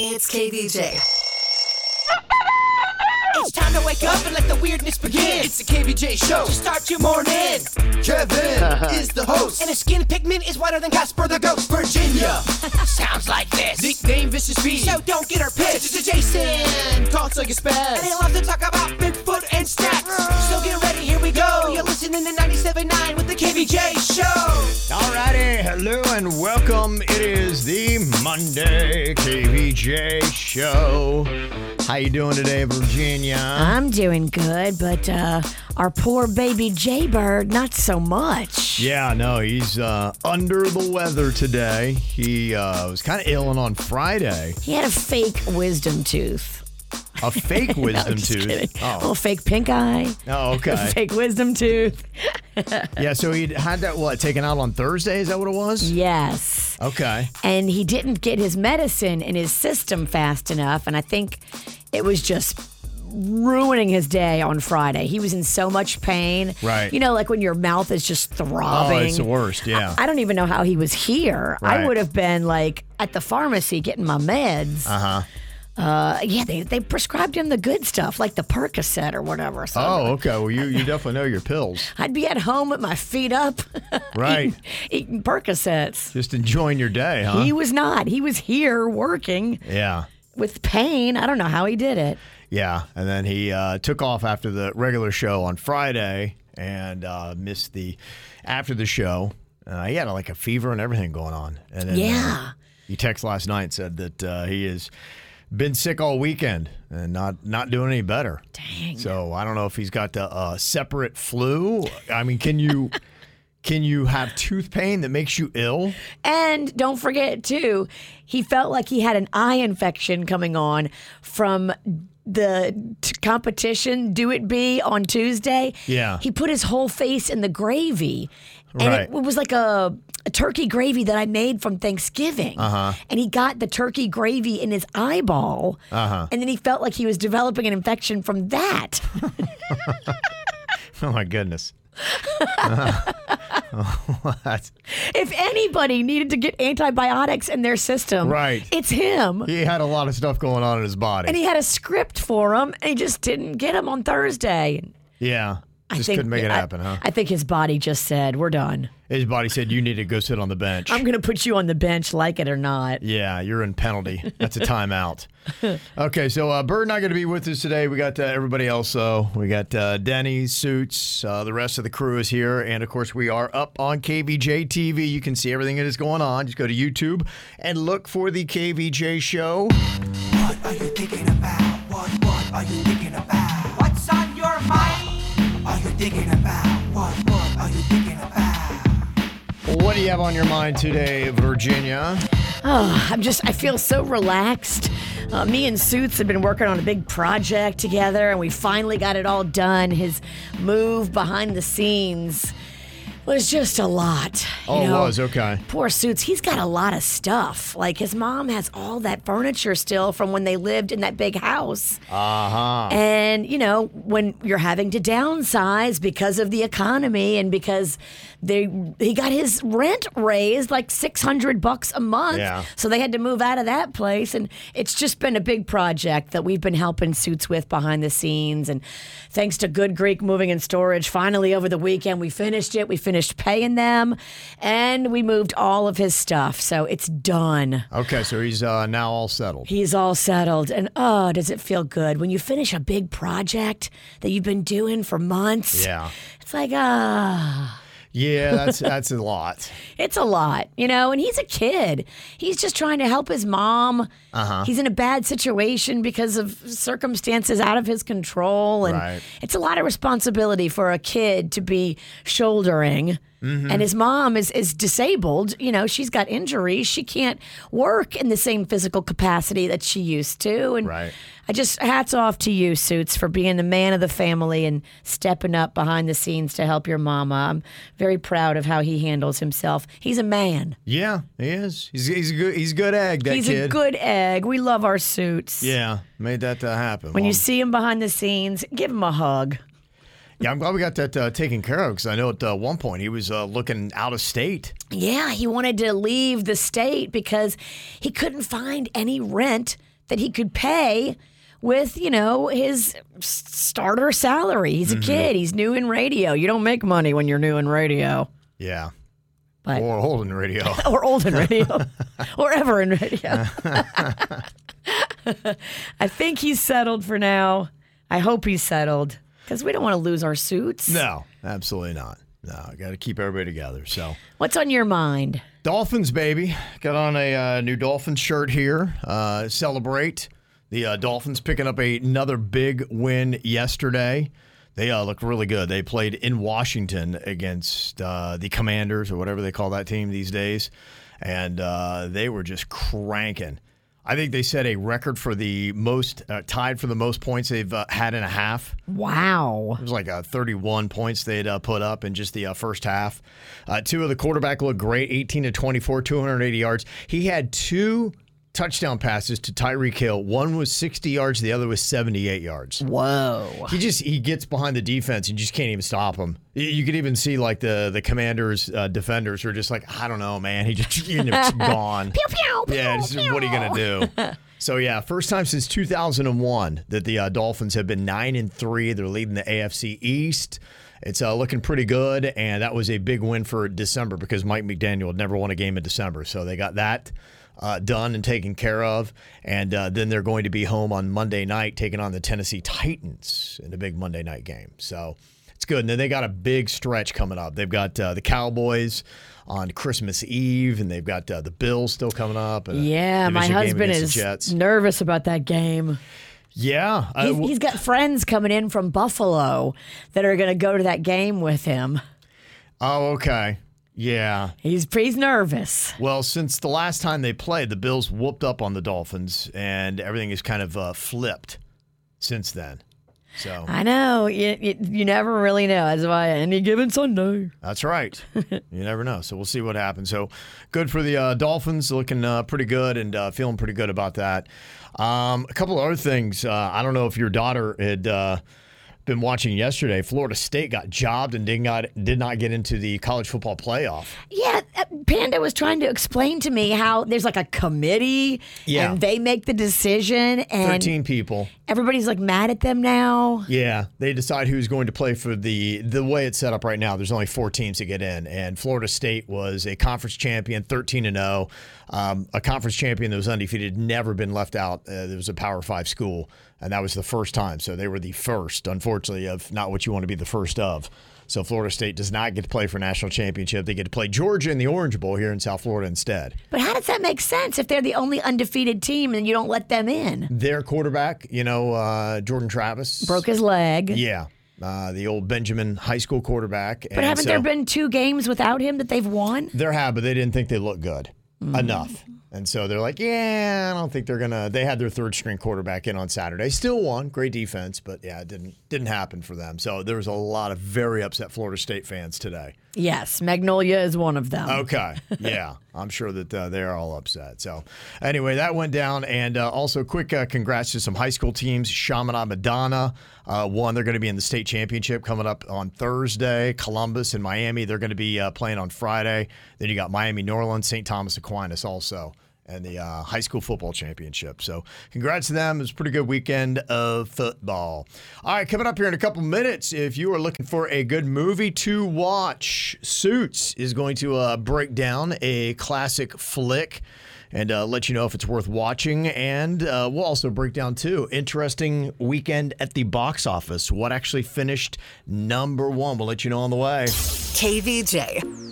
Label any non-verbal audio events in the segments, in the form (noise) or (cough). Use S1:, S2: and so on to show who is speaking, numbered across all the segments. S1: It's KVJ.
S2: It's time to wake up and let the weirdness begin. It's the KBJ show. To start your morning.
S3: Kevin is the host.
S2: And his skin pigment is whiter than Casper the Ghost. Virginia (laughs) sounds like this.
S3: Nickname Vicious V.
S2: So don't get her pissed. It's a Jason.
S3: talks like a
S2: And he
S3: spaz.
S2: loves to talk about Bigfoot and snacks. So get ready, here we go. You're listening to 97.9 with the KBJ show.
S4: Alrighty, hello and welcome. It is the Monday KVJ show. How you doing today, Virginia?
S5: I'm doing good, but uh, our poor baby Jaybird, not so much.
S4: Yeah, no, he's uh, under the weather today. He uh, was kind of ill and on Friday.
S5: He had a fake wisdom tooth.
S4: A
S5: (laughs)
S4: fake
S5: No,
S4: wisdom
S5: just
S4: tooth.
S5: kidding. A little
S4: Oh,
S5: fake pink eye.
S4: oh, okay.
S5: (laughs) Fake wisdom tooth.
S4: Yeah, so he had that what taken out on Thursday? Is that what it was?
S5: Yes.
S4: Okay.
S5: And he didn't get his medicine in his system fast enough. And I think it was just ruining his day on Friday. He was in so much pain.
S4: Right.
S5: You know, like when your mouth is just
S4: Oh,
S5: throbbing.
S4: it's the worst. Yeah.
S5: I don't even know how he was here.
S4: Right.
S5: I would have been like at the pharmacy getting my meds. Uh-huh. yeah, they, they prescribed him the good stuff, like the Percocet or whatever. So
S4: Oh, okay. Well, you you definitely know your pills,
S5: (laughs) I'd be at home with my feet up, (laughs)
S4: right?
S5: eating Percocets.
S4: Just enjoying your day, huh?
S5: He was not. He was here working
S4: yeah.
S5: with pain. I don't know how he did it.
S4: Yeah, and then he uh, took off after the regular show on Friday and uh, missed the after the show. Uh, he had like a fever and everything going on. And then, uh,
S5: Yeah.
S4: he texted last night and said that uh, he has been sick all weekend and not not doing any better. Dang. So I don't know if he's got the uh, separate flu. I mean, can you (laughs) can you have tooth pain that makes you ill? (laughs)
S5: And don't forget, too, he felt like he had an eye infection coming on from the t- competition, Do It Be, on Tuesday.
S4: Yeah.
S5: He put his whole face in the gravy. And
S4: Right.
S5: it, it was like a, a turkey gravy that I made from Thanksgiving. Uh-huh. And he got the turkey gravy in his eyeball. Uh-huh. And then he felt like he was developing an infection from that. (laughs)
S4: Oh my goodness. (laughs) what?
S5: if anybody needed to get antibiotics in their system,
S4: Right.
S5: it's him.
S4: He had a lot of stuff going on in his body.
S5: and he had a script for him, and he just didn't get him on Thursday.
S4: Yeah.
S5: I
S4: just
S5: think-
S4: couldn't make it
S5: I-
S4: happen, huh?
S5: I think his body just said, "We're done.
S4: His body said, you need to go sit on the bench.
S5: I'm going to put you on the bench, like it or not."
S4: yeah, you're in penalty. That's a
S5: (laughs)
S4: timeout. okay, so uh, Bird not going to be with us today. We got uh, everybody else, though. We got uh, Denny, Suits, uh, the rest of the crew is here. And of course, we are up on KVJ TV. You can see everything that is going on. Just go to YouTube and look for the KVJ show.
S2: What are you thinking about? What, what are you thinking about? What's on your mind? Are you thinking about? What, what are you thinking about?
S4: What do you have on your mind today, Virginia?
S5: Oh, I'm just, I feel so relaxed. Uh, me and Suits have been working on a big project together, and we finally got it all done. His move behind the scenes was just a lot. you
S4: Oh, it
S5: know?
S4: was? Okay.
S5: Poor Suits, he's got a lot of stuff. Like his mom has all that furniture still from when they lived in that big house. Uh huh.
S4: Uh-huh.
S5: And, you know, when you're having to downsize because of the economy and because they he got his rent raised like 600 bucks a month.
S4: Yeah.
S5: So they had to move out of that place. And it's just been a big project that we've been helping Suits with behind the scenes. And thanks to Good Greek Moving and Storage, finally over the weekend, we finished it. We finished paying them and we moved all of his stuff. So it's done.
S4: Okay, so he's uh, now all settled.
S5: He's all settled. And oh, does it feel good when you finish a big project that you've been doing for months?
S4: Yeah.
S5: It's like, ah.
S4: Yeah, that's that's a lot.
S5: It's a lot, you know, and he's a kid. He's just trying to help his mom. Uh-huh. He's in a bad situation because of circumstances out of his control. And
S4: Right.
S5: it's a lot of responsibility for a kid to be shouldering.
S4: Mm-hmm.
S5: And his mom is, is disabled. You know, she's got injuries. She can't work in the same physical capacity that she used to. And
S4: Right.
S5: I just hats off to you, Suits, for being the man of the family and stepping up behind the scenes to help your mama. I'm very proud of how he handles himself. He's a man.
S4: Yeah, he is. He's, he's a good. He's a good egg. That
S5: He's
S4: kid.
S5: a good egg. We love our suits.
S4: Yeah, made that uh, happen.
S5: When you
S4: Well,
S5: see him behind the scenes, give him a hug.
S4: yeah, I'm glad we got that uh, taken care of because I know at uh, one point he was uh, looking out of state.
S5: Yeah, he wanted to leave the state because he couldn't find any rent that he could pay with, you know, his s- starter salary. He's a kid. He's new in radio. You don't make money when you're new in radio. (laughs)
S4: Yeah.
S5: But-
S4: or Holden Radio. (laughs)
S5: or old in radio or ever in radio. (laughs) I think he's settled for now. I hope he's settled because we don't want to lose our suits.
S4: no, absolutely not. No, got to keep everybody together. So.
S5: What's on your mind?
S4: Dolphins, baby. Got on a uh, new Dolphins shirt here. Uh, celebrate. The uh, Dolphins picking up a- another big win yesterday. They uh, looked really good. They played in Washington against uh, the Commanders or whatever they call that team these days. And uh, they were just cranking. I think they set a record for the most, uh, tied for the most points they've uh, had in a half.
S5: Wow.
S4: It was like uh, 31 points they'd uh, put up in just the uh, first half. Uh, two of the quarterback looked great, 18 to 24, 280 yards. He had two touchdown passes to Tyreek Hill. One was 60 yards, the other was 78 yards.
S5: Whoa.
S4: He just he gets behind the defense and just can't even stop him. You, you could even see like the the Commanders uh, defenders are just like I don't know, man. He just you know,
S5: (laughs)
S4: it's gone.
S5: Pew, pew, pew,
S4: Yeah, this is, what are you gonna
S5: (laughs)
S4: do? So yeah, first time since 2001 that the uh, Dolphins have been nine and three. They're leading the AFC East. It's uh, looking pretty good, and that was a big win for December because Mike McDaniel had never won a game in December, so they got that uh, done and taken care of. And uh, then they're going to be home on Monday night, taking on the Tennessee Titans in a big Monday night game. So it's good. And then they got a big stretch coming up. They've got uh, the Cowboys on Christmas Eve, and they've got uh, the Bills still coming up. and a
S5: Yeah, my
S4: division game
S5: husband
S4: against the
S5: is
S4: Jets.
S5: nervous about that game.
S4: Yeah, uh, I-
S5: He's, he's got friends coming in from Buffalo that are going to go to that game with him.
S4: oh, okay. Yeah.
S5: He's he's nervous.
S4: Well, since the last time they played, the Bills whooped up on the Dolphins, and everything is kind of uh, flipped since then. So
S5: I know. You, you, you never really know. That's why any given Sunday.
S4: That's
S5: (laughs)
S4: right. you never know. So we'll see what happens. So good for the uh, Dolphins, looking uh, pretty good and uh, feeling pretty good about that. Um, a couple of other things. Uh, I don't know if your daughter had uh, been watching yesterday. Florida State got jobbed and did not did not get into the college football playoff.
S5: Yeah, uh, Panda was trying to explain to me how there's like a committee
S4: Yeah.
S5: and they make the decision and
S4: Thirteen people.
S5: everybody's like mad at them now.
S4: Yeah, they decide who's going to play for the the way it's set up right now. There's only four teams to get in, and Florida State was a conference champion, 13 and 0, um, a conference champion that was undefeated, never been left out. Uh, there was a Power Five school, and that was the first time. So they were the first, unfortunately, of not what you want to be the first of. So Florida State does not get to play for a national championship. They get to play Georgia in the Orange Bowl here in South Florida instead.
S5: But how does that make sense if they're the only undefeated team and you don't let them in?
S4: Their quarterback, you know, uh, Jordan Travis
S5: Broke his leg.
S4: Yeah. Uh, the old Benjamin High School quarterback.
S5: But haven't there been two games without him that they've won?
S4: There have, but they didn't think they looked good
S5: Mm.
S4: enough. And so they're like, yeah, I don't think they're gonna. They had their third string quarterback in on Saturday. Still won, great defense, but yeah, it didn't didn't happen for them. So there was a lot of very upset Florida State fans today.
S5: Yes, Magnolia is one of (laughs) them.
S4: Okay. Yeah. I'm sure that uh, they're all upset. So, anyway, that went down. And uh, also, quick uh, congrats to some high school teams. Chaminade Madonna uh, won. They're going to be in the state championship coming up on Thursday. Columbus and Miami, they're going to be uh, playing on Friday. Then you got Miami, New Orleans, St. Thomas Aquinas also. And the uh, high school football championship. So, congrats to them. It was a pretty good weekend of football. All right, coming up here in a couple minutes, if you are looking for a good movie to watch, Suits is going to uh, break down a classic flick and uh, let you know if it's worth watching. And uh, we'll also break down, too, interesting weekend at the box office. What actually finished number one? We'll let you know on the way.
S1: KVJ.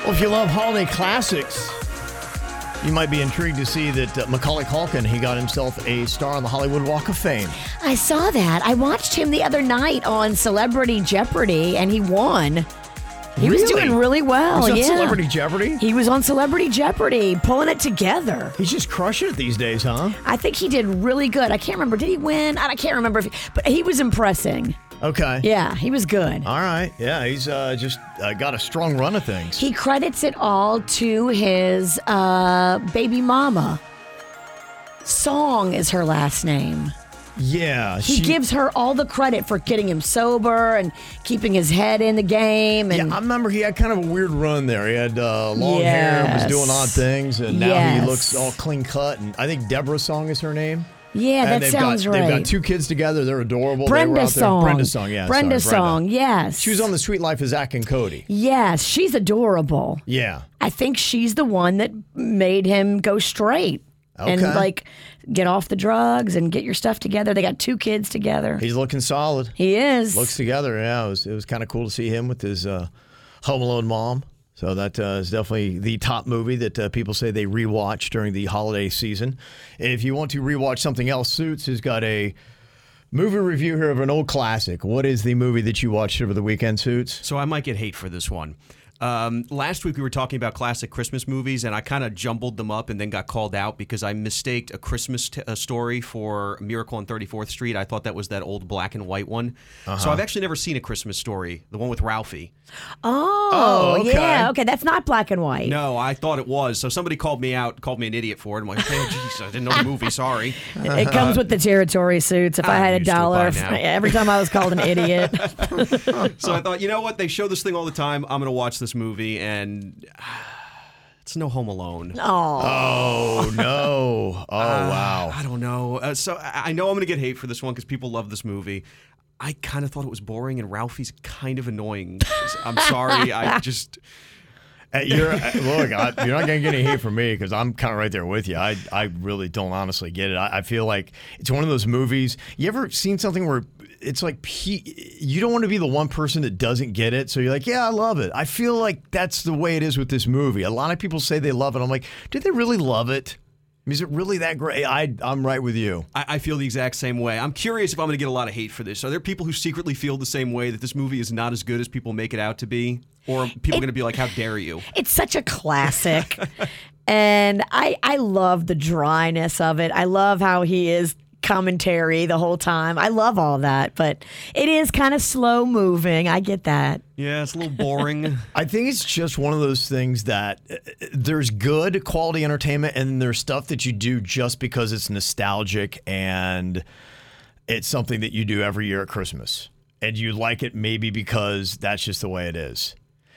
S4: Well, if you love holiday classics, you might be intrigued to see that uh, Macaulay Culkin, he got himself a star on the Hollywood Walk of Fame.
S5: I saw that. I watched him the other night on Celebrity Jeopardy and he won. He was
S4: Really?
S5: doing really well.
S4: He's on
S5: Oh, yeah.
S4: Celebrity Jeopardy.
S5: He was on Celebrity Jeopardy, pulling it together.
S4: He's just crushing it these days, huh?
S5: I think he did really good. I can't remember. Did he win? I I can't remember. If he, but he was impressing.
S4: Okay.
S5: Yeah, he was good.
S4: All right. Yeah, he's uh, just uh, got a strong run of things.
S5: He credits it all to his uh, baby mama. Song is her last name.
S4: Yeah,
S5: He
S4: she-
S5: gives her all the credit for getting him sober and keeping his head in the game. And
S4: Yeah, I remember he had kind of a weird run there. He had uh, long hair, was doing
S5: Yes.
S4: odd things, and now he
S5: Yes.
S4: looks all clean cut. And I think Deborah Song is her name.
S5: Yeah,
S4: And
S5: that
S4: they've
S5: sounds
S4: got,
S5: right.
S4: They've got two kids together. They're adorable. They were
S5: Brenda
S4: out there-
S5: song.
S4: Brenda Song. Yeah. sorry,
S5: Brenda song. Yes.
S4: She was on the Sweet Life of Zach and Cody.
S5: Yes, she's adorable.
S4: Yeah.
S5: I think she's the one that made him go straight and
S4: Okay.
S5: like get off the drugs and get your stuff together. They got two kids together.
S4: He's looking solid.
S5: He is.
S4: Looks together. Yeah. It was, it was kind of cool to see him with his uh, Home Alone mom. So that uh, is definitely the top movie that uh, people say they rewatch during the holiday season. If you want to rewatch something else, Suits has got a movie review here of an old classic. What is the movie that you watched over the weekend, Suits?
S6: So I might get hate for this one. Um, last week we were talking about classic Christmas movies, and I kind of jumbled them up and then got called out because I mistaked a Christmas t- uh story for Miracle on 34th Street. I thought that was that old black and white one. So I've actually never seen a Christmas story, the one with Ralphie.
S5: oh,
S4: Oh, okay.
S5: yeah. Okay, that's not black and white.
S6: No, I thought it was. So somebody called me out, called me an idiot for it. I'm like, oh, (laughs) jeez, I didn't know the movie. Sorry.
S5: It comes with the territory suits. If i
S6: I'm
S5: had a
S6: used to it
S5: dollar,
S6: by now.
S5: (laughs) every time I was called
S4: (laughs)
S5: an idiot.
S6: So I thought, you know what? They show this thing all the time. I'm going to watch this movie, and (sighs) it's no Home Alone.
S4: Oh, no. Oh, wow.
S6: I don't know. Uh, so I I know I'm going to get hate for this one because people love this movie. I kind of thought it was boring, and Ralphie's kind of annoying. I'm sorry. I just.
S4: Uh, You're, uh, look, I, you're not gonna get any hate from me because I'm kind of right there with you. I, I really don't honestly get it. I, I feel like it's one of those movies. You ever seen something where it's like pe- you don't want to be the one person that doesn't get it, so you're like, yeah, I love it. I feel like that's the way it is with this movie. A lot of people say they love it. I'm like, did they really love it? I mean, Is it really that great? I, I'm right with you.
S6: I I feel the exact same way. I'm curious if I'm going to get a lot of hate for this. Are there people who secretly feel the same way that this movie is not as good as people make it out to be? Or are people going to be like, how dare you?
S5: it's such a classic. (laughs) and I I love the dryness of it. I love how he is commentary the whole time. I love all that, but it is kind of slow moving. I get that.
S6: Yeah, it's a little (laughs) boring.
S4: I think it's just one of those things that uh, there's good quality entertainment and there's stuff that you do just because it's nostalgic and it's something that you do every year at Christmas. And you like it maybe because that's just the way it is.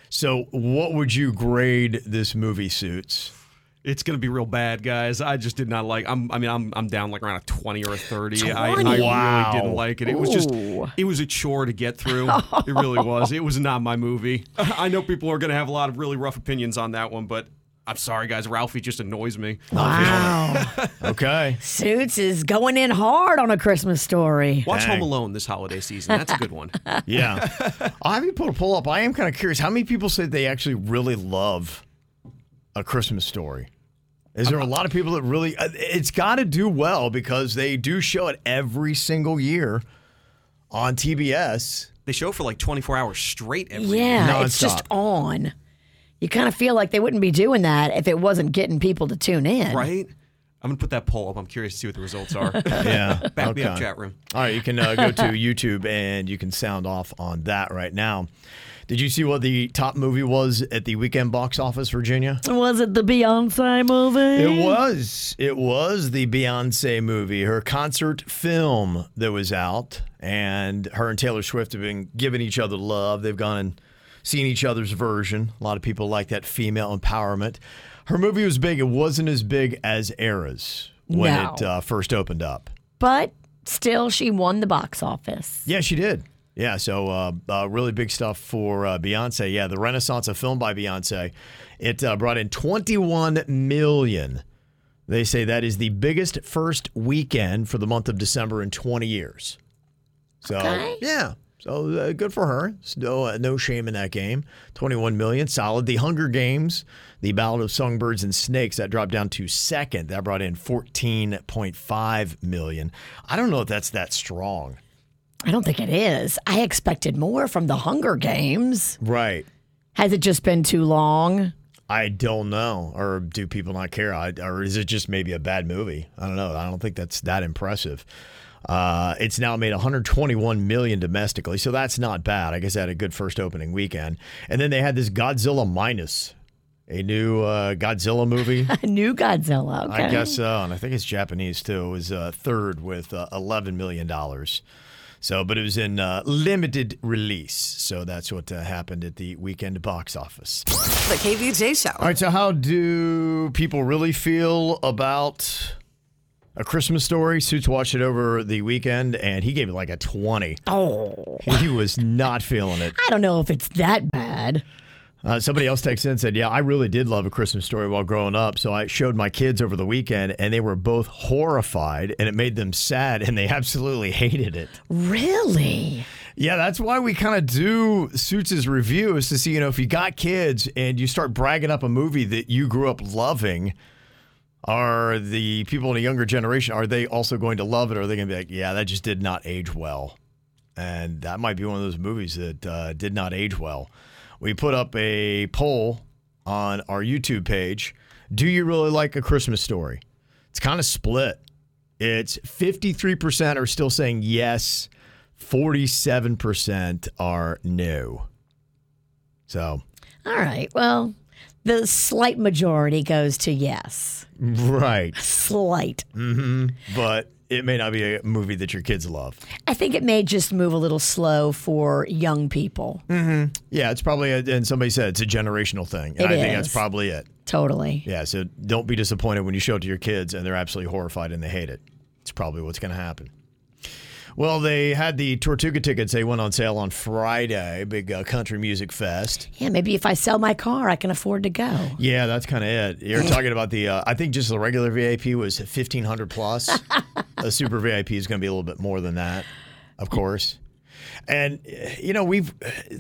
S4: So, what would you grade this movie suits?
S6: It's gonna be real bad, guys. I just did not like. I'm, I mean, I'm, I'm down like around a twenty or a thirty. I, I
S5: 20?
S4: Wow.
S6: really didn't like it. It was just,
S5: Ooh.
S6: it was a chore to get through. it really was. It was not my movie. (laughs) I know people are gonna have a lot of really rough opinions on that one, but I'm sorry, guys. Ralphie just annoys me.
S5: Wow.
S4: Okay.
S5: Suits is going in hard on a Christmas story.
S6: Watch
S4: Dang.
S6: Home Alone this holiday season. That's a
S5: (laughs)
S6: good one.
S4: Yeah. (laughs) I'll have you put a pull up. I am kind of curious how many people say they actually really love a Christmas story? Is there a lot of people that really, uh, it's got to do well because they do show it every single year on TBS.
S6: They show for like 24 hours straight every year.
S5: Yeah, it's just
S4: Nonstop.
S5: on. You kind of feel like they wouldn't be doing that if it wasn't getting people to tune in.
S6: right? I'm gonna put that poll up. I'm curious to see what the
S5: (laughs)
S6: results are. Back
S4: Yeah. (laughs)
S6: me up, chat room.
S4: All right, you can uh, go to
S6: (laughs)
S4: YouTube and you can sound off on that right now. Did you see what the top movie was at the weekend box office, Virginia?
S5: Was it the Beyonce movie?
S4: It was. It was the Beyonce movie, her concert film that was out, and her and Taylor Swift have been giving each other love. They've gone and seen each other's version. A lot of people like that female empowerment. Her movie was big. It wasn't as big as Era's when
S5: No.
S4: it uh, first opened up.
S5: But still, she won the box office.
S4: Yeah, she did. Yeah, so uh, uh, really big stuff for uh, Beyonce. Yeah, the Renaissance, a film by Beyonce, it uh, brought in 21 million. They say that is the biggest first weekend for the month of December in 20 years. So
S5: Okay.
S4: yeah, so uh, good for her. It's no uh, no shame in that game. 21 million, solid. The Hunger Games, the Ballad of Songbirds and Snakes, that dropped down to second. That brought in 14.5 million. I don't know if that's that strong.
S5: I don't think it is. I expected more from the Hunger Games.
S4: Right.
S5: Has it just been too long? (laughs)
S4: I don't know, or do people not care, I, or is it just maybe a bad movie? I don't know. I don't think that's that impressive. Uh, it's now made 121 million domestically, so that's not bad. I guess they had a good first opening weekend, and then they had this Godzilla minus a new uh, Godzilla movie.
S5: A new Godzilla. Okay.
S4: I guess so, and I think it's Japanese too. It was uh, third with uh, eleven million dollars. So, but it was in uh, limited release. So that's what uh, happened at the weekend box office.
S1: The KVJ Show.
S4: All right. So, how do people really feel about a Christmas story? Suits watched it over the weekend, and he gave it like a twenty.
S5: Oh,
S4: He was not feeling it.
S5: I don't know if it's that bad.
S4: Uh, somebody else texted in and said, "Yeah, I really did love a Christmas story while growing up. So I showed my kids over the weekend, and they were both horrified, and it made them sad, and they (laughs) absolutely hated it.
S5: Really?
S4: Yeah, that's why we kind of do Suits' review is to see, you know, if you got kids and you start bragging up a movie that you grew up loving." Are the people in a younger generation are they also going to love it? Or are they going to be like, yeah, that just did not age well? and that might be one of those movies that uh, did not age well. We put up a poll on our YouTube page. Do you really like A Christmas Story? It's kind of split. It's 53% are still saying yes, 47% are no. So,
S5: All right. Well, the slight majority goes to yes.
S4: right.
S5: Slight.
S4: But it may not be a movie that your kids love.
S5: I think it may just move a little slow for young people.
S4: Yeah, it's probably, a, and somebody said it's a generational thing. And
S5: It
S4: I think that's
S5: is.
S4: probably it.
S5: Totally.
S4: Yeah, so don't be disappointed when you show it to your kids and they're absolutely horrified and they hate it. It's probably what's going to happen. Well, they had the Tortuga tickets. They went on sale on Friday, big uh, country music fest.
S5: Yeah, maybe if I sell my car, I can afford to go.
S4: Yeah, that's kind of it. You're talking about the, uh, I think just the regular VIP was 1500 plus. a super VIP is going to be a little bit more than that, of course. And, uh, you know, we've,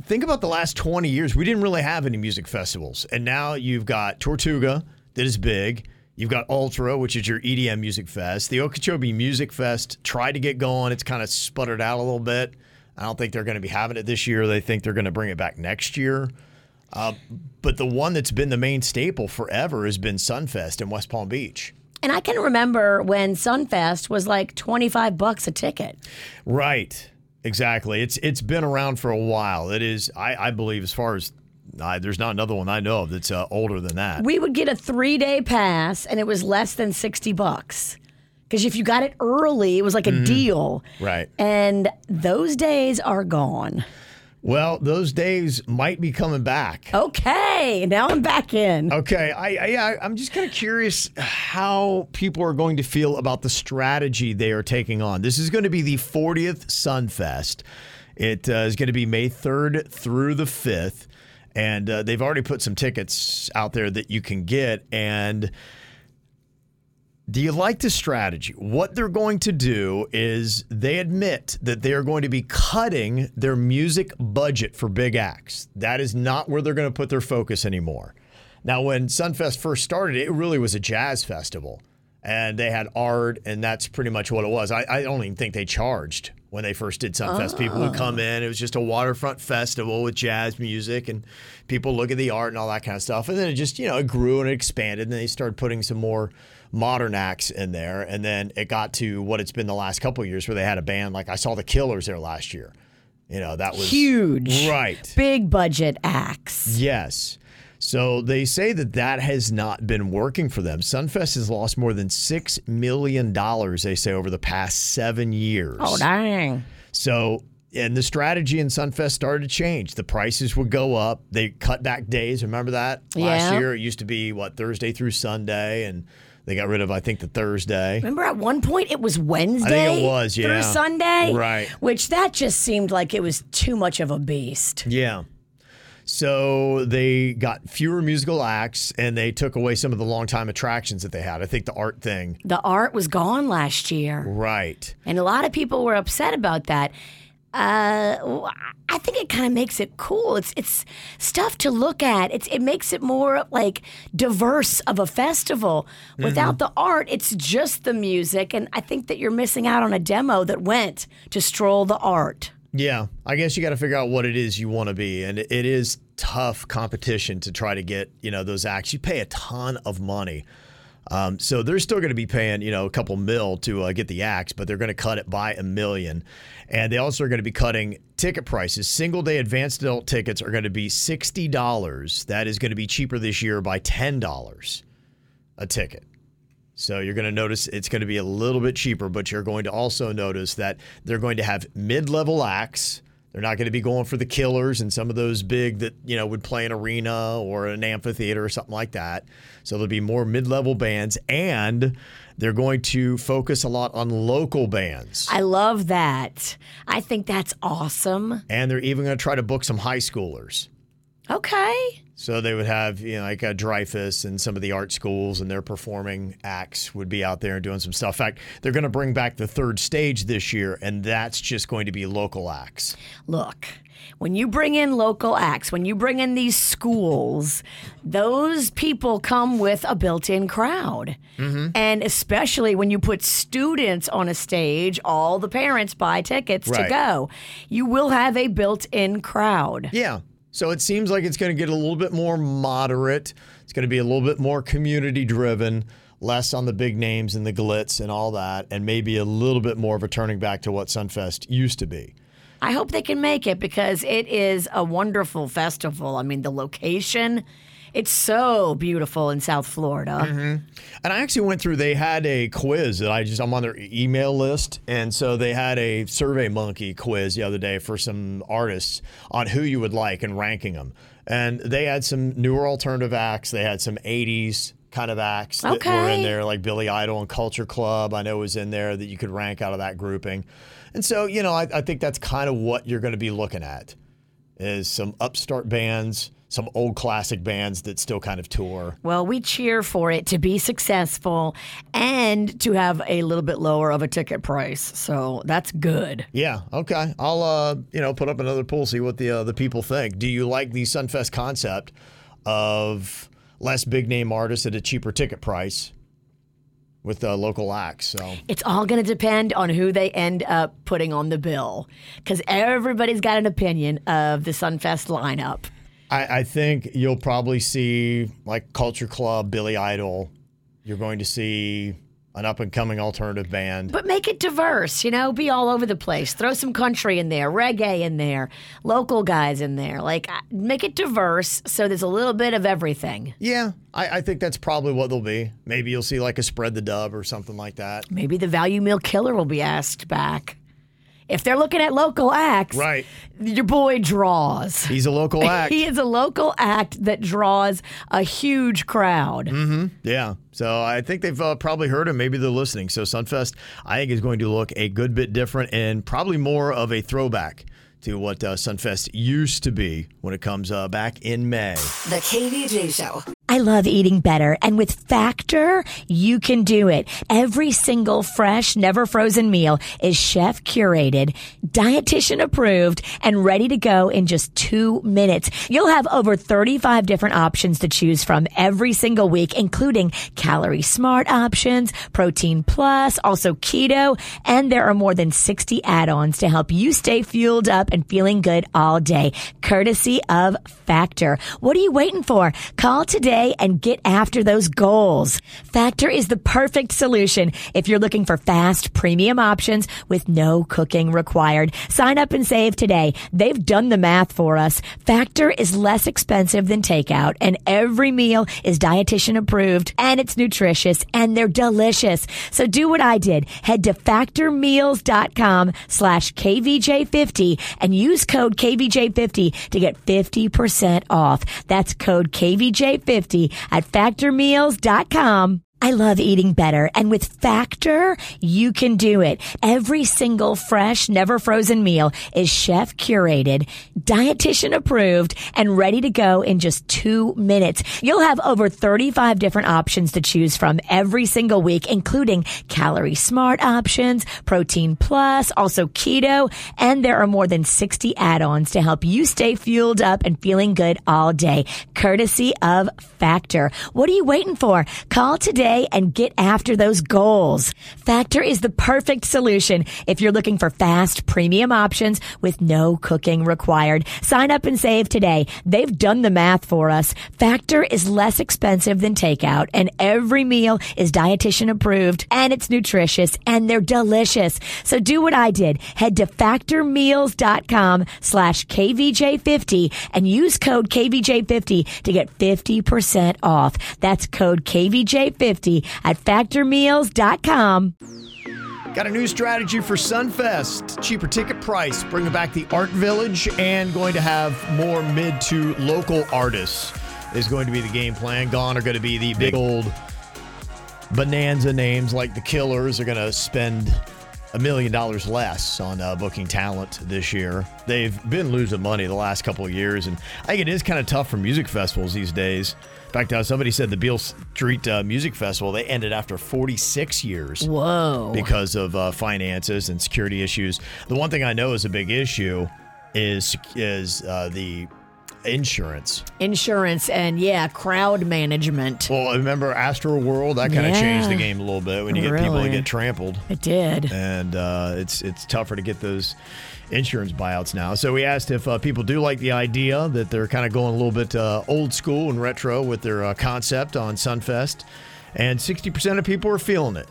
S4: think about the last 20 years, we didn't really have any music festivals. And now you've got Tortuga, that is big. You've got Ultra, which is your EDM music fest. The Okeechobee Music Fest tried to get going. It's kind of sputtered out a little bit. I don't think they're going to be having it this year. They think they're going to bring it back next year. Uh, but the one that's been the main staple forever has been Sunfest in West Palm Beach.
S5: And I can remember when Sunfest was like 25 bucks a ticket.
S4: Right. Exactly. It's it's been around for a while. It is. I, I believe as far as I, there's not another one I know of that's uh, older than that.
S5: We would get a three day pass and it was less than 60 bucks. Because if you got it early, it was like a
S4: Mm.
S5: deal.
S4: Right.
S5: And those days are gone.
S4: Well, those days might be coming back.
S5: Okay, now I'm back in.
S4: Okay, I, I yeah, I'm just kind of curious how people are going to feel about the strategy they are taking on. This is going to be the 40th Sunfest. It uh, is going to be May 3rd through the 5th, and uh, they've already put some tickets out there that you can get. And do you like the strategy? What they're going to do is they admit that they are going to be cutting their music budget for big acts. That is not where they're going to put their focus anymore. Now, when Sunfest first started, it really was a jazz festival, and they had art, and that's pretty much what it was. I, I don't even think they charged when they first did Sunfest. People would come in; it was just a waterfront festival with jazz music, and people look at the art and all that kind of stuff. And then it just, you know, it grew and it expanded, and they started putting some more modern acts in there. And then it got to what it's been the last couple of years, where they had a band like I saw the Killers there last year. You know, that was
S5: Huge.
S4: right?
S5: Big budget acts.
S4: Yes. So they say that that has not been working for them. Sunfest has lost more than $6 million, they say, over the past seven years.
S5: Oh, dang.
S4: So, and the strategy in Sunfest started to change. The prices would go up. They cut back days. Remember that? Last
S5: Yeah.
S4: year, it used to be, what, Thursday through Sunday. And they got rid of, I think, the Thursday.
S5: Remember at one point it was Wednesday?
S4: was, yeah.
S5: Through Sunday?
S4: Right.
S5: Which that just seemed like it was too much of a beast.
S4: Yeah. So they got fewer musical acts and they took away some of the longtime attractions that they had. I think the art thing.
S5: The art was gone last year.
S4: Right.
S5: And a lot of people were upset about that. Uh, w- I think it kind of makes it cool. It's it's stuff to look at. It's it makes it more like diverse of a festival. Without the art, it's just the music, and I think that you're missing out on a demo that went to stroll the art.
S4: Yeah, I guess you got to figure out what it is you want to be, and it is tough competition to try to get you know those acts. You pay a ton of money Um, so they're still going to be paying, you know, a couple mil to uh, get the axe, but they're going to cut it by a million. And they also are going to be cutting ticket prices. Single day advanced adult tickets are going to be sixty dollars. That is going to be cheaper this year by ten dollars a ticket. So you're going to notice it's going to be a little bit cheaper, but you're going to also notice that they're going to have mid-level acts. They're not going to be going for the killers and some of those big that you know would play an arena or an amphitheater or something like that. So there'll be more mid-level bands, and they're going to focus a lot on local bands.
S5: I love that. I think that's awesome.
S4: And they're even going to try to book some high schoolers.
S5: Okay.
S4: So they would have, you know, like uh, Dreyfus and some of the art schools and their performing acts would be out there and doing some stuff. In fact, they're going to bring back the third stage this year, and that's just going to be local acts.
S5: Look, when you bring in local acts, when you bring in these schools, those people come with a built in crowd. And especially when you put students on a stage, all the parents buy tickets
S4: Right.
S5: to go. You will have a built in crowd.
S4: Yeah. So it seems like it's going to get a little bit more moderate. It's going to be a little bit more community driven, less on the big names and the glitz and all that, and maybe a little bit more of a turning back to what Sunfest used to be.
S5: I hope they can make it because it is a wonderful festival. I mean, the location, it's so beautiful in South Florida.
S4: And I actually went through. They had a quiz that I just I'm on their e-, email list, and so they had a Survey Monkey quiz the other day for some artists on who you would like and ranking them. And they had some newer alternative acts. They had some '80s kind of acts that were in
S5: Okay.
S4: there, like Billy Idol and Culture Club. I know was in there that you could rank out of that grouping. And so you know, I, I think that's kind of what you're going to be looking at is some upstart bands, some old classic bands that still kind of tour.
S5: Well, we cheer for it to be successful and to have a little bit lower of a ticket price. So that's good.
S4: Yeah. Okay. I'll uh, you know put up another poll, see what the uh, the people think. Do you like the Sunfest concept of less big name artists at a cheaper ticket price with uh, local acts? So
S5: It's all going to depend on who they end up putting on the bill because everybody's got an opinion of the Sunfest lineup.
S4: I, I think you'll probably see like Culture Club, Billy Idol. You're going to see an up and coming alternative band.
S5: But make it diverse, you know, be all over the place. Throw some country in there, reggae in there, local guys in there. Like, I- make it diverse so there's a little bit of everything.
S4: yeah, I, I think that's probably what they'll be. Maybe you'll see like a spread the dub or something like that.
S5: Maybe the value meal killer will be asked back. If they're looking at local acts,
S4: Right.
S5: your boy draws.
S4: He's a local act.
S5: (laughs) He is a local act that draws a huge crowd.
S4: Yeah. So I think they've uh, probably heard him. Maybe they're listening. So Sunfest, I think, is going to look a good bit different and probably more of a throwback to what uh, Sunfest used to be when it comes uh, back in May.
S1: The KVJ Show.
S5: I love eating better, and with Factor, you can do it. Every single fresh, never frozen meal is chef curated, dietitian approved, and ready to go in just two minutes. You'll have over 35 different options to choose from every single week, including calorie smart options, protein plus, also keto, and there are more than 60 add-ons to help you stay fueled up and feeling good all day, courtesy of Factor. What are you waiting for? Call today and get after those goals. Factor is the perfect solution if you're looking for fast premium options with no cooking required. Sign up and save today. They've done the math for us. Factor is less expensive than takeout and every meal is dietitian approved and it's nutritious and they're delicious. So do what I did. Head to factormeals.com slash KVJ50 and use code KVJ50 to get 50% off. That's code KVJ50 at factormeals.com. I love eating better and with Factor, you can do it. Every single fresh, never frozen meal is chef curated, dietitian approved, and ready to go in just two minutes. You'll have over 35 different options to choose from every single week, including calorie smart options, protein plus, also keto, and there are more than 60 add-ons to help you stay fueled up and feeling good all day, courtesy of Factor. What are you waiting for? Call today today and get after those goals. Factor is the perfect solution if you're looking for fast premium options with no cooking required. Sign up and save today. They've done the math for us. Factor is less expensive than takeout and every meal is dietitian approved and it's nutritious and they're delicious. So do what I did. Head to factormeals.com slash KVJ50 and use code KVJ50 to get 50% off. That's code KVJ50 at factormeals.com.
S4: Got a new strategy for Sunfest. Cheaper ticket price, bringing back the art village, and going to have more mid to local artists is going to be the game plan. Gone are going to be the big old bonanza names like the Killers are going to spend a million dollars less on uh, booking talent this year. They've been losing money the last couple of years, and I think it is kind of tough for music festivals these days. In fact, uh, somebody said the Beale Street uh, Music Festival they ended after 46 years
S5: Whoa.
S4: because of uh, finances and security issues. The one thing I know is a big issue is is uh, the insurance.
S5: Insurance and yeah, crowd management.
S4: Well, I remember Astro World that kind of
S5: Yeah.
S4: changed the game a little bit when you get people that
S5: Really?
S4: get trampled,
S5: It did.
S4: and uh, it's it's tougher to get those insurance buyouts now. So we asked if uh, people do like the idea that they're kind of going a little bit uh, old school and retro with their uh, concept on Sunfest, and sixty percent of people are feeling it.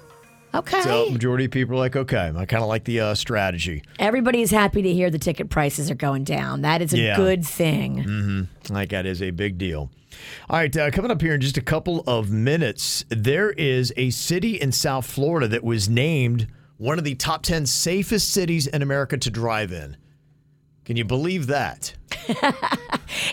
S5: Okay.
S4: So majority of people are like, okay, I kind of like the uh, strategy.
S5: Everybody's happy to hear the ticket prices are going down. That is a
S4: Yeah. Mm-hmm.
S5: good thing.
S4: Like that is a big deal. All right, uh, coming up here in just a couple of minutes, there is a city in South Florida that was named one of the top 10 safest cities in America to drive in. Can you believe that?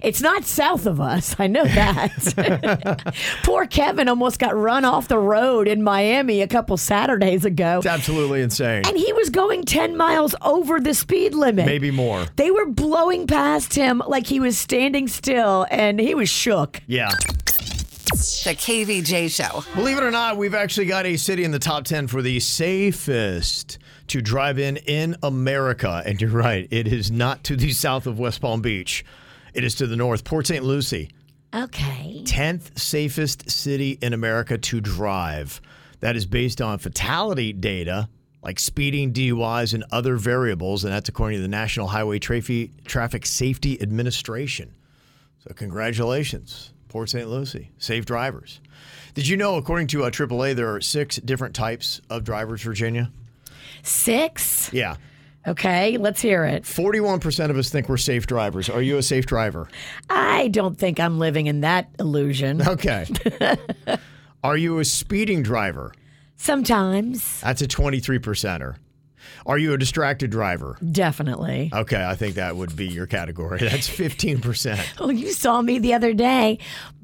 S5: It's not south of us. I know that.
S4: (laughs)
S5: Poor Kevin almost got run off the road in Miami a couple Saturdays ago.
S4: It's absolutely insane.
S5: And he was going 10 miles over the speed limit.
S4: Maybe more.
S5: They were blowing past him like he was standing still and he was shook.
S4: Yeah.
S1: The KVJ Show.
S4: Believe it or not, we've actually got a city in the top 10 for the safest to drive in in America. And you're right, it is not to the south of West Palm Beach, it is to the north, Port St. Lucie.
S5: Okay.
S4: 10th safest city in America to drive. That is based on fatality data like speeding, DUIs, and other variables. And that's according to the National Highway Trafi- Traffic Safety Administration. So, congratulations, Port St. Lucie. Safe drivers. Did you know, according to uh, AAA, there are six different types of drivers, Virginia?
S5: Six.
S4: Yeah.
S5: Okay, let's hear it.
S4: 41% of us think we're safe drivers. Are you a safe driver?
S5: I don't think I'm living in that illusion.
S4: Okay. are you a speeding driver?
S5: Sometimes,
S4: That's a 23%er. Are you a distracted driver?
S5: definitely.
S4: Okay, I think that would be your category. (laughs) That's 15%.
S5: (laughs) Oh, you saw me the other day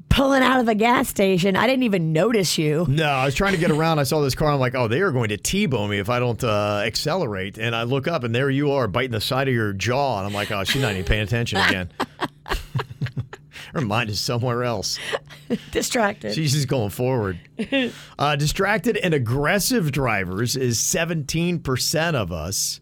S5: pulling out of a gas station. I didn't even notice you.
S4: No, I was trying to get around. I saw this car. I'm like, oh, they are going to T-bone me if I don't uh, accelerate. And I look up, and there you are biting the side of your jaw. And I'm like, oh, she's not even paying attention again. (laughs) Her mind is somewhere else.
S5: Distracted.
S4: (laughs) She's just going forward. Uh, distracted and aggressive drivers is 17% of us.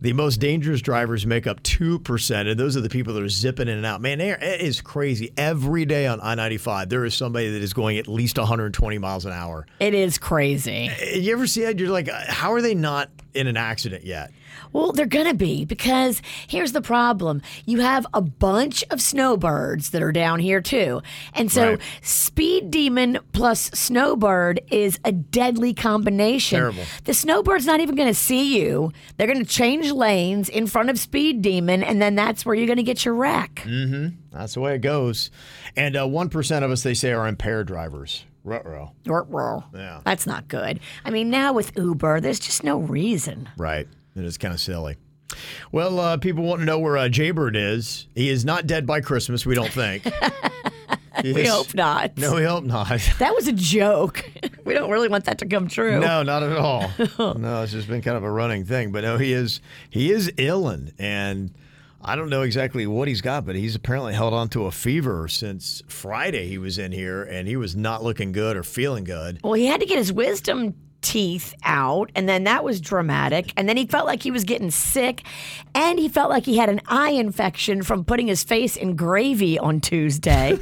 S4: The most dangerous drivers make up 2%, and those are the people that are zipping in and out. Man, they are- it is crazy. Every day on I 95, there is somebody that is going at least 120 miles an hour.
S5: it is crazy.
S4: You ever see that? You're like, uh, how are they not in an accident yet?
S5: Well, they're going to be because here's the problem. You have a bunch of snowbirds that are down here too. And so
S4: Right.
S5: speed demon plus snowbird is a deadly combination.
S4: Terrible.
S5: The snowbird's not even going to see you. They're going to change lanes in front of speed demon and then that's where you're going to get your wreck.
S4: That's the way it goes. And uh, 1% of us, they say, are impaired drivers. Ruh-roh.
S5: Ruh-roh.
S4: Yeah.
S5: That's not good. I mean, now with Uber, there's just no reason.
S4: Right. It is kind of silly. Well, uh, people want to know where uh, Jaybird is. He is not dead by Christmas, we don't
S5: (laughs)
S4: think. He
S5: We
S4: is-
S5: hope not.
S4: No, we hope not.
S5: (laughs)
S4: (laughs)
S5: That was a joke. (laughs) we don't really want that to come true.
S4: No, not at
S5: (laughs)
S4: all. no, it's just been kind of a running thing. But no, he is he is illin, and I don't know exactly what he's got, but he's apparently held on to a fever since Friday. He was in here, and he was not looking good or feeling good.
S5: Well, he had to get his wisdom teeth out, and then that was dramatic. And then he felt like he was getting sick, and he felt like he had an eye infection from putting his face in gravy
S4: (laughs)
S5: on Tuesday.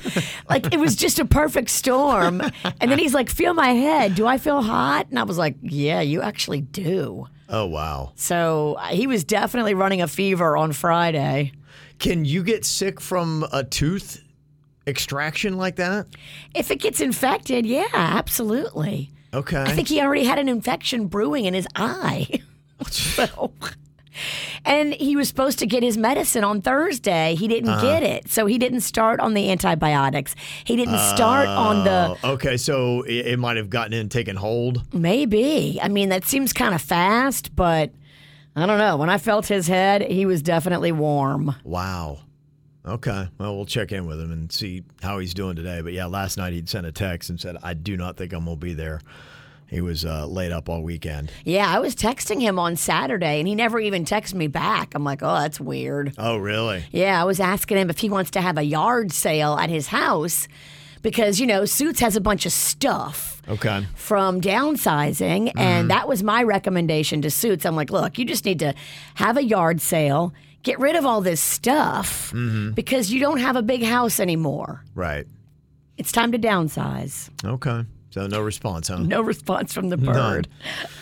S5: like it was just a perfect storm. And then he's like, "Feel my head? Do I feel hot?" And I was like, "Yeah, you actually do."
S4: Oh wow!
S5: So uh, he was definitely running a fever on Friday.
S4: Can you get sick from a tooth extraction like that?
S5: If it gets infected, yeah, absolutely.
S4: Okay.
S5: I think he already had an infection brewing in his eye. (laughs) so, and he was supposed to get his medicine on Thursday. He didn't get it. So he didn't start on the antibiotics. He didn't start on the
S4: Oh, okay, so it, it might have gotten in, taken hold.
S5: maybe. I mean, that seems kind of fast, but I don't know. When I felt his head, he was definitely warm.
S4: Wow. Okay. Well, we'll check in with him and see how he's doing today. But yeah, last night he'd sent a text and said, "I do not think I'm gonna be there." He was uh, laid up all weekend.
S5: Yeah, I was texting him on Saturday and he never even texted me back. I'm like, "Oh, that's weird."
S4: Oh, really?
S5: Yeah, I was asking him if he wants to have a yard sale at his house because, you know, Suits has a bunch of stuff
S4: Okay.
S5: from downsizing. And that was my recommendation to Suits. I'm like, look, you just need to have a yard sale, get rid of all this stuff because you don't have a big house anymore.
S4: Right.
S5: It's time to downsize.
S4: Okay. So no response, huh?
S5: No response from the bird.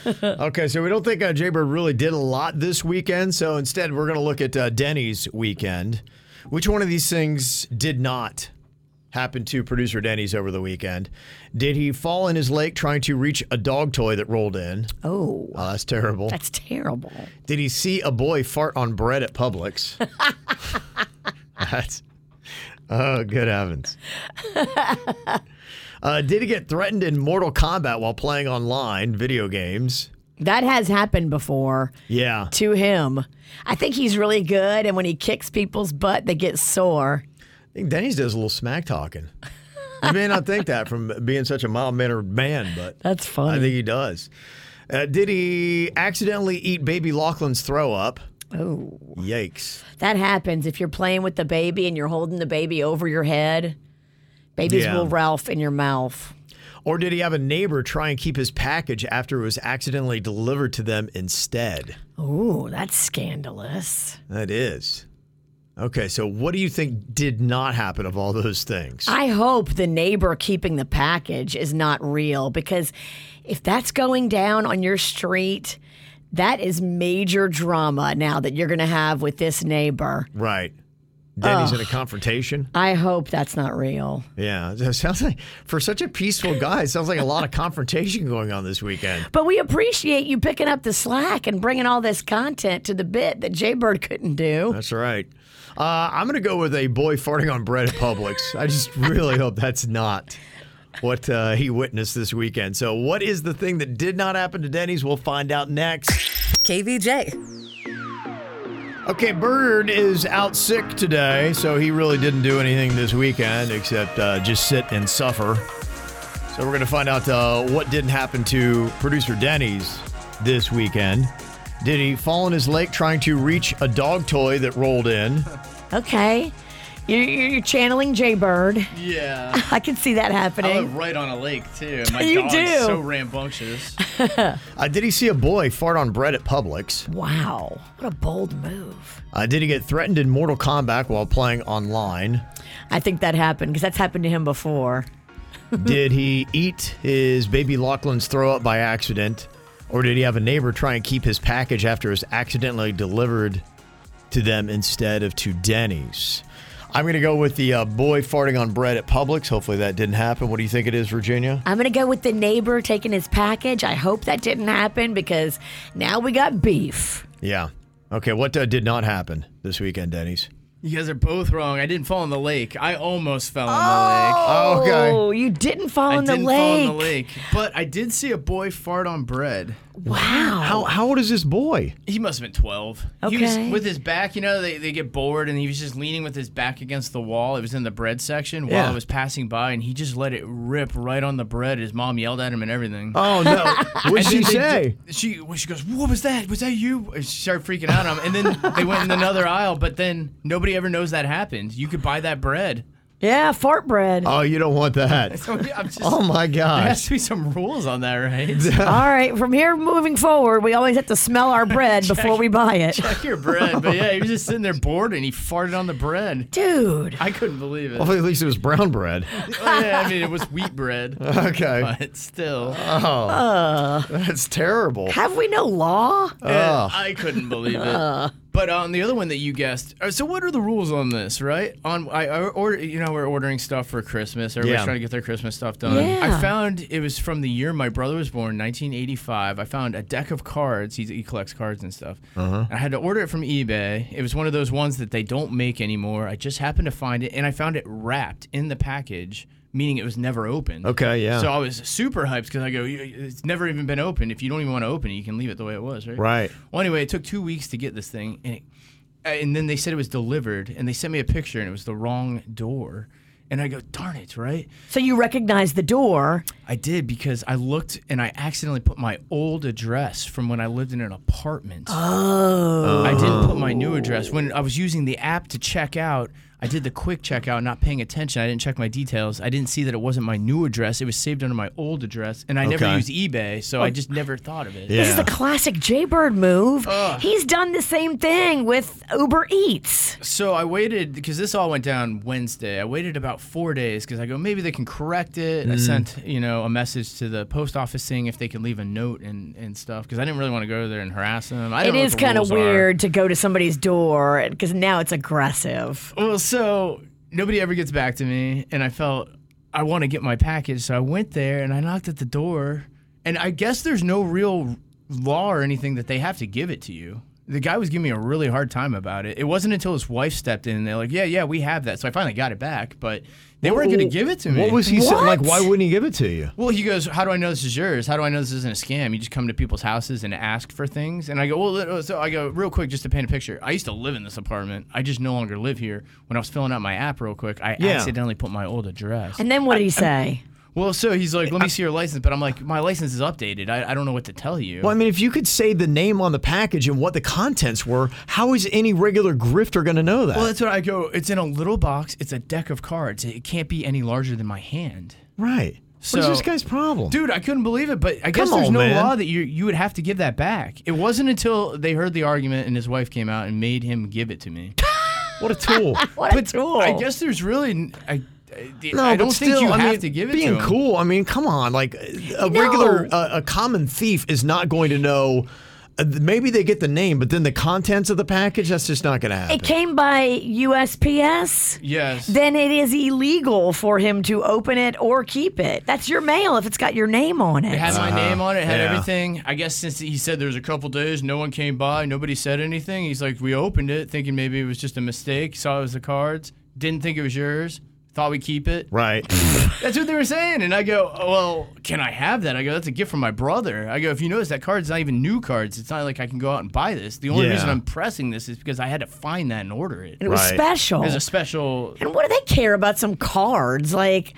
S4: Okay, so we don't think uh, Jaybird really did a lot this weekend. So instead, we're going to look at uh, Denny's weekend. Which one of these things did not happen to producer Denny's over the weekend? Did he fall in his lake trying to reach a dog toy that rolled in?
S5: Oh,
S4: Oh, that's terrible.
S5: that's terrible.
S4: Did he see a boy fart on bread at Publix? That's oh, good heavens. Uh, did he get threatened in Mortal Kombat while playing online video games?
S5: That has happened before.
S4: Yeah.
S5: to him. I think he's really good, and when he kicks people's butt, they get sore.
S4: I think Denny's does a little smack talking. You may not think that from being such a mild mannered man, but
S5: That's
S4: I
S5: funny.
S4: think he does. Uh, did he accidentally eat baby Lachlan's throw up?
S5: oh,
S4: Yikes.
S5: that happens if you're playing with the baby and you're holding the baby over your head. Babies
S4: Yeah.
S5: will Ralph in your mouth.
S4: Or did he have a neighbor try and keep his package after it was accidentally delivered to them instead?
S5: Ooh, that's scandalous.
S4: That is. Okay, so what do you think did not happen of all those things?
S5: I hope the neighbor keeping the package is not real because if that's going down on your street, that is major drama now that you're going to have with this neighbor.
S4: right. Denny's in a confrontation.
S5: I hope that's not real.
S4: Yeah, (laughs) it sounds like for such a peaceful guy, it sounds like a lot of confrontation going on this weekend.
S5: But we appreciate you picking up the slack and bringing all this content to the bit that Jaybird couldn't
S7: (laughs)
S5: do.
S4: That's right. Uh, I'm going to go with a boy farting on bread at Publix. I just really hope that's not what uh, he witnessed this weekend. So, what is the thing that did not happen to Denny's? We'll find out next.
S1: KVJ.
S4: Okay, Bird is out sick today, so he really didn't do anything this weekend except uh, just sit and suffer. So, we're going to find out uh, what didn't happen to producer Denny's this weekend. Did he fall in his lake trying to reach a dog toy that rolled in?
S5: Okay. You're, you're you're channeling Jaybird.
S7: Yeah.
S5: I can see that
S7: I live
S5: happening.
S7: right on a lake too. My
S5: You
S7: dog's
S5: do. (laughs)
S7: so rambunctious.
S4: Uh, did he see a boy fart on bread at Publix?
S5: Wow. What a bold move.
S4: Uh, did he get threatened in Mortal Kombat while playing online?
S5: I think that happened because that's happened to him before.
S4: did he eat his baby Lachlan's throw up by accident? Or did he have a neighbor try and keep his package after it was accidentally delivered to them instead of to Denny's? I'm going to go with the uh, boy farting on bread at Publix. Hopefully that didn't happen. What do you think it is, Virginia?
S5: I'm going to go with the neighbor taking his package. I hope that didn't happen because now we got beef.
S4: Yeah. Okay, what uh, did not happen this weekend, Denny's?
S7: You guys are both wrong. I didn't fall in the lake. I almost fell in the lake.
S4: Okay.
S5: Oh, you didn't fall
S7: I
S5: in the
S7: didn't
S5: lake.
S7: fall in the lake. But I did see a boy fart on bread.
S5: Wow.
S4: How, how old is this boy?
S7: He must have been 12. He was
S5: Okay.
S7: with his back, you know, they, they get bored and he was just leaning with his back against the wall. It was in the bread section
S4: Yeah.
S7: while I was passing by and he just let it rip right on the bread. His mom yelled at him and everything.
S4: Oh, (laughs) no. what did she
S7: And then
S4: say?
S7: they- Uh, She well, she goes, "What was that? Was that you?" And she started freaking out on him, and then they went in another aisle. But then nobody ever knows that happened. You could buy that bread. (laughs)
S5: Yeah, fart bread.
S7: Uh.
S4: Oh, you don't want that.
S7: So I'm just,
S4: Oh my
S7: There
S4: (laughs)
S7: (laughs)
S4: gosh.
S7: has to be some rules on
S4: (laughs)
S7: that, right?
S5: All right, from here moving forward, we always have to smell our
S7: (laughs)
S5: bread before we buy it.
S7: Check your bread. But yeah, he was just sitting there bored and he farted on the bread.
S5: Dude,
S7: I couldn't believe it.
S4: Well, at least it was brown (laughs) bread.
S7: Well, yeah, I mean, it was wheat bread,
S4: Okay.
S7: but still.
S4: That's terrible.
S5: have we no law?
S7: Yeah, I couldn't believe it. But on the other one that you guessed, uh, so what are the rules on this? Right on, I, I or you know we're ordering stuff for Christmas. Everybody's
S4: Yeah.
S7: trying to get their Christmas stuff done.
S5: Yeah.
S7: I found it was from the year my brother was born, 1985. I found a deck of cards. He's, he collects cards and stuff.
S4: Uh-huh.
S7: I had to order it from eBay. It was one of those ones that they don't make anymore. I just happened to find it, and I found it wrapped in the package. Meaning it was never opened.
S4: Okay, yeah.
S7: So I was super hyped because I go, "You- it's never even been opened. If you don't even want to open it, you can leave it the way it was, right?
S4: Right.
S7: Well, anyway, it took two weeks to get this thing, and it, uh, and then they said it was delivered, and they sent me a picture, and it was the wrong door. And I go, darn it, right?
S5: So you recognize the door.
S7: I did because I looked and I accidentally put my old address from when I lived in an apartment. Oh. I didn't put my new address. When I was using the app to check out, I did the quick checkout, not paying attention. I didn't check my details. I didn't see that it wasn't my new address. It was saved under my old address, and I never
S4: Okay.
S7: used eBay, so I just never thought of it.
S5: This is
S4: Yeah.
S5: the classic Jaybird move.
S7: Uh.
S5: He's done the same thing with Uber Eats.
S7: So I waited because this all went down Wednesday. I waited about four days because I go maybe they can correct it. I sent you know a message to the post office saying if they could leave a note and, and stuff because I didn't really want to go there and harass them. I
S5: It
S7: don't know
S5: is
S7: what the
S5: kind of
S7: rules are.
S5: weird to go to somebody's door because now it's aggressive.
S7: Well, so nobody ever gets back to me, and I felt I want to get my package, so I went there and I knocked at the door, and I guess there's no real law or anything that they have to give it to you. The guy was giving me a really hard time about it. It wasn't until his wife stepped in and they're like, "Yeah, yeah, we have that." So I finally got it back, but they weren't going to give it to me.
S4: What was he saying? Like, why
S5: What?
S4: wouldn't he give it to you?
S7: Well, he goes, "How do I know this is yours? How do I know this isn't a scam? You just come to people's houses and ask for things." And I go, "Well, uh, so I go real quick just to paint a picture. I used to live in this apartment. I just no longer live here. When I was filling out my app real quick, I
S4: Yeah.
S7: accidentally put my old address.
S5: And then what did he say?
S7: well, so he's like, "Let me see your license," but I'm like, "My license is updated. I, I don't know what to tell you."
S4: Well, I mean, if you could say the name on the package and what the contents were, how is any regular grifter going to know that?
S7: Well, that's what I go. It's in a little box. It's a deck of cards. It can't be any larger than my hand.
S4: right. what
S7: So-
S4: is this guy's problem?
S7: Dude, I couldn't believe it, but I guess
S4: Come
S7: there's
S4: on,
S7: no
S4: man.
S7: law that you you would have to give that back. It wasn't until they heard the argument and his wife came out and made him give it to me.
S4: what a
S7: (laughs)
S4: tool.
S5: What a tool.
S7: I guess there's really n- I I,
S4: No,
S7: I
S4: but
S7: don't think
S4: still,
S7: you
S4: I
S7: have
S4: mean,
S7: to give it
S4: being
S7: to him.
S4: cool. I mean, come on, like a regular, a, a common thief is not going to know. uh, Maybe they get the name, but then the contents of the package, that's just not going to happen.
S5: It came by USPS.
S7: Yes.
S5: Then it is illegal for him to open it or keep it. That's your mail if it's got your name on
S7: it
S5: it.
S7: had my name on it, had
S4: Yeah.
S7: everything. I guess since he said there was a couple days, no one came by, nobody said anything. He's like, we opened it, thinking maybe it was just a mistake. Saw it was the cards, didn't think it was yours. Thought we keep (laughs) it.
S4: right.
S7: That's what they were saying. And I go, "Oh, well, can I have that? I go, that's a gift from my brother. I go, if you notice, that card's not even new cards. It's not like I can go out and buy this. The only
S4: Yeah.
S7: reason I'm pressing this is because I had to find that and order it.
S5: It was
S4: Right.
S5: special.
S7: As a special.
S5: and what do they care about some cards? Like,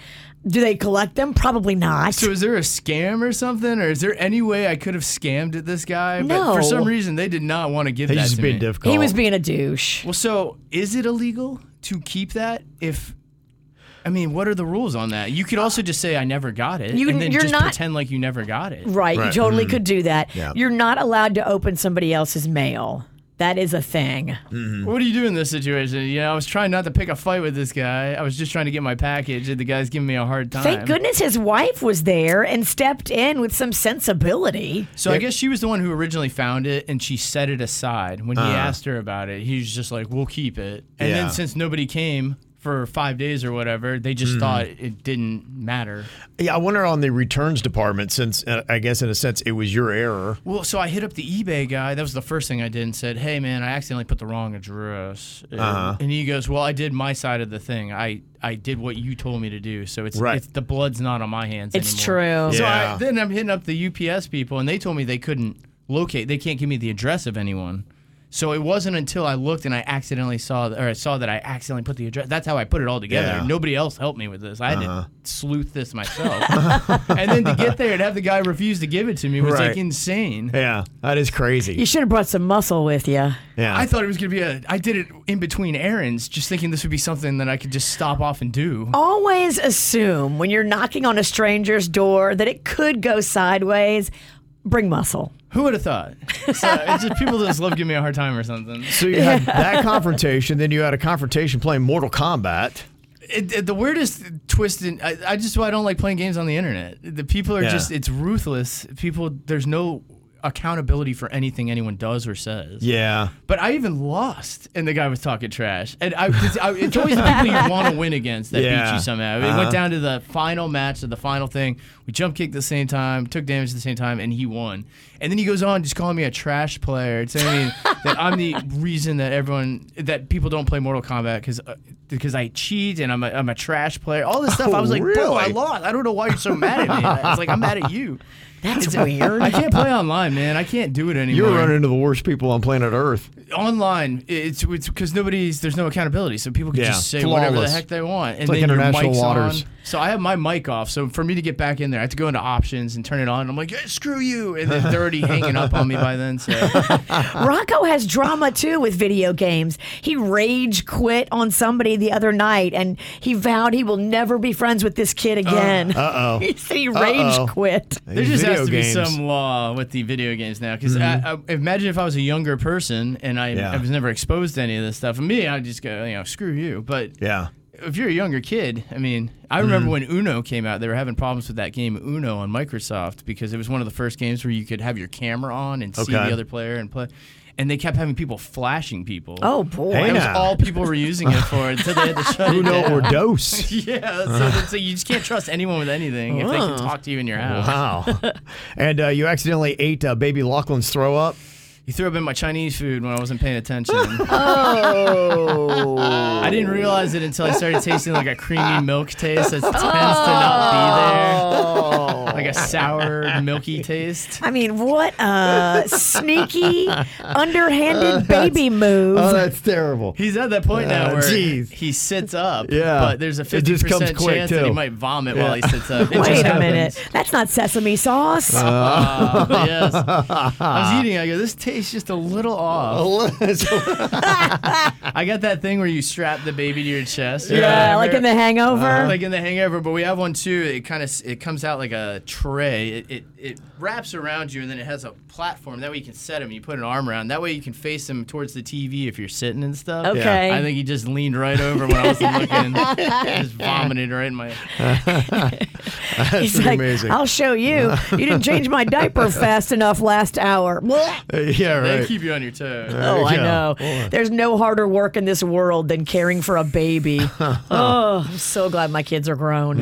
S5: do they collect them? Probably not.
S7: So is there a scam or something, or is there any way I could have scammed at this guy? But
S5: No.
S7: for some reason, they did not want to give
S4: He's
S7: that
S4: just
S7: to
S4: being
S7: me.
S4: difficult.
S5: he was being a douche.
S7: Well, so is it illegal to keep that if? I mean, what are the rules on that? You could also just say I never got it,
S5: You-
S7: and then
S5: you're
S7: just
S5: not-
S7: pretend like you never got it.
S5: Right. You
S4: Right. Mm.
S5: totally could do that.
S4: Yeah.
S5: You're not allowed to open somebody else's mail. That is a thing.
S7: What do you do in this situation? You know, I was trying not to pick a fight with this guy. I was just trying to get my package, and the guy's giving me a hard time.
S5: Thank goodness his wife was there and stepped in with some sensibility.
S7: So I guess she was the one who originally found it, and she set it aside when he asked her about it. He was just like, "We'll keep it," and
S4: Yeah.
S7: then since nobody came for five days or whatever, they just thought it didn't matter.
S4: yeah, I wonder on the returns department, since uh, I guess in a sense it was your error.
S7: Well, so I hit up the eBay guy. That was the first thing I did and said, "Hey, man, I accidentally put the wrong address." And,
S4: Uh-huh.
S7: and he goes, "Well, I did my side of the thing. I I did what you told me to do. So it's,
S4: Right.
S7: it's the blood's not on my hands
S5: It's
S7: anymore."
S5: true.
S7: So
S4: Yeah.
S7: I, then I'm hitting up the UPS people, and they told me they couldn't locate. They can't give me the address of anyone. So it wasn't until I looked and I accidentally saw, or I saw that I accidentally put the address. That's how I put it all together.
S4: Yeah. Uh-huh.
S7: Nobody else helped me with this. I had to sleuth this myself.
S4: (laughs)
S7: and then to get there and have the guy refuse to give it to me was
S4: Right.
S7: like insane.
S4: Yeah, that is
S5: You
S4: crazy.
S5: should have brought some muscle with you.
S4: Yeah.
S7: I thought it was going to be a. I did it in between errands, just thinking this would be something that I could just stop off and do.
S5: Always assume when you're knocking on a stranger's door that it could go sideways. Bring muscle.
S7: Who would
S4: (laughs)
S7: have thought? So it's just people just love giving me a hard time or something.
S4: so you had that confrontation, then you had a confrontation playing Mortal Kombat.
S7: It, it- the weirdest twist in I, I just why I don't like playing games on the internet. The people are
S4: Yeah.
S7: just it's ruthless. People there's no accountability for anything anyone does or says.
S4: Yeah.
S7: But I even lost, and the guy was talking trash. And I, 'cause I it's always the
S5: (laughs)
S7: people you want to win against that beat
S4: Yeah. Uh-huh.
S7: you somehow. It went down to the final match of the final thing. We jump kicked at the same time, took damage at the same time, and he won. And then he goes on just calling me a trash player, and saying that I'm the reason that everyone that people don't play Mortal Kombat because because I cheat and I'm a, I'm a trash player. All this stuff. I was like, bro, I
S4: Oh, really?
S7: lost. I don't know why you're so mad at me. I was like, I'm mad at you.
S5: (laughs) That's weird.
S7: I can't play online, man. I can't do it
S4: You
S7: anymore
S4: were running into the worst people on planet Earth.
S7: online it's it's because nobody's there's no accountability so people can
S4: Yeah.
S7: just say whatever the
S4: Flawless.
S7: heck they want and
S4: like
S7: then your
S4: international
S7: mic's
S4: waters.
S7: on. so i have my mic off so for me to get back in there i have to go into options and turn it on i'm like "Yeah, screw you and then they're already hanging up on me by
S4: (laughs)
S7: then so
S5: Rocco has drama too with video games. He rage quit on somebody the other night and he vowed he will never be friends with this kid again. Uh oh. (laughs) he said he rage
S4: Uh-oh.
S5: quit.
S7: there just has
S4: Video
S7: to
S4: games. Mm-hmm.
S7: be some law with the video games now because I, I, imagine if i was a younger person and I,
S4: Yeah.
S7: I was never exposed to any of this stuff and me i'd just go you know screw you
S4: (laughs)
S7: but
S4: Yeah.
S7: if you're a younger kid, I mean, I remember
S4: Mm-hmm.
S7: when Uno came out, they were having problems with that game Uno on Microsoft because it was one of the first games where you could have your camera on and see
S4: Okay.
S7: the other player and play. And they kept having people flashing people.
S5: Oh boy.
S4: Hey,
S7: that was
S4: now.
S7: all people were using it for until
S4: (laughs)
S7: they had to shut it
S4: Uno
S7: down. (laughs)
S4: or dose.
S7: yeah, so, that's- so you just can't trust anyone with anything if they can talk to you in your house.
S4: Wow. and uh, you accidentally ate uh, baby Lachlan's throw up.
S7: You threw up in my Chinese food when I wasn't paying attention. I didn't realize it until I started tasting like a creamy milk taste that tends to not be there. Like a sour, milky taste.
S5: I mean, what a
S4: (laughs)
S5: sneaky, underhanded baby move.
S4: Oh, that's (laughs) terrible.
S7: He's at that point now
S4: Ah,
S7: where
S4: jeez.
S7: he sits up,
S4: Yeah.
S7: but there's a 50%
S4: It just comes quick,
S7: chance that he
S4: too.
S7: might vomit while he
S4: Yeah.
S7: sits up. It just
S5: Wait a
S7: happens.
S5: minute. That's not sesame sauce.
S7: Uh, but yes. I was eating, I go, this tastes just a little
S4: Oh.
S7: off. I got that thing where you strap the baby to your chest.
S5: yeah, like in the hangover.
S4: Uh, (laughs)
S7: like in the hangover but we have one too it kind of it comes out like a tray it, it it wraps around you and then it has a platform that way you can set him you put an arm around that way you can face him towards the tv if you're sitting and stuff
S5: Okay.
S7: i think he just leaned right over when i was looking just vomited right in my
S5: He's
S4: pretty
S5: like,
S4: amazing.
S5: I'll show you. You didn't change
S4: (laughs)
S5: my diaper fast enough last hour. Blech.
S4: yeah,
S7: they
S4: right.
S7: keep you on your toes
S4: There
S5: Oh,
S4: you
S5: I
S4: go.
S5: know. There's no harder work in this world than caring for a baby. oh, I'm so glad my kids are grown.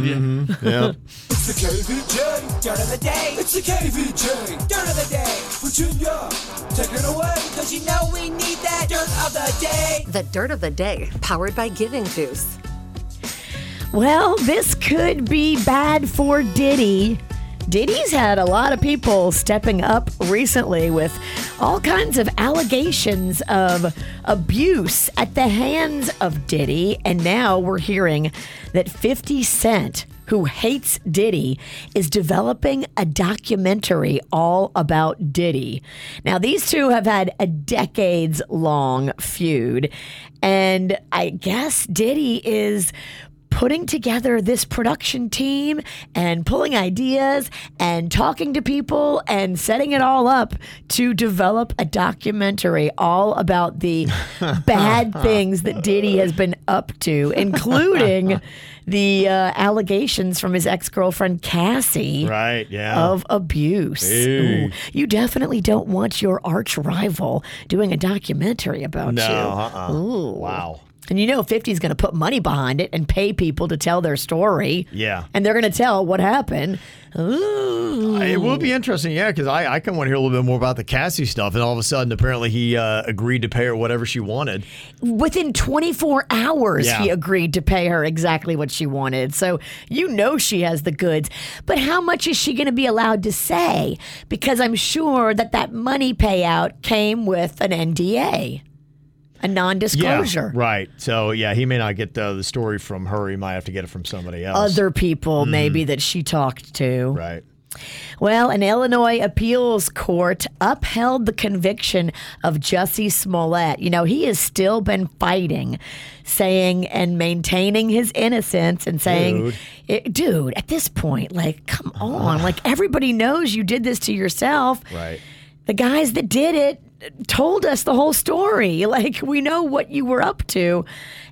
S4: Yeah.
S3: It's the KVJ.
S2: Dirt of the day,
S3: It's the KVJ.
S2: dirt of the day,
S3: Virginia, take it away.
S2: cause you know we need that dirt of the day.
S1: The dirt of the day, powered by Giving Juice.
S5: Well, this could be bad for Diddy. Diddy's had a lot of people stepping up recently with all kinds of allegations of abuse at the hands of Diddy. And now we're hearing that 50 Cent, who hates Diddy, is developing a documentary all about Diddy. Now, these two have had a decades long feud. And I guess Diddy is putting together this production team and pulling ideas and talking to people and setting it all up to develop a documentary all
S4: (laughs)
S5: about the bad things that Diddy has been up to,
S4: (laughs)
S5: including the uh, allegations from his ex girlfriend Cassie.
S4: Right. Yeah.
S5: Of abuse. Ooh, you definitely don't want your arch rival doing a documentary about
S4: no.
S5: you.
S4: Uh-uh.
S5: Ooh.
S4: Wow.
S5: And you know 50's going to put money behind it and pay people to tell their story.
S4: Yeah.
S5: And they're going to tell what happened. Ooh.
S4: It will be interesting, yeah, because I, I kind of want to hear a little bit more about the Cassie stuff. And all of a sudden, apparently, he uh, agreed to pay her whatever she wanted.
S5: Within 24 hours,
S4: Yeah.
S5: he agreed to pay her exactly what she wanted. So you know she has the goods. But how much is she going to be allowed to say? Because I'm sure that that money payout came with an NDA, a non disclosure.
S4: right. So, yeah, he may not get the, the story from her. He might have to get it from somebody else.
S5: Other people,
S4: Mm-hmm.
S5: maybe, that she talked to.
S4: right.
S5: Well, an Illinois appeals court upheld the conviction of Jussie Smollett. You know, he has still been fighting, saying and maintaining his innocence and saying,
S4: Dude.
S5: It- dude, at this point, like, come on. Like, everybody knows you did this to yourself.
S4: Right.
S5: The guys that did it told us the whole story. (laughs) Like, we know what you were up to.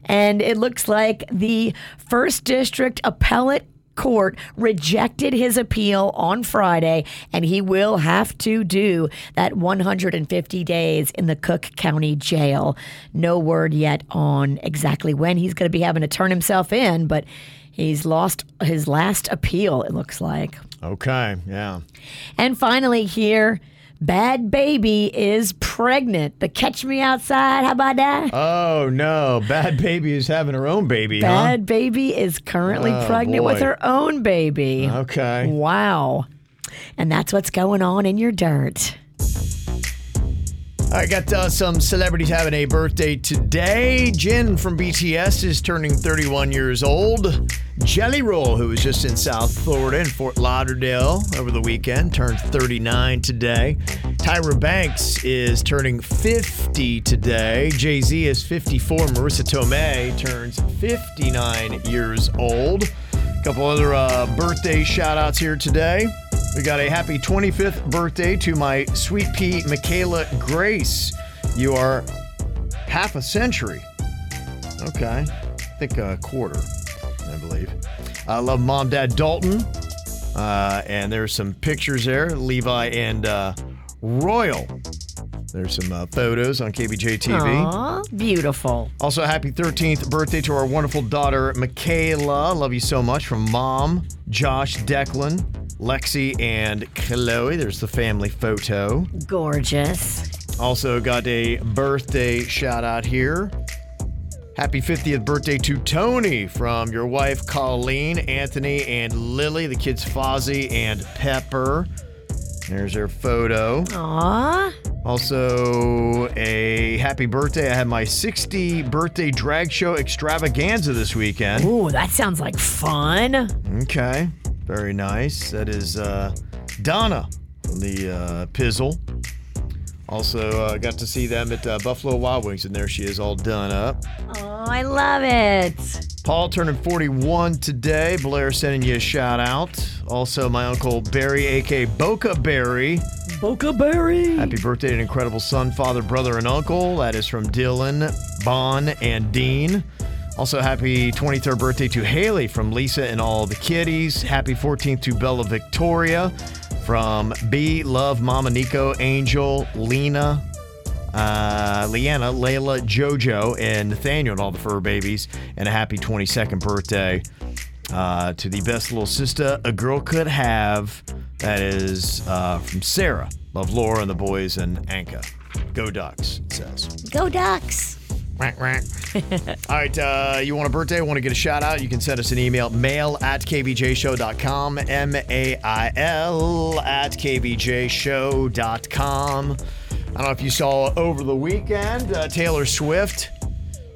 S5: And it looks like the First District Appellate Court rejected his appeal on Friday, and he will have to do that 150 days in the Cook County Jail. No word yet on exactly when he's going to be having to turn himself in, but he's lost his last appeal, it looks like.
S4: Okay. Yeah.
S5: And finally, here, Bad Baby is pregnant. The Catch Me Outside, how about that?
S4: Oh, no. Bad (laughs) baby is having her own baby,
S5: Bad Baby is currently
S4: Oh,
S5: pregnant with
S4: boy.
S5: her own baby.
S4: huh? Okay.
S5: Wow. And that's what's going on in your dirt.
S4: I got uh, some celebrities having a birthday today. Jin from BTS is turning 31 years old. Jelly Roll, who was just in South Florida in Fort Lauderdale over the weekend, turned 39 today. Tyra Banks is turning 50 today. Jay Z is 54. Marissa Tomei turns 59 years old. Couple other uh, birthday shout outs here today. We got a happy 25th birthday to my sweet pea, Michaela Grace. You are half a century. Okay. I think a quarter, I believe. I love mom, dad, Dalton. Uh, and there's some pictures there Levi and uh, Royal. There's some uh, photos on KBJ TV.
S5: Aw, beautiful.
S4: Also, happy 13th birthday to our wonderful daughter, Michaela. Love you so much from mom, Josh, Declan, Lexi, and Chloe. There's the family photo.
S5: Gorgeous.
S4: Also, got a birthday shout out here. Happy 50th birthday to Tony from your wife, Colleen, Anthony, and Lily, the kids, Fozzie and Pepper. There's their photo.
S5: Aw,
S4: Also, a happy birthday. I had my 60 birthday drag show extravaganza this weekend.
S5: ooh, that sounds like fun.
S4: Okay. Very nice. That is uh, Donna from the uh, Pizzle. Also, uh, got to see them at uh, Buffalo Wild Wings, and there she is all done up.
S5: Oh, I love it.
S4: Paul turning 41 today. Blair sending you a shout out. Also, my uncle Barry, aka Boca Barry.
S5: Boca Berry.
S4: Happy birthday to an incredible son, father, brother, and uncle. That is from Dylan, Bon, and Dean. Also, happy 23rd birthday to Haley from Lisa and all the kiddies. Happy 14th to Bella Victoria from B, Love, Mama Nico, Angel, Lena, uh, Leanna, Layla, JoJo, and Nathaniel, and all the fur babies. And a happy 22nd birthday uh, to the best little sister a girl could have. That is uh, from Sarah. Love Laura and the boys and Anka. Go Ducks, it says.
S5: Go Ducks.
S4: All (laughs) right, uh, you want a birthday? Want to get a shout out? You can send us an email mail at kbjshow.com, M A I L at kbjshow.com. I don't know if you saw over the weekend uh, Taylor Swift.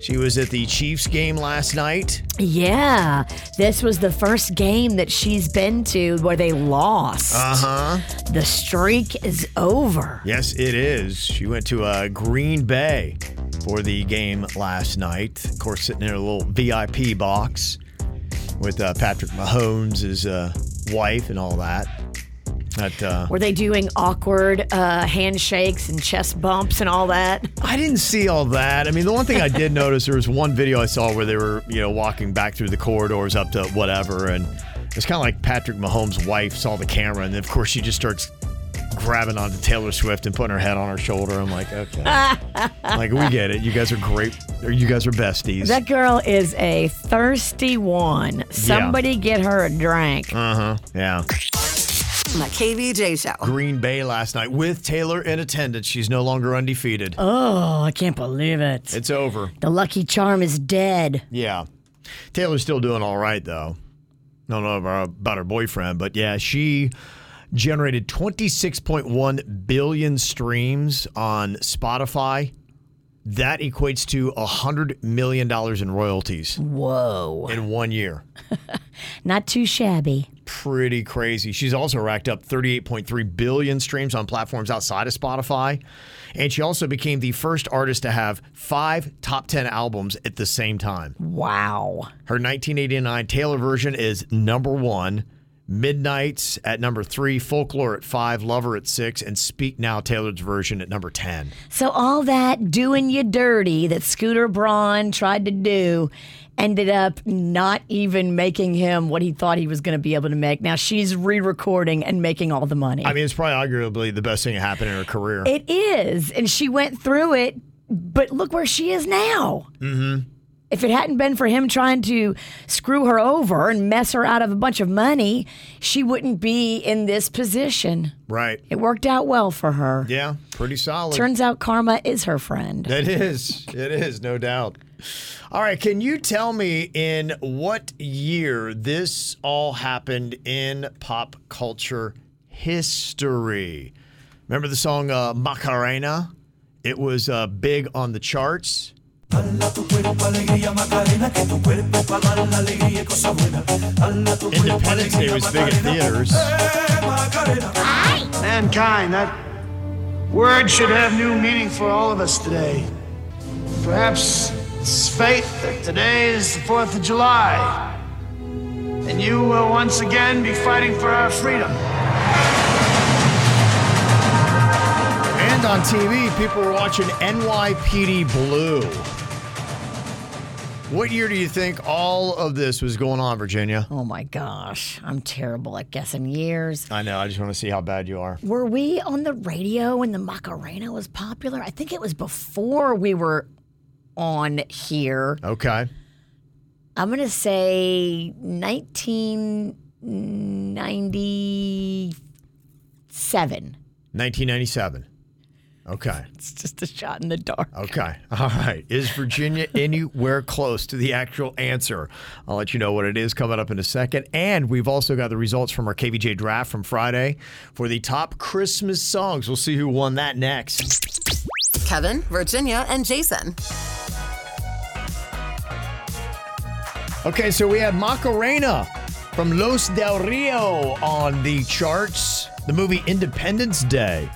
S4: She was at the Chiefs game last night.
S5: Yeah, this was the first game that she's been to where they lost.
S4: Uh huh.
S5: The streak is over.
S4: Yes, it is. She went to uh, Green Bay for the game last night. Of course, sitting in her little VIP box with uh, Patrick Mahomes, his uh, wife, and all that. That uh,
S5: Were they doing awkward uh, handshakes and chest bumps and all that?
S4: I didn't see all that. I mean, the one thing I
S5: (laughs)
S4: did notice there was one video I saw where they were, you know, walking back through the corridors up to whatever, and it's kind of like Patrick Mahomes' wife saw the camera, and then of course she just starts grabbing onto Taylor Swift and putting her head on her shoulder. I'm like, okay, I'm like we get it. You guys are great, or you guys are besties.
S5: That girl is a thirsty one. Somebody get her a drink.
S4: uh huh. Yeah.
S1: The KVJ Show.
S4: Uh-huh. Green Bay last night with Taylor in attendance. She's no longer undefeated.
S5: Oh, I can't believe it.
S4: It's over.
S5: The lucky charm is dead.
S4: Yeah. Taylor's still doing all right, though. Don't know about, about her boyfriend, but yeah, she generated 26.1 billion streams on Spotify. That equates to $100 million in royalties
S5: Whoa.
S4: in one year.
S5: Not too shabby.
S4: Pretty crazy. She's also racked up 38.3 billion streams on platforms outside of Spotify. And she also became the first artist to have five top 10 albums at the same time.
S5: Wow.
S4: Her 1989 Taylor version is number one. Midnight's at number three, Folklore at five, Lover at six, and Speak Now Taylor's version at number 10.
S5: So all that doing you dirty that Scooter Braun tried to do ended up not even making him what he thought he was going to be able to make. Now she's re-recording and making all the money.
S4: I mean, it's probably arguably the best thing that happened in her career.
S5: it is, and she went through it, but look where she is now. Mm-hmm. If it hadn't been for him trying to screw her over and mess her out of a bunch of money, she wouldn't be in this position.
S4: right.
S5: It worked out well for her.
S4: Yeah, pretty solid.
S5: Turns out karma is her friend.
S4: it is. It is, no doubt. All right. Can you tell me in what year this all happened in pop culture history? Remember the song uh, Macarena? It was uh, big on the charts.
S2: Dala tu cuerpo alegría Macarena, que tu cuerpo para dar la alegría y cosa buena. Dala tu cuerpo
S4: Independence Day
S2: alegría
S4: was big in
S2: Macarena.
S4: theaters.
S2: Eh, Macarena.
S8: Mankind, that word should have new meaning for all of us today. Perhaps it's fate that today is the 4th of July, and you will once again be fighting for our freedom.
S4: And on TV, people were watching NYPD Blue. What year do you think all of this was going on, Virginia?
S5: Oh my gosh, I'm terrible at guessing years.
S4: I know. I just want to see how bad you are.
S5: Were we on the radio when the Macarena was popular? I think it was before we were on here.
S4: Okay.
S5: I'm going to say 1997.
S4: 1997. Okay.
S5: It's just a shot in the dark.
S4: Okay. All right. Is (laughs) Virginia anywhere close to the actual answer? I'll let you know what it is coming up in a second. And we've also got the results from our KVJ draft from Friday for the top Christmas songs. We'll see who won that next.
S1: Kevin, Virginia, and Jason.
S4: Okay, so we have Macarena from Los Del Rio on the charts. The movie Independence Day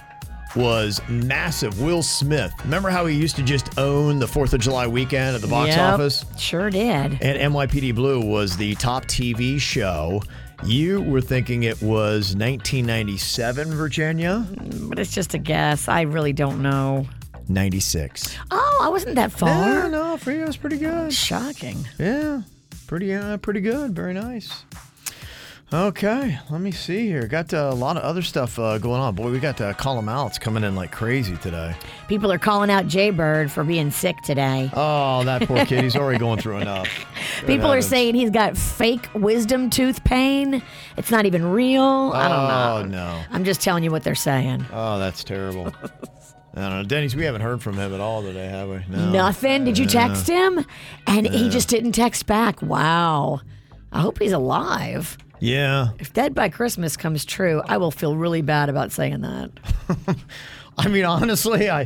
S4: was massive. Will Smith, remember how he used to just own the 4th of July weekend at the box
S5: Yep,
S4: office?
S5: Sure did.
S4: And NYPD Blue was the top TV show. You were thinking it was 1997, Virginia?
S5: But it's just a guess. I really don't know.
S4: 96.
S5: Oh, I wasn't that far.
S4: Yeah, no, for you, it was pretty good.
S5: Shocking.
S4: Yeah, pretty uh, pretty good. Very nice. Okay, let me see here. Got uh, a lot of other stuff uh, going on. Boy, we got uh, call 'em outs coming in like crazy today.
S5: People are calling out Jaybird for being sick today.
S4: Oh, that poor kid. He's already going through enough.
S5: People are
S4: heavens.
S5: saying he's got fake wisdom tooth pain. It's not even real. I don't know.
S4: Oh no.
S5: I'm just telling you what they're saying.
S4: Oh, that's terrible. I don't know, Denny's. We haven't heard from him at all today, have we? No.
S5: Nothing. Did you text him? And he just didn't text back. Wow. I hope he's alive.
S4: Yeah.
S5: If Dead by Christmas comes true, I will feel really bad about saying that.
S4: I mean, honestly, I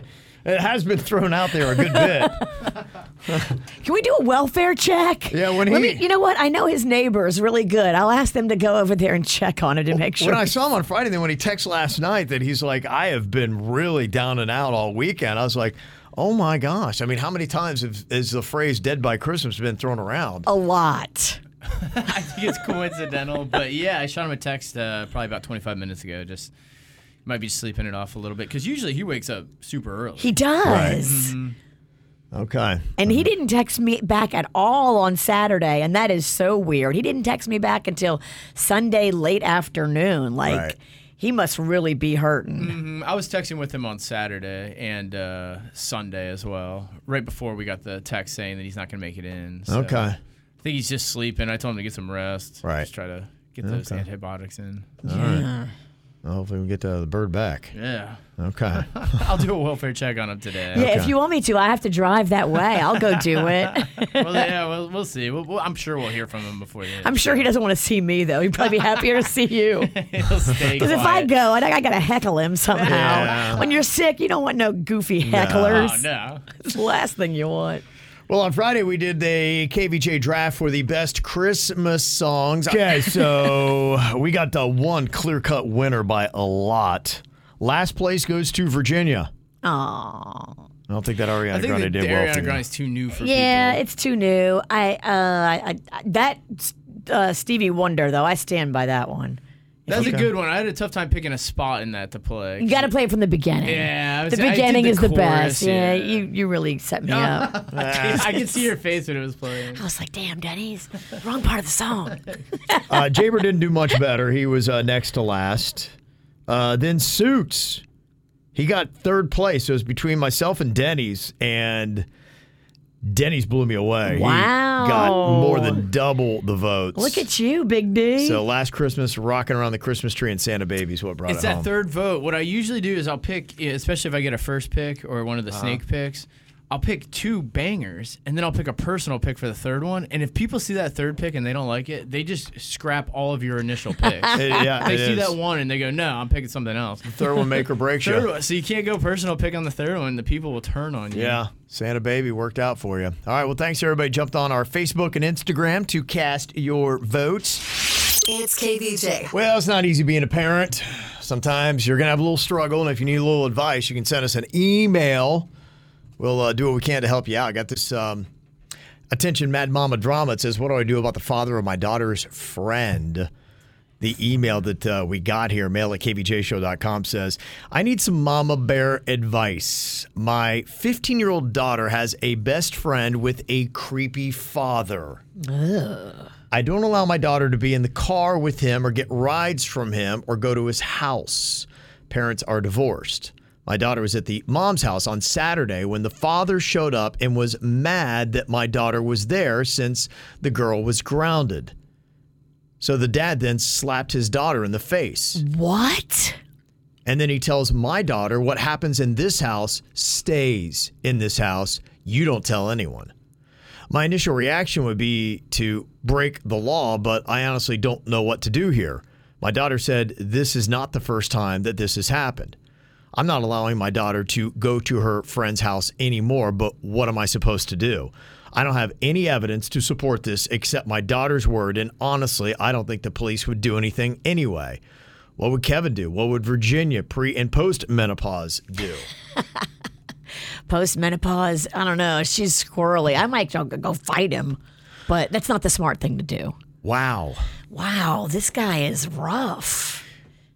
S4: it has been thrown out there a good bit.
S5: Can we do a welfare check?
S4: Yeah, when
S5: Let
S4: he-
S5: me- you know what? I know his neighbor is really good. I'll ask them to go over there and check on it and make sure.
S4: When I saw him on Friday, then when he texted last night that he's like, I have been really down and out all weekend, I was like, oh my gosh. I mean, how many times have, has the phrase dead by Christmas been thrown around?
S5: a lot.
S7: I think (laughs) it's coincidental, but yeah, I shot him a text uh, probably about 25 minutes ago. Just might be sleeping it off a little bit because usually he wakes up super early.
S5: He does.
S4: Okay.
S5: And he didn't text me back at all on Saturday, and that is so weird. He didn't text me back until Sunday late afternoon. Like
S4: Right.
S5: he must really be hurting.
S7: Mm, I was texting with him on Saturday and uh, Sunday as well. Right before we got the text saying that he's not going to make it in. so
S4: Okay.
S7: I think he's just sleeping. I told him to get some rest.
S4: Right.
S7: Just try to get those antibiotics in.
S4: All right. Well, hopefully, we get uh, the bird back.
S7: Yeah.
S4: Okay. (laughs)
S7: I'll do a welfare check on him today.
S5: Yeah, if you want me to, I have to drive that way. I'll go
S7: (laughs)
S5: do it.
S7: Well, yeah, we'll, we'll see. We'll, we'll- I'm sure we'll hear from him before then.
S5: I'm sure he doesn't want to see me though. He'd probably be happier to see you. (laughs)
S7: (laughs) He'll stay
S5: Because if I
S7: quiet.
S5: go, I, I gotta heckle him somehow.
S4: Yeah.
S5: When you're sick, you don't want no goofy hecklers.
S7: Oh, no.
S5: It's the last thing you want.
S4: Well, on Friday we did the KVJ draft for the best Christmas songs. Okay, (laughs) so we got the one clear cut winner by a lot. Last place goes to Virginia.
S5: Aww.
S4: I don't think that Ariana
S7: I think
S4: Grande
S7: that
S4: did well. for
S7: Ariana
S4: you.
S7: Grande's too new for
S5: Yeah,
S7: people.
S5: it's too new. I uh, I, I that uh, Stevie Wonder though. I stand by that one.
S7: That's a good one. I had a tough time picking a spot in that to play.
S5: You got to play it from the beginning.
S7: Yeah, I was-
S5: the
S7: I did
S5: beginning
S7: the
S5: is the
S7: chorus,
S5: best. Yeah,
S7: yeah.
S5: you you really set me
S7: (laughs)
S5: up.
S7: (laughs) I could see your face when it was playing.
S5: I was like, damn, Denny's wrong part of the
S7: (laughs)
S5: song.
S4: Uh, Jaber didn't do much better. He was uh, next to last. Uh, then Suits. He got third place. So it was between myself and Denny's, and Denny's blew me away. He
S5: Wow.
S4: got more than double the votes.
S5: Look at you, Big D.
S4: So last Christmas, rocking around the Christmas tree and Santa Baby is what brought
S7: It's
S4: it
S7: that
S4: home.
S7: third vote. What I usually do is I'll pick, especially if I get a first pick or one of the
S4: Uh-huh.
S7: snake picks. I'll pick two bangers and then I'll pick a personal pick for the third one. And if people see that third pick and they don't like it, they just scrap all of
S4: (laughs)
S7: your initial picks.
S4: It-
S7: (laughs)
S4: yeah,
S7: they
S4: it
S7: see
S4: is.
S7: that one and they go, "No, I'm picking something else."
S4: Third one make or break
S7: (laughs) Third
S4: you.
S7: one, so you can't go personal pick on the third one. The people will turn on you.
S4: Yeah, Santa Baby worked out for you. All right, well, thanks everybody. Jumped on our Facebook and Instagram to cast your votes.
S1: It's KVJ.
S4: Well, it's not easy being a parent. Sometimes you're going to have a little struggle, and if you need a little advice, you can send us an email. We'll uh, do what we can to help you out. I got this um, attention mad mama drama. It says, "What do I do about the father of my daughter's friend?" The email that uh, we got here, mail at kvjshow.com, says, I need some mama bear advice. My 15 year old daughter has a best friend with a creepy father. I don't allow my daughter to be in the car with him or get rides from him or go to his house. Parents are divorced. My daughter was at the mom's house on Saturday when the father showed up and was mad that my daughter was there since the girl was grounded. So the dad then slapped his daughter in the face.
S5: what?
S4: And then he tells my daughter, What happens in this house stays in this house. You don't tell anyone. My initial reaction would be to break the law, but I honestly don't know what to do here. My daughter said, This is not the first time that this has happened. I'm not allowing my daughter to go to her friend's house anymore, but what am I supposed to do? I don't have any evidence to support this except my daughter's word, and honestly, I don't think the police would do anything anyway. What would Kevin do? What would Virginia pre and post menopause do?
S5: Post menopause. I don't know. She's squirrely. I might go, go fight him, but that's not the smart thing to do.
S4: Wow.
S5: Wow, this guy is rough.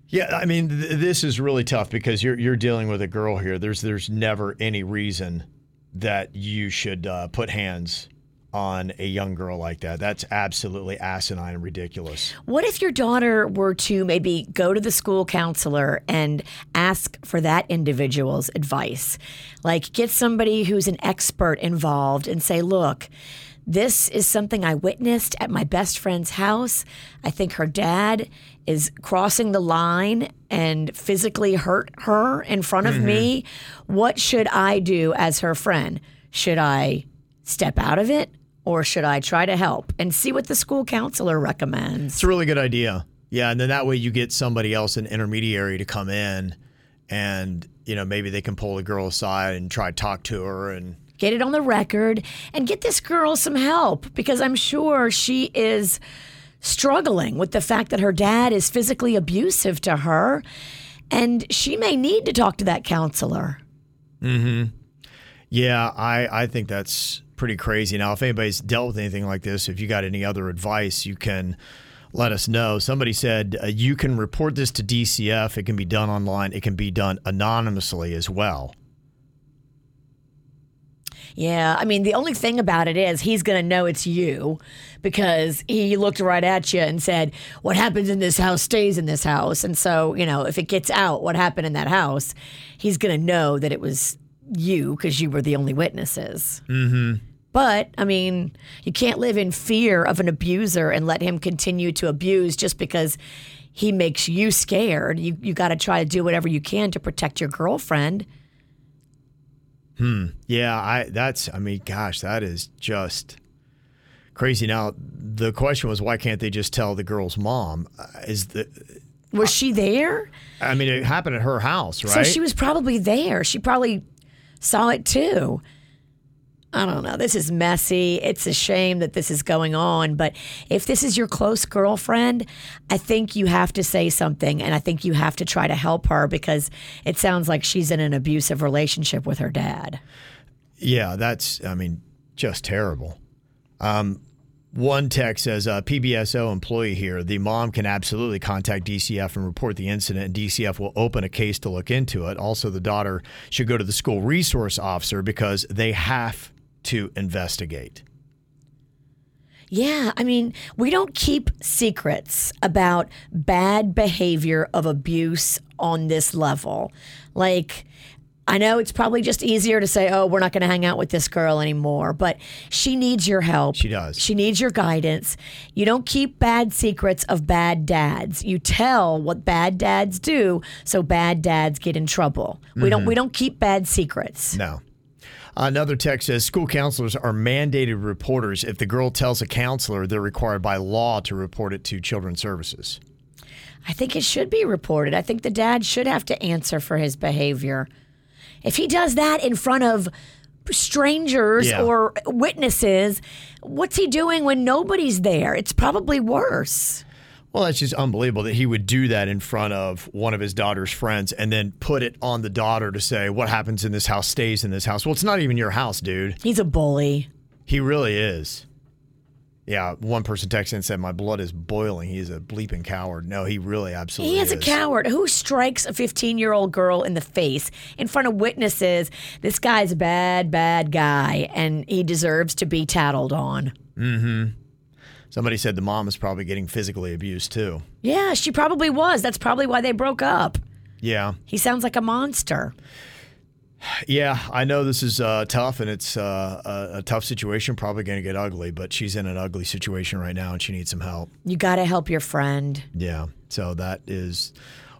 S4: Yeah, I mean, th- this is really tough because you're you're dealing with a girl here. There's there's never any reason that you should uh, put hands on a young girl like that. That's absolutely asinine and ridiculous.
S5: What if your daughter were to maybe go to the school counselor and ask for that individual's advice? Like, get somebody who's an expert involved and say, look, this is something I witnessed at my best friend's house. I think her dad is crossing the line and physically hurt her in front of me. What should I do as her friend? Should I step out of it? Or should I try to help and see what the school counselor recommends?
S4: It's a really good idea. Yeah, and then that way you get somebody else, an intermediary, to come in, and you know maybe they can pull the girl aside and try to talk to her and.
S5: get it on the record and get this girl some help because I'm sure she is struggling with the fact that her dad is physically abusive to her and she may need to talk to that counselor.
S4: Yeah, I, I think that's pretty crazy. Now, if anybody's dealt with anything like this, if you got any other advice, you can let us know. Somebody said uh, you can report this to DCF. It can be done online, it can be done anonymously as well.
S5: Yeah, I mean, the only thing about it is he's going to know it's you because he looked right at you and said, What happens in this house stays in this house. And so, you know, if it gets out what happened in that house, he's going to know that it was you because you were the only witnesses. Mm-hmm. But I mean, you can't live in fear of an abuser and let him continue to abuse just because he makes you scared. You you got to try to do whatever you can to protect your girlfriend.
S4: Yeah, I that's I mean, gosh, that is just crazy. Now the question was why can't they just tell the girl's mom? Uh, Is the
S5: Was she there?
S4: I mean it happened at her house, right?
S5: So she was probably there. She probably saw it too. I don't know. This is messy. It's a shame that this is going on. But if this is your close girlfriend, I think you have to say something and I think you have to try to help her because it sounds like she's in an abusive relationship with her dad.
S4: Yeah, that's I mean just terrible. Um, one text says uh, PBSO employee here. The mom can absolutely contact DCF and report the incident, and DCF will open a case to look into it. Also, the daughter should go to the school resource officer because they have to investigate.
S5: Yeah, I mean, we don't keep secrets about bad behavior of abuse on this level. Like, I know it's probably just easier to say, oh, we're not going to hang out with this girl anymore, but she needs your help.
S4: She does.
S5: She needs your guidance. You don't keep bad secrets of bad dads. You tell what bad dads do so bad dads get in trouble. We
S4: Mm-hmm.
S5: don't we don't keep bad secrets.
S4: No. Another text says school counselors are mandated reporters. If the girl tells a counselor, they're required by law to report it to Children's Services.
S5: I think it should be reported. I think the dad should have to answer for his behavior. If he does that in front of strangers
S4: Yeah.
S5: or witnesses, what's he doing when nobody's there? It's probably worse.
S4: Well, that's just unbelievable that he would do that in front of one of his daughter's friends and then put it on the daughter to say, What happens in this house stays in this house. Well, it's not even your house, dude.
S5: He's a bully.
S4: He really is. Yeah, one person texted and said, My blood is boiling. He is a bleeping coward. No, he really absolutely
S5: He is a
S4: is.
S5: coward. Who strikes a 15 year old girl in the face in front of witnesses? This guy's a bad, bad guy, and he deserves to be tattled on.
S4: Somebody said the mom is probably getting physically abused too.
S5: Yeah, she probably was. That's probably why they broke up.
S4: Yeah.
S5: He sounds like a monster.
S4: Yeah, I know this is uh, tough and it's uh, a, a tough situation, probably going to get ugly, but she's in an ugly situation right now and she needs some help.
S5: You got to help your friend.
S4: Yeah. So that is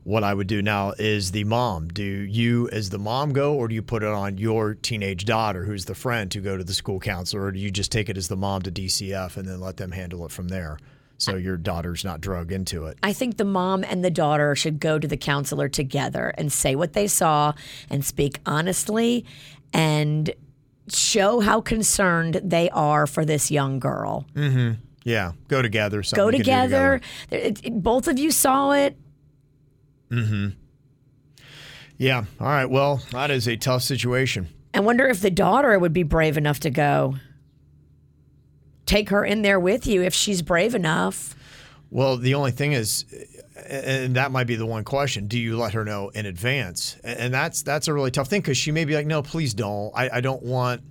S4: what I would do now is the mom. Do you as the mom go or do you put it on your teenage daughter who's the friend to go to the school counselor or do you just take it as the mom to DCF and then let them handle it from there? So your daughter's not drug into it.
S5: I think the mom and the daughter should go to the counselor together and say what they saw and speak honestly and show how concerned they are for this young girl.
S4: Yeah, go together. something
S5: Go
S4: you can do
S5: together. It- it- Both of you saw it.
S4: Yeah. All right. Well, that is a tough situation.
S5: I wonder if the daughter would be brave enough to go. Take her in there with you if she's brave enough.
S4: Well, the only thing is, and that might be the one question: Do you let her know in advance? And that's that's a really tough thing because she may be like, "No, please don't. I, I don't want.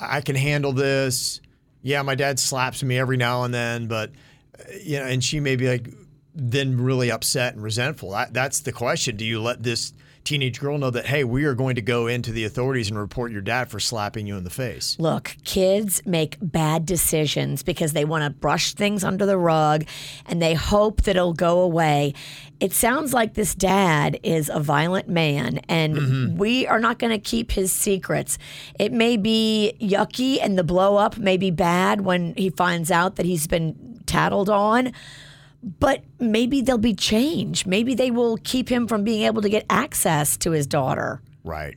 S4: I can handle this. Yeah, my dad slaps me every now and then, but uh, you know." And she may be like, then really upset and resentful. That, that's the question: Do you let this teenage girl know that hey, we are going to go into the authorities and report your dad for slapping you in the face?
S5: Look, kids make bad decisions because they want to brush things under the rug and they hope that it'll go away. It sounds like this dad is a violent man and we are not going to keep his secrets. It may be yucky and the blow up may be bad when he finds out that he's been tattled on, but maybe there'll be change. Maybe they will keep him from being able to get access to his daughter.
S4: Right.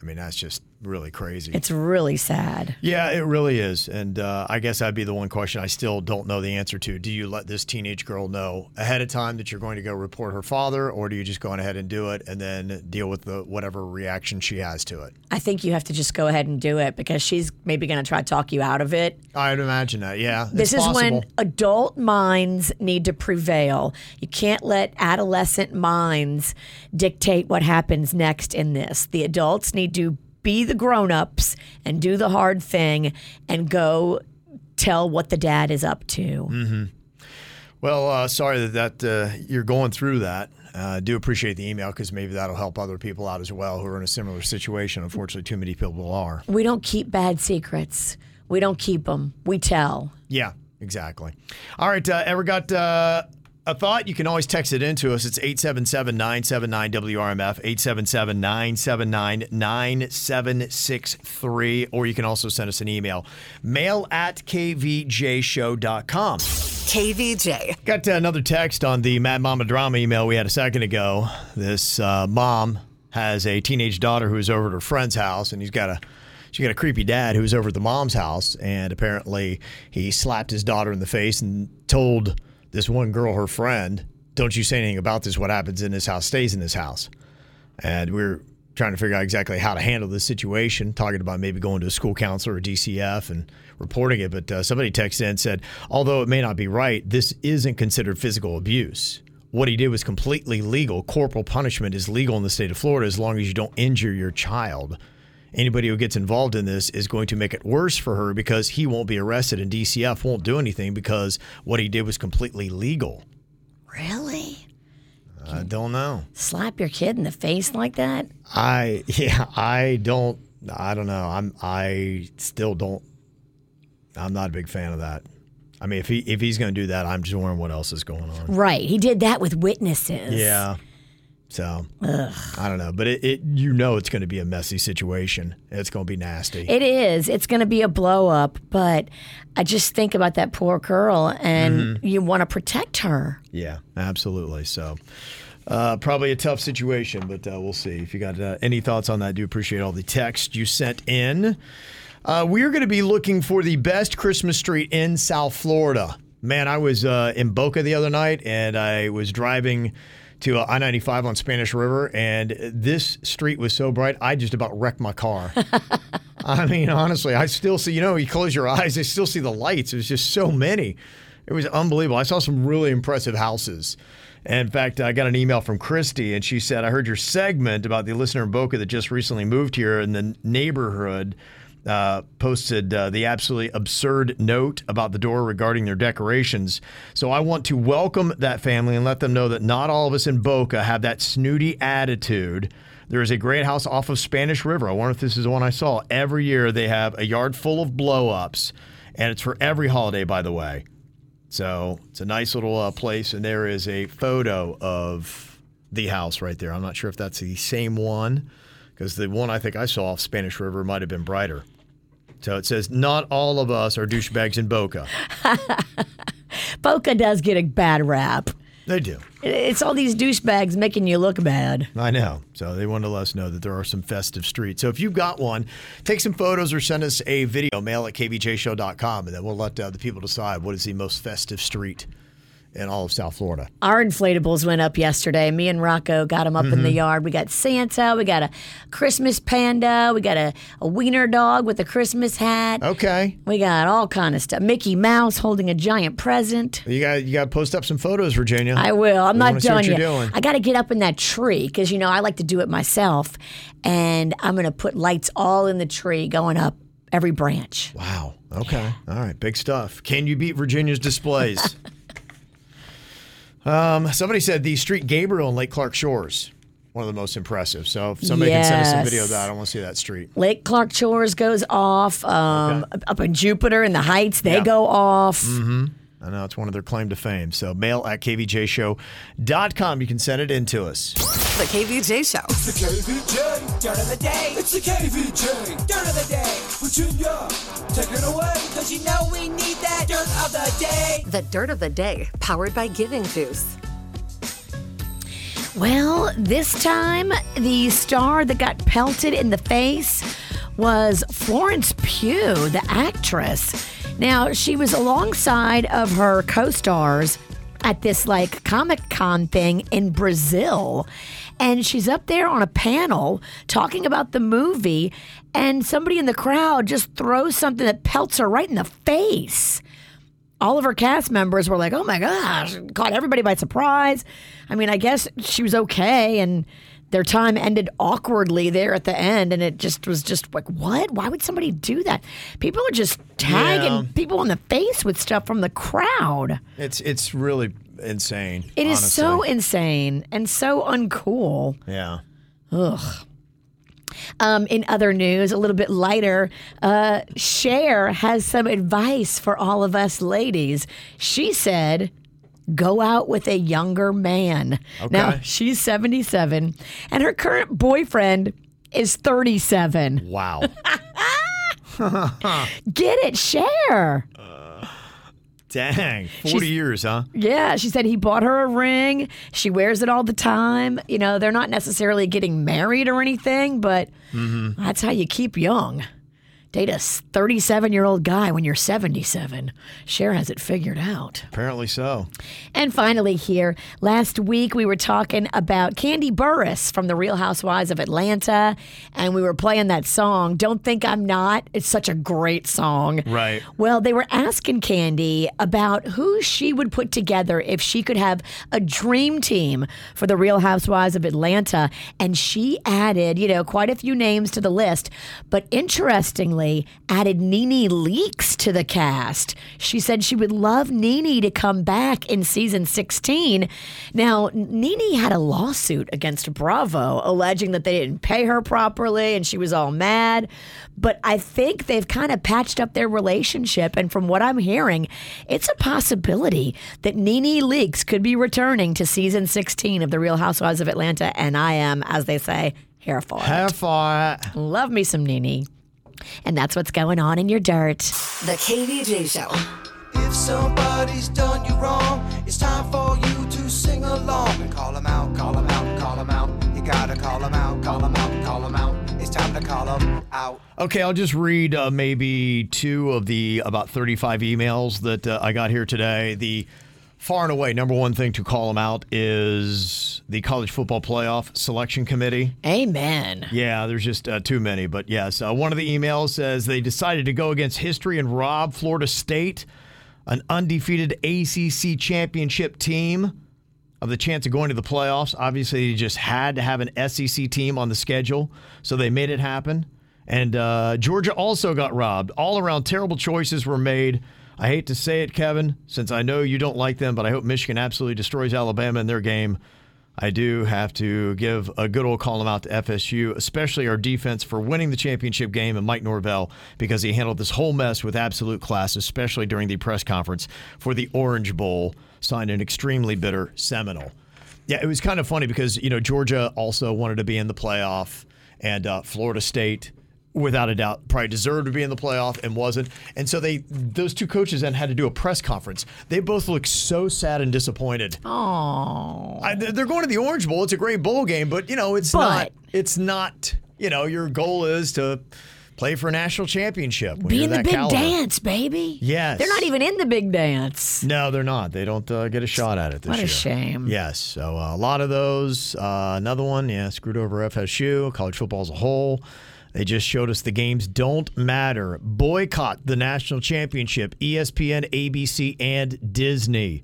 S4: I mean, that's just really crazy.
S5: It's really sad.
S4: Yeah, it really is. And uh, I guess that'd be the one question I still don't know the answer to. Do you let this teenage girl know ahead of time that you're going to go report her father, or do you just go on ahead and do it and then deal with the whatever reaction she has to it?
S5: I think you have to just go ahead and do it because she's maybe going to try to talk you out of it.
S4: I'd imagine that. Yeah.
S5: This
S4: it's
S5: is when
S4: possible.
S5: adult minds need to prevail. You can't let adolescent minds dictate what happens next in this. The adults need to be the grown ups and do the hard thing and go tell what the dad is up to.
S4: Mm. Well, uh, sorry that, that uh, you're going through that. Uh, I do appreciate the email because maybe that'll help other people out as well who are in a similar situation. Unfortunately, too many people are.
S5: We don't keep bad secrets. We don't keep them. We tell.
S4: Yeah, exactly. All right, uh, ever got uh, a thought? You can always text it in to us. It's 877 979 WRMF, 877 979 9763. Or you can also send us an email mail at kvjshow.com.
S1: KVJ.
S4: Got uh, another text on the Mad Mama drama email we had a second ago. This uh, mom has a teenage daughter who's over at her friend's house, and he's got a she got a creepy dad who's over at the mom's house, and apparently he slapped his daughter in the face and told this one girl, her friend, "Don't you say anything about this. What happens in this house stays in this house." and we are trying to figure out exactly how to handle this situation, talking about maybe going to a school counselor or DCF and reporting it. But uh, somebody texted in and said, although it may not be right, this isn't considered physical abuse. What he did was completely legal. Corporal punishment is legal in the state of Florida as long as you don't injure your child. Anybody who gets involved in this is going to make it worse for her because he won't be arrested and DCF won't do anything because what he did was completely legal.
S5: Really?
S4: I don't know.
S5: Slap your kid in the face like that?
S4: I (laughs) yeah, I don't I don't know. I'm I still don't I'm not a big fan of that. I mean if he if he's gonna do that, I'm just wondering what else is going on.
S5: Right. He did that with witnesses.
S4: Yeah. So I don't know. But it, it you know it's gonna be a messy situation. It's gonna be nasty.
S5: It is. It's going to be a blow up, but I just think about that poor girl and you want to protect her.
S4: yeah, absolutely. So uh, probably a tough situation, but uh, we'll see. If you got uh, any thoughts on that, I do appreciate all the text you sent in. Uh, we are going to be looking for the best Christmas tree in South Florida. Man, I was uh, in Boca the other night and I was driving to uh, I 95 on Spanish River, and this street was so bright, I just about wrecked my car. (laughs) I mean, honestly, I still see, you know, you close your eyes, I still see the lights. There's just so many. It was unbelievable. I saw some really impressive houses. And in fact, I got an email from Christy, and she said, I heard your segment about the listener in Boca that just recently moved here in the neighborhood. Uh, posted uh, the absolutely absurd note about the door regarding their decorations. So I want to welcome that family and let them know that not all of us in Boca have that snooty attitude. There is a great house off of Spanish River. I wonder if this is the one I saw. Every year they have a yard full of blow ups, and it's for every holiday, by the way. So it's a nice little uh, place, and there is a photo of the house right there. I'm not sure if that's the same one, because the one I think I saw off Spanish River might have been brighter. So it says, "Not all of us are douchebags in Boca."
S5: Boca does get a bad rap.
S4: They do.
S5: It's all these douchebags making you look bad.
S4: I know. So they wanted to let us know that there are some festive streets. So if you've got one, take some photos or send us a video, mail at kvjshow.com, and then we'll let uh, the people decide what is the most festive street in all of South Florida.
S5: Our inflatables went up yesterday. Me and Rocco got them up in the yard. We got Santa, we got a Christmas panda, we got a, a wiener dog with a Christmas
S4: Oh.
S5: hat.
S4: Okay.
S5: We got all kind of stuff. Mickey Mouse holding a giant present.
S4: You got you got to post up some photos, Virginia.
S5: I will. I'm
S4: We
S5: not
S4: wanna see what
S5: done
S4: you're
S5: yet.
S4: doing.
S5: I got to get up in that tree because you know I like to do it myself, and I'm gonna put lights all in the tree going up every branch.
S4: Wow. Okay. All right. Big stuff. Can you beat Virginia's
S5: (laughs)
S4: displays? um, somebody said the street Gabriel in Lake Clark Shores, one of the most impressive. So if somebody can send us some video of
S5: Yes.
S4: that, I want to see that street.
S5: Lake Clark Chores goes off. Um,
S4: Okay.
S5: Up in Jupiter in the Heights, they
S4: Yeah. Mm.
S5: go off.
S4: I know it's one of their claim to fame. So mail at kvjshow.com. You can send it in to us.
S1: The KVJ Show.
S3: The KVJ.
S2: Dirt of the day,
S3: It's the KVJ.
S2: dirt of the day,
S3: Virginia, take it away.
S2: cause you know we need that dirt of the day.
S1: The dirt of the day, powered by Giving Juice.
S5: Well, this time the star that got pelted in the face was Florence Pugh, the actress. Now, she was alongside of her co stars at this like Comic Con thing in Brazil. And she's up there on a panel talking about the movie, and somebody in the crowd just throws something that pelts her right in the face all of her cast members were like, "Oh my gosh!" Caught everybody by surprise. I mean, I guess she was okay, and their time ended awkwardly there at the end, and it just was just like, "What? Why would somebody do that?" People are just tagging
S4: Yeah.
S5: people in the face with stuff from the crowd.
S4: It's it's really insane.
S5: It is so
S4: honestly.
S5: insane and so uncool.
S4: yeah.
S5: Ugh. Um, in other news, a little bit lighter, uh, Cher has some advice for all of us ladies. She said, Go out with a younger man. Now,
S4: Okay.
S5: she's 77, and her current boyfriend is 37.
S4: Wow.
S5: Get it, Cher.
S4: (laughs) Dang. 40 years, huh?
S5: Yeah, she said he bought her a ring. She wears it all the time. You know, they're not necessarily getting married or anything, but that's how you keep young. Date a 37 year old guy when you're 77. Cher has it figured out.
S4: Apparently so.
S5: And finally, here, last week we were talking about Candy Burris from The Real Housewives of Atlanta, and we were playing that song, Don't Think I'm Not. It's such a great song.
S4: Right.
S5: Well, they were asking Candy about who she would put together if she could have a dream team for The Real Housewives of Atlanta, and she added, you know, quite a few names to the list, but interestingly, added Nene Leaks to the cast. She said she would love Nene to come back in season 16. Now, Nene had a lawsuit against Bravo alleging that they didn't pay her properly and she was all mad. But I think they've kind of patched up their relationship. And from what I'm hearing, it's a possibility that Nene Leakes could be returning to season 16 of The Real Housewives of Atlanta. And I am, as they say, here for it.
S4: Have fun.
S5: Love me some Nene. And that's what's going on in your dirt.
S1: The KVJ Show.
S2: If somebody's done you wrong, it's time for you to sing along and call 'em out, call 'em out, call 'em out. You gotta call 'em out, call 'em out, call 'em out. It's time to call 'em out.
S4: Okay, I'll just read uh, maybe two of the about 35 emails that uh, I got here today. The far and away number one thing to call them out is the college football playoff selection committee.
S5: Amen.
S4: Yeah, there's just uh, too many. But yes, uh, one of the emails says they decided to go against history and rob Florida State, an undefeated ACC championship team, of the chance of going to the playoffs. Obviously, they just had to have an SEC team on the schedule, so they made it happen. And uh, Georgia also got robbed. All around, terrible choices were made. I hate to say it, Kevin, since I know you don't like them, but I hope Michigan absolutely destroys Alabama in their game. I do have to give a good old column out to FSU, especially our defense for winning the championship game and Mike Norvell because he handled this whole mess with absolute class, especially during the press conference for the Orange Bowl, signed an extremely bitter Seminole. Yeah, it was kind of funny because you know Georgia also wanted to be in the playoff, and uh, Florida State, without a doubt, probably deserved to be in the playoff and wasn't. And so they, those two coaches, then had to do a press conference. They both looked so sad and disappointed. I, they're they're going to the Orange Bowl. It's a great bowl game, but you know it's not.
S5: But-
S4: It's not. You know your goal is to play for a national championship. When
S5: Be
S4: you're
S5: in the
S4: that
S5: big
S4: caliber.
S5: dance, baby.
S4: Yes.
S5: They're not even in the big dance.
S4: No, they're not. They don't uh, get a shot at it this
S5: What a
S4: year.
S5: shame.
S4: Yes. So uh, a lot of those. Uh, another one, yeah, screwed over FSU, college football as a whole. They just showed us the games don't matter. Boycott the national championship, E ESPN, ABC, and Disney.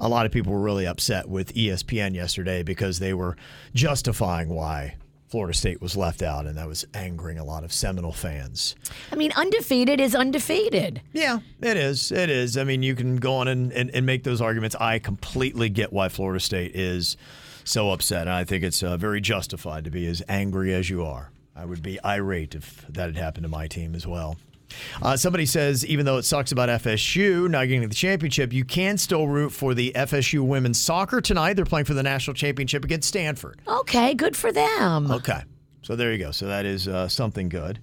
S4: A lot of people were really upset with E ESPN yesterday because they were justifying why Florida State was left out, and that was angering a lot of Seminole fans.
S5: I mean, undefeated is undefeated.
S4: Yeah, it is. It is. I mean, you can go on and, and, and make those arguments. I completely get why Florida State is so upset. And I think it's uh, very justified to be as angry as you are. I would be irate if that had happened to my team as well. Uh, somebody says, even though it sucks about FSU not getting the championship, you can still root for the FSU women's soccer tonight. They're playing for the national championship against Stanford.
S5: Okay, good for them.
S4: Okay. So there you go. So that is uh, something good.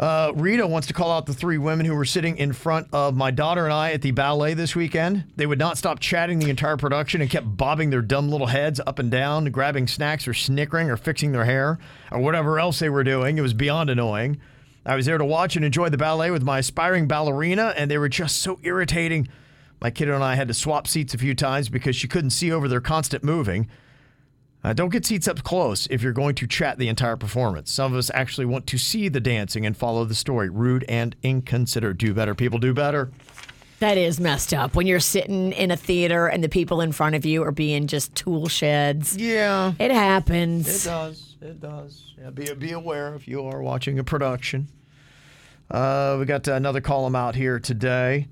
S4: Uh, Rita wants to call out the three women who were sitting in front of my daughter and I at the ballet this weekend. They would not stop chatting the entire production and kept bobbing their dumb little heads up and down, grabbing snacks or snickering or fixing their hair or whatever else they were doing. It was beyond annoying. I was there to watch and enjoy the ballet with my aspiring ballerina, and they were just so irritating. My kiddo and I had to swap seats a few times because she couldn't see over their constant moving. Uh, don't get seats up close if you're going to chat the entire performance. Some of us actually want to see the dancing and follow the story. Rude and inconsiderate. Do better, people. Do better.
S5: That is messed up when you're sitting in a theater and the people in front of you are being just tool sheds.
S4: Yeah,
S5: It happens.
S4: does. It does. Yeah, be be aware if you are watching a production. Uh, we got another column out here today.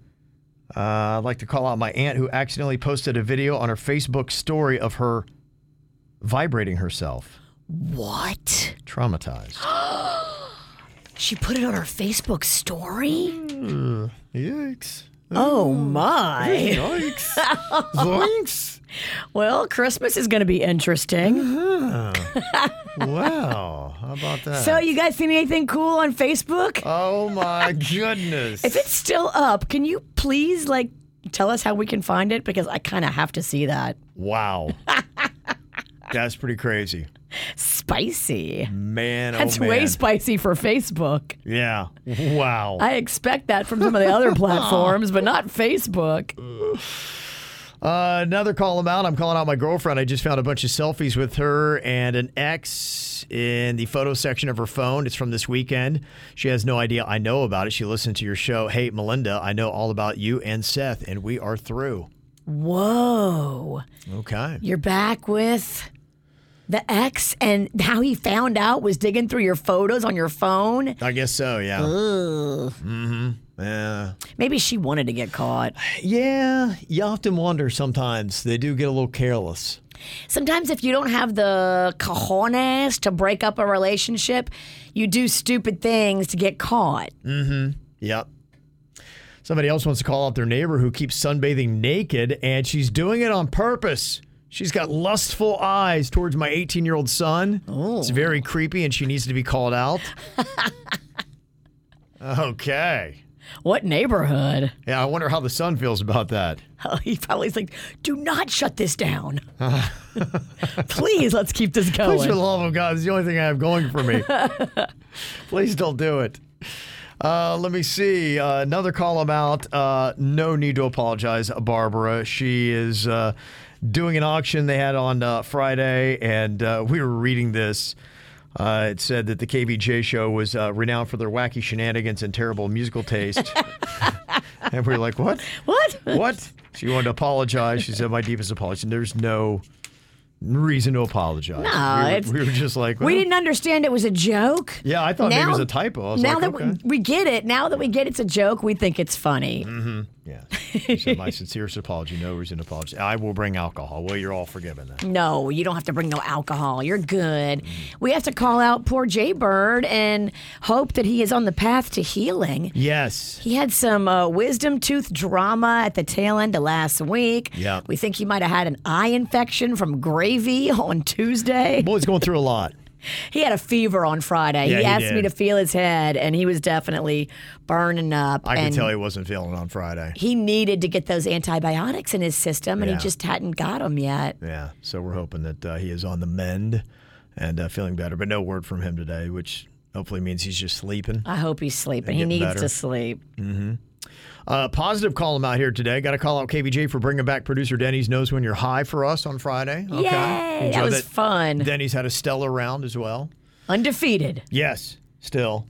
S4: Uh, I'd like to call out my aunt who accidentally posted a video on her Facebook story of her vibrating herself.
S5: What?
S4: (gasps) Traumatized.
S5: She put it on her Facebook
S4: Mm.
S5: story?
S4: Yikes.
S5: Oh my.
S4: Yikes. (laughs) Zoinks.
S5: Well, Christmas is going to be interesting.
S4: Wow. How about that?
S5: So, you guys seen anything cool on Facebook?
S4: oh my goodness.
S5: If it's still up, can you please like tell us how we can find it because I kind of have to see that. (laughs)
S4: Wow. That's pretty crazy.
S5: Spicy.
S4: Man, oh
S5: That's
S4: man.
S5: way spicy for Facebook.
S4: Yeah. Wow.
S5: I expect that from some of the other platforms, but not Facebook.
S4: Uh, another call them out. I'm calling out my girlfriend. I just found a bunch of selfies with her and an ex in the photo section of her phone. It's from this weekend. She has no idea I know about it. She listened to your show. Hey, Melinda, I know all about you and Seth, and we are through.
S5: Whoa.
S4: Okay.
S5: You're back with the ex and how he found out was digging through your photos on your phone.
S4: I guess so, yeah. Mm-hmm. Yeah.
S5: Maybe she wanted to get caught.
S4: Yeah. You often wonder sometimes. They do get a little careless.
S5: Sometimes if you don't have the cojones to break up a relationship, you do stupid things to get caught.
S4: Yep. Somebody else wants to call out their neighbor who keeps sunbathing naked, and she's doing it on purpose. She's got lustful eyes towards my 18 year old son. It's very creepy, and she needs to be called out. okay.
S5: What neighborhood?
S4: Yeah, I wonder how the son feels about that.
S5: (laughs) He probably's like, do not shut this
S4: (laughs)
S5: down. Please, let's keep this going.
S4: Please, for the love of God, it's the only thing I have going for me. Please don't do it. Uh, let me see. Uh, another call about uh, no need to apologize, Barbara. She is uh, doing an auction they had on uh, Friday, and uh, we were reading this. Uh, it said that the KVJ show was uh, renowned for their wacky shenanigans and terrible musical taste. and we were like, what?
S5: What?
S4: What? She wanted to apologize. She said, my deepest apology. And there's no reason to apologize.
S5: No,
S4: we, were,
S5: it's-
S4: we were just like,
S5: We
S4: well,
S5: didn't understand it was a joke.
S4: Yeah, I thought maybe it was a typo. I was
S5: now
S4: like,
S5: that
S4: okay.
S5: we, we get it, now that we get it's a joke, we think it's funny.
S4: Mm. Yeah. She said, my sincerest apology. No reason to apologize. I will bring alcohol. Well, you're all forgiven then.
S5: No, you don't have to bring no alcohol. You're good. We have to call out poor Jay Bird and hope that he is on the path to healing.
S4: Yes.
S5: He had some uh, wisdom tooth drama at the tail end of last week.
S4: Yeah.
S5: We think he might have had an eye infection from gravy (laughs) on Tuesday.
S4: Boy's going through a lot.
S5: He had a fever on Friday.
S4: Yeah,
S5: he
S4: he
S5: asked me
S4: did.
S5: to feel his head, and he was definitely burning up.
S4: I
S5: and
S4: could tell he wasn't feeling on Friday.
S5: he needed to get those antibiotics in his system, and
S4: Yeah.
S5: he just hadn't got them yet.
S4: Yeah. So we're hoping that uh, he is on the mend and uh, feeling better. But no word from him today, which hopefully means he's just sleeping.
S5: I hope he's sleeping. He
S4: getting
S5: needs
S4: better.
S5: to sleep.
S4: Uh, positive call him out here today. Got to call out KVJ for bringing back producer Denny's Knows When You're High for us on Friday. Okay.
S5: Yay!
S4: Enjoy
S5: That was fun.
S4: Denny's had a stellar round as well.
S5: Undefeated.
S4: Yes, still.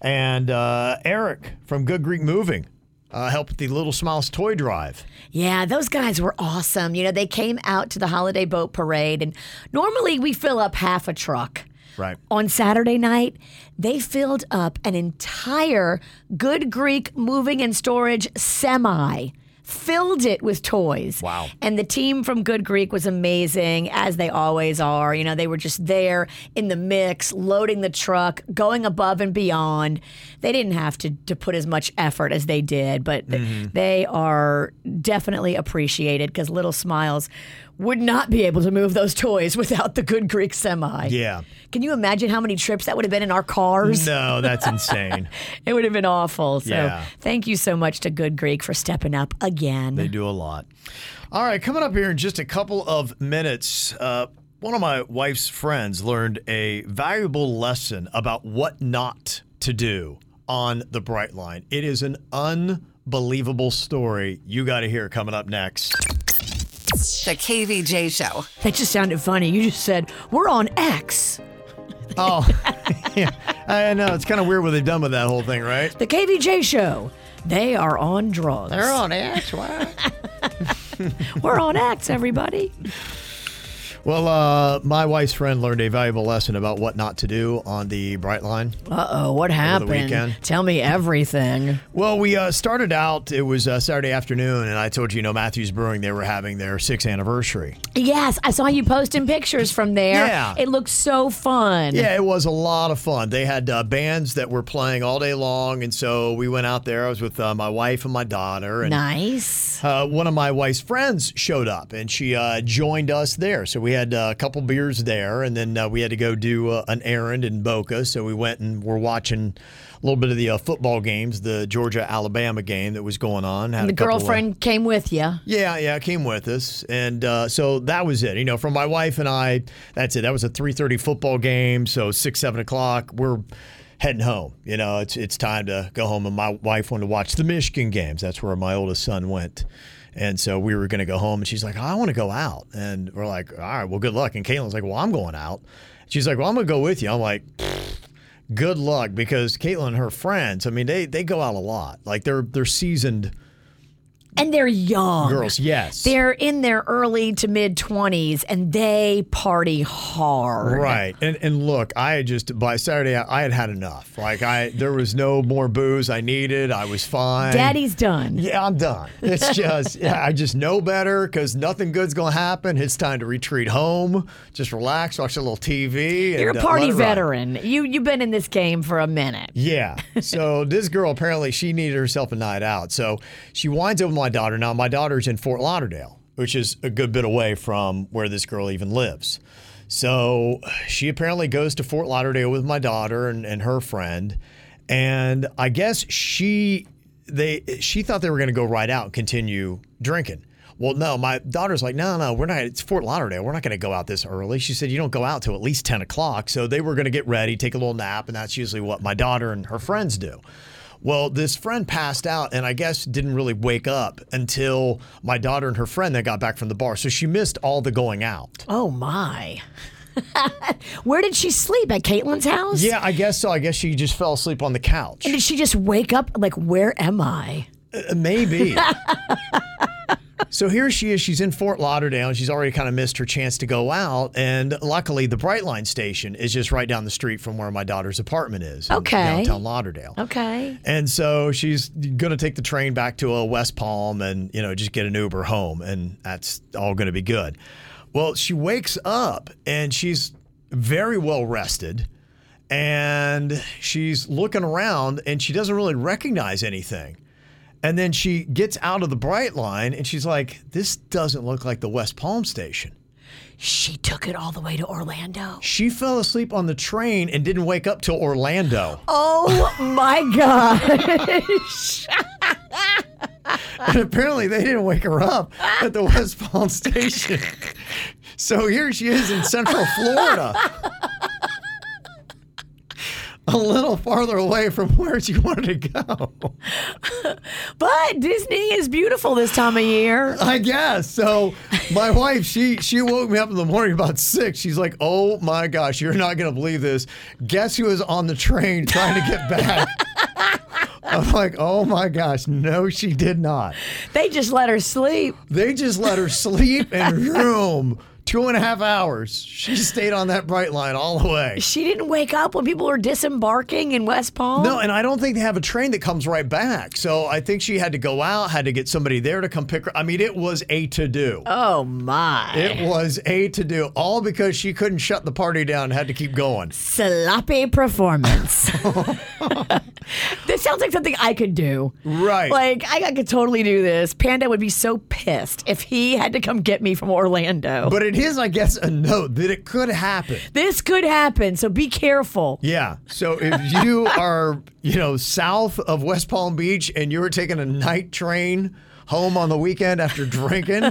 S4: And uh, Eric from Good Greek Moving uh, helped with the Little Smiles toy drive.
S5: Yeah, those guys were awesome. You know, they came out to the holiday boat parade, and normally we fill up half a truck.
S4: Right.
S5: On Saturday night, they filled up an entire Good Greek moving and storage semi, filled it with toys.
S4: Wow.
S5: And the team from Good Greek was amazing, as they always are. You know, they were just there in the mix, loading the truck, going above and beyond. They didn't have to, to put as much effort as they did, but th- they are definitely appreciated because Little Smiles would not be able to move those toys (laughs) without the Good Greek semi.
S4: Yeah.
S5: Can you imagine how many trips that would have been in our cars?
S4: No, that's insane.
S5: It would have been awful. So
S4: Yeah.
S5: thank you so much to Good Greek for stepping up again.
S4: They do a lot. All right, coming up here in just a couple of minutes, uh, one of my wife's friends learned a valuable lesson about what not to do on the Bright Line. It is an unbelievable story. You got to hear it coming up next.
S1: The KVJ Show.
S5: that just sounded funny. You just said, we're on X.
S4: Oh, (laughs) yeah. I know. It's kind of weird what they've done with that whole thing, right?
S5: The KVJ show. They are on drugs.
S4: on X.
S5: (laughs) We're on X, everybody.
S4: Well, uh, my wife's friend learned a valuable lesson about what not to do on the Bright Line.
S5: Uh oh, what happened?
S4: weekend.
S5: Tell me everything.
S4: Well, we uh, started out, it was uh, Saturday afternoon, and I told you, you know, Matthews Brewing, they were having their sixth anniversary.
S5: Yes, I saw you posting pictures from there.
S4: Yeah.
S5: It looked so fun.
S4: Yeah, it was a lot of fun. They had uh, bands that were playing all day long, and so we went out there. I was with uh, my wife and my daughter, and
S5: Nice.
S4: uh, one of my wife's friends showed up, and she uh, joined us there. So we had uh, a couple beers there, and then uh, we had to go do uh, an errand in Boca. So we went and were watching a little bit of the uh, football games, the Georgia Alabama game that was going on. Had
S5: The
S4: a couple uh, of-
S5: girlfriend came with you.
S4: yeah, yeah, came with us, and uh, so that was it. You know, from my wife and I, that's it. That was a three thirty football game, so six seven o'clock. We're heading home. You know, it's it's time to go home, and my wife wanted to watch the Michigan games. That's where my oldest son went. And so we were going to go home, and she's like, "I want to go out," and we're like, "All right, well, good luck." And Caitlin's like, "Well, I'm going out." She's like, "Well, I'm going to go with you." I'm like, "Good luck," because Caitlin and her friends, I mean, they they go out a lot. Like they're they're seasoned
S5: And they're young.
S4: girls. Yes,
S5: They're in their early to mid 20s and they party hard.
S4: Right. And and look, I had just by Saturday I, I had had enough. Like I there was no more booze I needed. I was fine.
S5: Daddy's done.
S4: Yeah, I'm done.
S5: (laughs)
S4: It's just yeah, I just know better cuz nothing good's going to happen. It's time to retreat home, just relax, watch a little TV. and,
S5: You're a
S4: uh, let
S5: party
S4: it ride.
S5: veteran. You you've been in this game for a minute.
S4: Yeah.
S5: (laughs)
S4: So this girl apparently she needed herself a night out. So she winds up with my daughter. Now my daughter's in Fort Lauderdale, which is a good bit away from where this girl even lives. So she apparently goes to Fort Lauderdale with my daughter and, and her friend. And I guess she they she thought they were gonna go right out and continue drinking. Well, no, my daughter's like, no, no, we're not. It's Fort Lauderdale. We're not going to go out this early. She said, you don't go out till at least 10 o'clock. So they were going to get ready, take a little nap. And that's usually what my daughter and her friends do. Well, this friend passed out and I guess didn't really wake up until my daughter and her friend then got back from the bar. So she missed all the going out.
S5: Oh my. (laughs) Where did she sleep? At Caitlin's house?
S4: Yeah, I guess so. I guess she just fell asleep on the couch.
S5: Did she just wake up like where am I?
S4: Uh, Maybe. so here she is. She's in Fort Lauderdale. And she's already kind of missed her chance to go out. And luckily, the Brightline station is just right down the street from where my daughter's apartment is. in
S5: Okay.
S4: Downtown Lauderdale.
S5: Okay.
S4: And so she's going to take the train back to uh, West Palm and, you know, just get an Uber home. And that's all going to be good. Well, she wakes up and she's very well rested. And she's looking around and she doesn't really recognize anything. And then she gets out of the bright line and she's like, this doesn't look like the West Palm station.
S5: She took it all the way to Orlando.
S4: She fell asleep on the train and didn't wake up till Orlando.
S5: Oh my (laughs) god.
S4: And apparently they didn't wake her up at the West Palm station. So here she is in central Florida. A little farther away from where she wanted to go.
S5: but Disney is beautiful this time of year.
S4: I guess. So my wife, she she woke me up in the morning about six. She's like, Oh my gosh, you're not gonna believe this. Guess who was on the train trying to get back? I'm like, oh my gosh, no, she did not.
S5: They just let her sleep.
S4: They just let her sleep and room two and a half hours. She stayed on that bright line all the way.
S5: She didn't wake up when people were disembarking in West Palm.
S4: No, and I don't think they have a train that comes right back. So I think she had to go out, had to get somebody there to come pick her. I mean, it was a to do.
S5: Oh my.
S4: It was a to do, all because she couldn't shut the party down and had to keep going. (laughs)
S5: sloppy performance. this sounds like something I could do.
S4: Right.
S5: Like, I, I could totally do this. Panda would be so pissed if he had to come get me from Orlando.
S4: But it is, I guess, a note that it could happen.
S5: this could happen, so be careful.
S4: Yeah. So if you are, you know, south of West Palm Beach and you were taking a night train home on the weekend after drinking,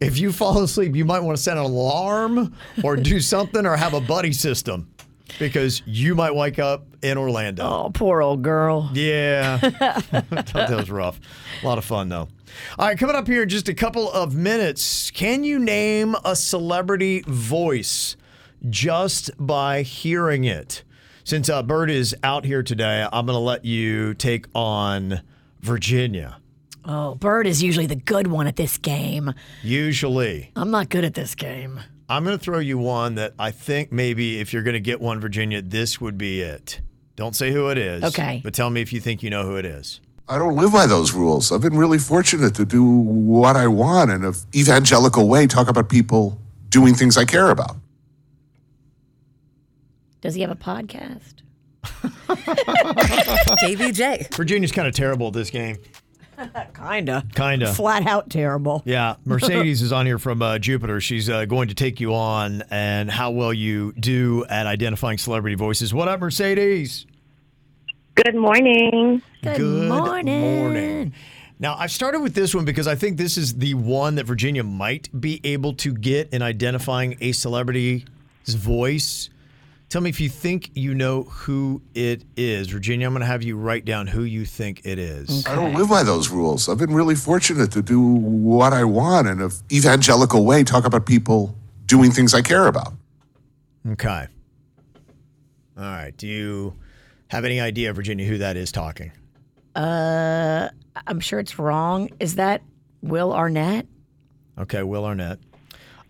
S4: if you fall asleep, you might want to set an alarm or do something or have a buddy system because you might wake up in Orlando.
S5: Oh, poor old girl.
S4: Yeah. that was rough. A lot of fun, though. All right, coming up here in just a couple of minutes. Can you name a celebrity voice just by hearing it? Since uh, Bird is out here today, I'm going to let you take on Virginia.
S5: Oh, Bird is usually the good one at this game.
S4: Usually,
S5: I'm not good at this game.
S4: I'm going to throw you one that I think maybe if you're going to get one, Virginia, this would be it. Don't say who it is.
S5: Okay.
S4: But tell me if you think you know who it is.
S9: I don't live by those rules. I've been really fortunate to do what I want in an evangelical way, talk about people doing things I care about.
S5: Does he have a podcast?
S1: KVJ.
S4: Virginia's kind of terrible at this game.
S10: Kinda.
S4: Kind of.
S10: Flat out terrible.
S4: (laughs) Yeah, Mercedes is on here from uh, Jupiter. She's uh, going to take you on and how well you do at identifying celebrity voices. What up, Mercedes?
S11: Good morning.
S5: Good,
S4: morning. Now, I've started with this one because I think this is the one that Virginia might be able to get in identifying a celebrity's voice. Tell me if you think you know who it is. Virginia, I'm going to have you write down who you think it is.
S9: I don't live by those rules. I've been really fortunate to do what I want in an evangelical way, talk about people doing things I care about.
S4: Okay. All right. Do you have any idea, Virginia, who that is talking?
S5: Uh, I'm sure it's wrong. Is that Will Arnett?
S4: Okay, Will Arnett.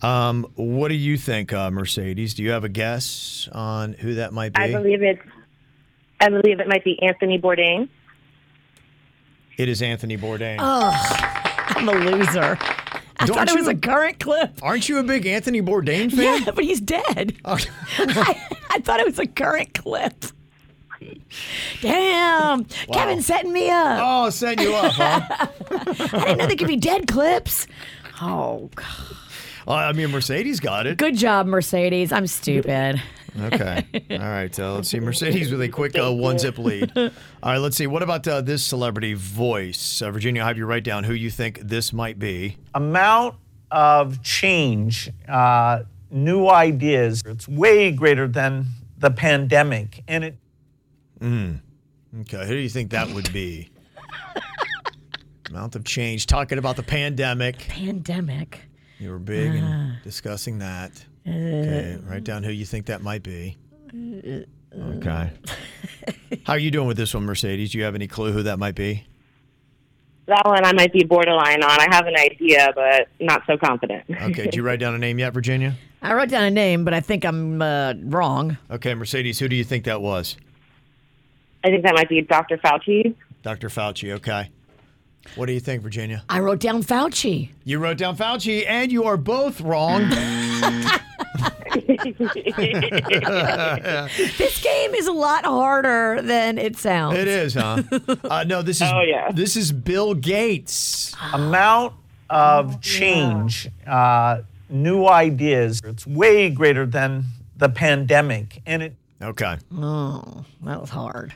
S4: Um, what do you think, uh, Mercedes? Do you have a guess on who that might be?
S11: I believe it's I believe it might be Anthony Bourdain.
S4: it is Anthony Bourdain.
S5: I'm a loser. I
S4: Don't
S5: thought it was
S4: you-
S5: a current clip.
S4: Aren't you a big Anthony Bourdain fan?
S5: Yeah, but he's dead. (laughs) I, I thought it was a current clip. Damn. Kevin setting me up.
S4: Oh, setting you up, huh? (laughs)
S5: I didn't know they could be dead clips. Oh, God.
S4: Uh, I mean, Mercedes got it.
S5: good job, Mercedes. I'm stupid.
S4: Okay. All right. Uh, let's see. Mercedes with a quick uh, one zip lead. All right. Let's see. What about uh, this celebrity voice? Uh, Virginia, I'll have you write down who you think this might be.
S12: amount of change, uh, new ideas, it's way greater than the pandemic. And it
S4: Okay. Who do you think that would be? Amount of change. Talking about the pandemic.
S5: Pandemic.
S4: You were big and discussing that. Okay, write down who you think that might be. Okay. How are you doing with this one, Mercedes? Do you have any clue who that might be?
S11: That one I might be borderline on. I have an idea, but not so confident. (laughs)
S4: Okay, did you write down a name yet, Virginia?
S10: I wrote down a name, but I think I'm uh, wrong.
S4: Okay, Mercedes, who do you think that was?
S11: I think that might be Dr. Fauci.
S4: Dr. Fauci, okay. What do you think, Virginia?
S5: I wrote down Fauci.
S4: You wrote down Fauci, and you are both wrong.
S5: This game is a lot harder than it sounds.
S4: it is, huh? Uh, no, this is
S11: Oh, yeah.
S4: this is Bill Gates.
S12: amount of change, uh, new ideas, it's way greater than the pandemic. And it
S4: Okay.
S10: That was hard.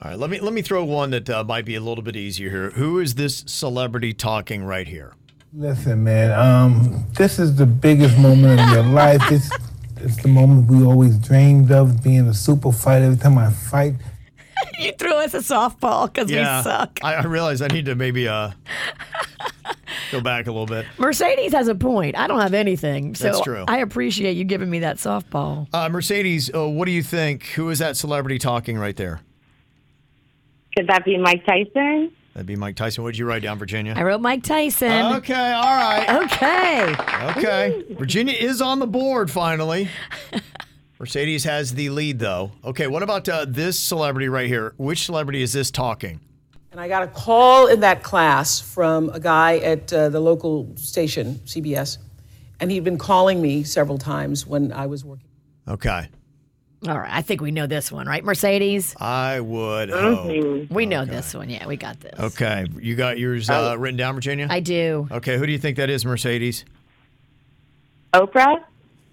S4: All right, let me let me throw one that uh, might be a little bit easier here. Who is this celebrity talking right here?
S3: Listen, man, um, this is the biggest moment of your life. It's, it's the moment we always dreamed of being a super fight. Every time I fight,
S10: You threw us a softball because we suck.
S4: I, I realize I need to maybe uh go back a little bit.
S10: Mercedes has a point. I don't have anything. So
S4: That's true.
S10: I appreciate you giving me that softball.
S4: Uh, Mercedes, uh, what do you think? Who is that celebrity talking right there?
S11: Could that be Mike Tyson?
S4: That'd be Mike Tyson. What did you write down,
S5: I
S4: Virginia?
S5: wrote Mike Tyson.
S4: Okay, all right,
S5: Okay.
S4: okay. Virginia is on the board finally. (laughs) Mercedes has the lead though. Okay, what about uh, this celebrity right here? Which celebrity is this talking?
S12: and I got a call in that class from a guy at uh, the local station, CBS, and he'd been calling me several times when I was working.
S4: Okay,
S5: All right. I think we know this one, right, Mercedes?
S4: I would. hope.
S5: We know this one. Yeah, we got this.
S4: Okay, you got yours uh, written down, Virginia.
S5: I do.
S4: okay, who do you think that is, Mercedes?
S11: Oprah?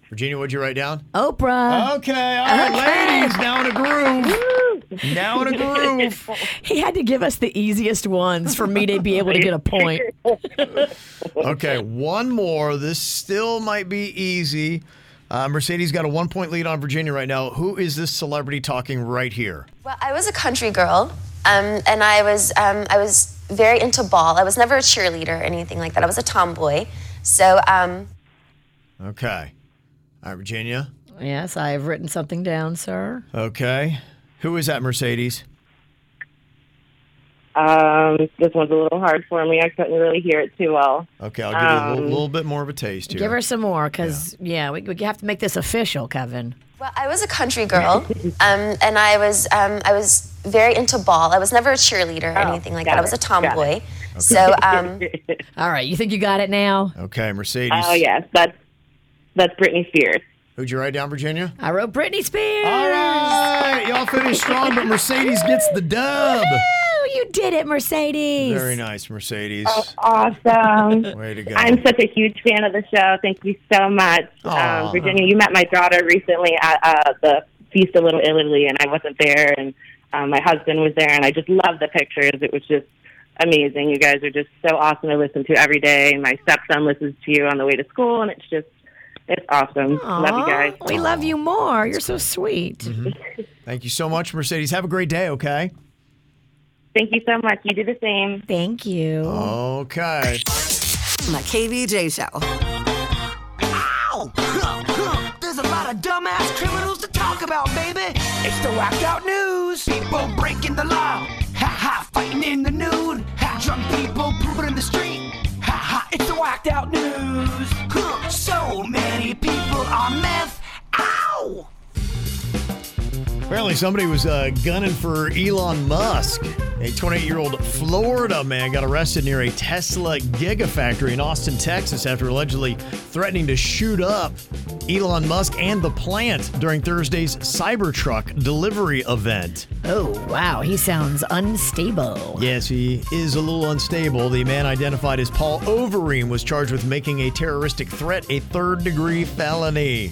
S4: Virginia, what'd you write down?
S5: Oprah.
S4: Okay, all right, ladies, now in a groove. now in
S13: (laughs)
S4: a groove.
S10: He had to give us the easiest ones for me to be able to get a
S4: (laughs)
S10: point.
S4: Okay, one more. This still might be easy. Uh, Mercedes got a one point lead on Virginia right now. Who is this celebrity talking right here?
S11: (laughs) Well, I was a country girl, um, and I was um, I was very into ball. I was never a cheerleader or anything like that. I was a tomboy. So um,
S4: Okay. All right, Virginia.
S10: Yes, I've written something down, sir.
S4: Okay. Who is that, Mercedes?
S13: Um, this one's a little hard for me. I couldn't really hear it too well.
S4: Okay, I'll give you a
S13: Um,
S4: little, little bit more of a taste here.
S5: Give her some more, because yeah, we, we have to make this official, Kevin.
S11: Well, I was a country (laughs) girl, um, and I was um, I was very into ball. I was never a cheerleader or anything like that. I was a tomboy. So, (laughs) um,
S5: all right, you think you got it now?
S4: Okay, Mercedes.
S13: Oh yes, that's that's Britney Spears.
S4: Who'd you write down, Virginia?
S5: I wrote Britney Spears.
S4: All right, y'all finished strong, but Mercedes gets the dub.
S5: Woo, you did it, Mercedes.
S4: Very nice, Mercedes.
S13: Oh, awesome!
S4: Way to go.
S13: I'm such a huge fan of the show. Thank you so much,
S4: Aw.
S13: um, Virginia. You met my daughter recently at uh, the Feast of Little Italy, and I wasn't there, and um, my husband was there, and I just loved the pictures. It was just amazing. You guys are just so awesome to listen to every day. My stepson listens to you on the way to school, and it's just it's awesome. Love
S5: Aw,
S13: you guys.
S5: We love you more. You're so sweet.
S4: Mm-hmm. Thank you so much, Mercedes. Have a great day, okay?
S13: Thank you so much. You do the same.
S5: Thank you.
S4: Okay.
S1: My KVJ show.
S2: Ow! Huh, huh. (laughs) There's a lot of dumbass criminals to talk about, baby. It's the whacked out news. People breaking the law. Ha ha, fighting in the nude. Ha, drunk people pooping in the street. Ha ha, it's the whacked out news. (laughs) Huh, So many people are meth. Ow!
S4: Apparently, somebody was uh, gunning for Elon Musk. A 28 year old Florida man got arrested near a Tesla gigafactory in Austin, Texas, after allegedly threatening to shoot up Elon Musk and the plant during Thursday's Cybertruck delivery event.
S5: Oh, wow. He sounds unstable.
S4: Yes, he is a little unstable. The man identified as Paul Overeem was charged with making a terroristic threat a third degree felony.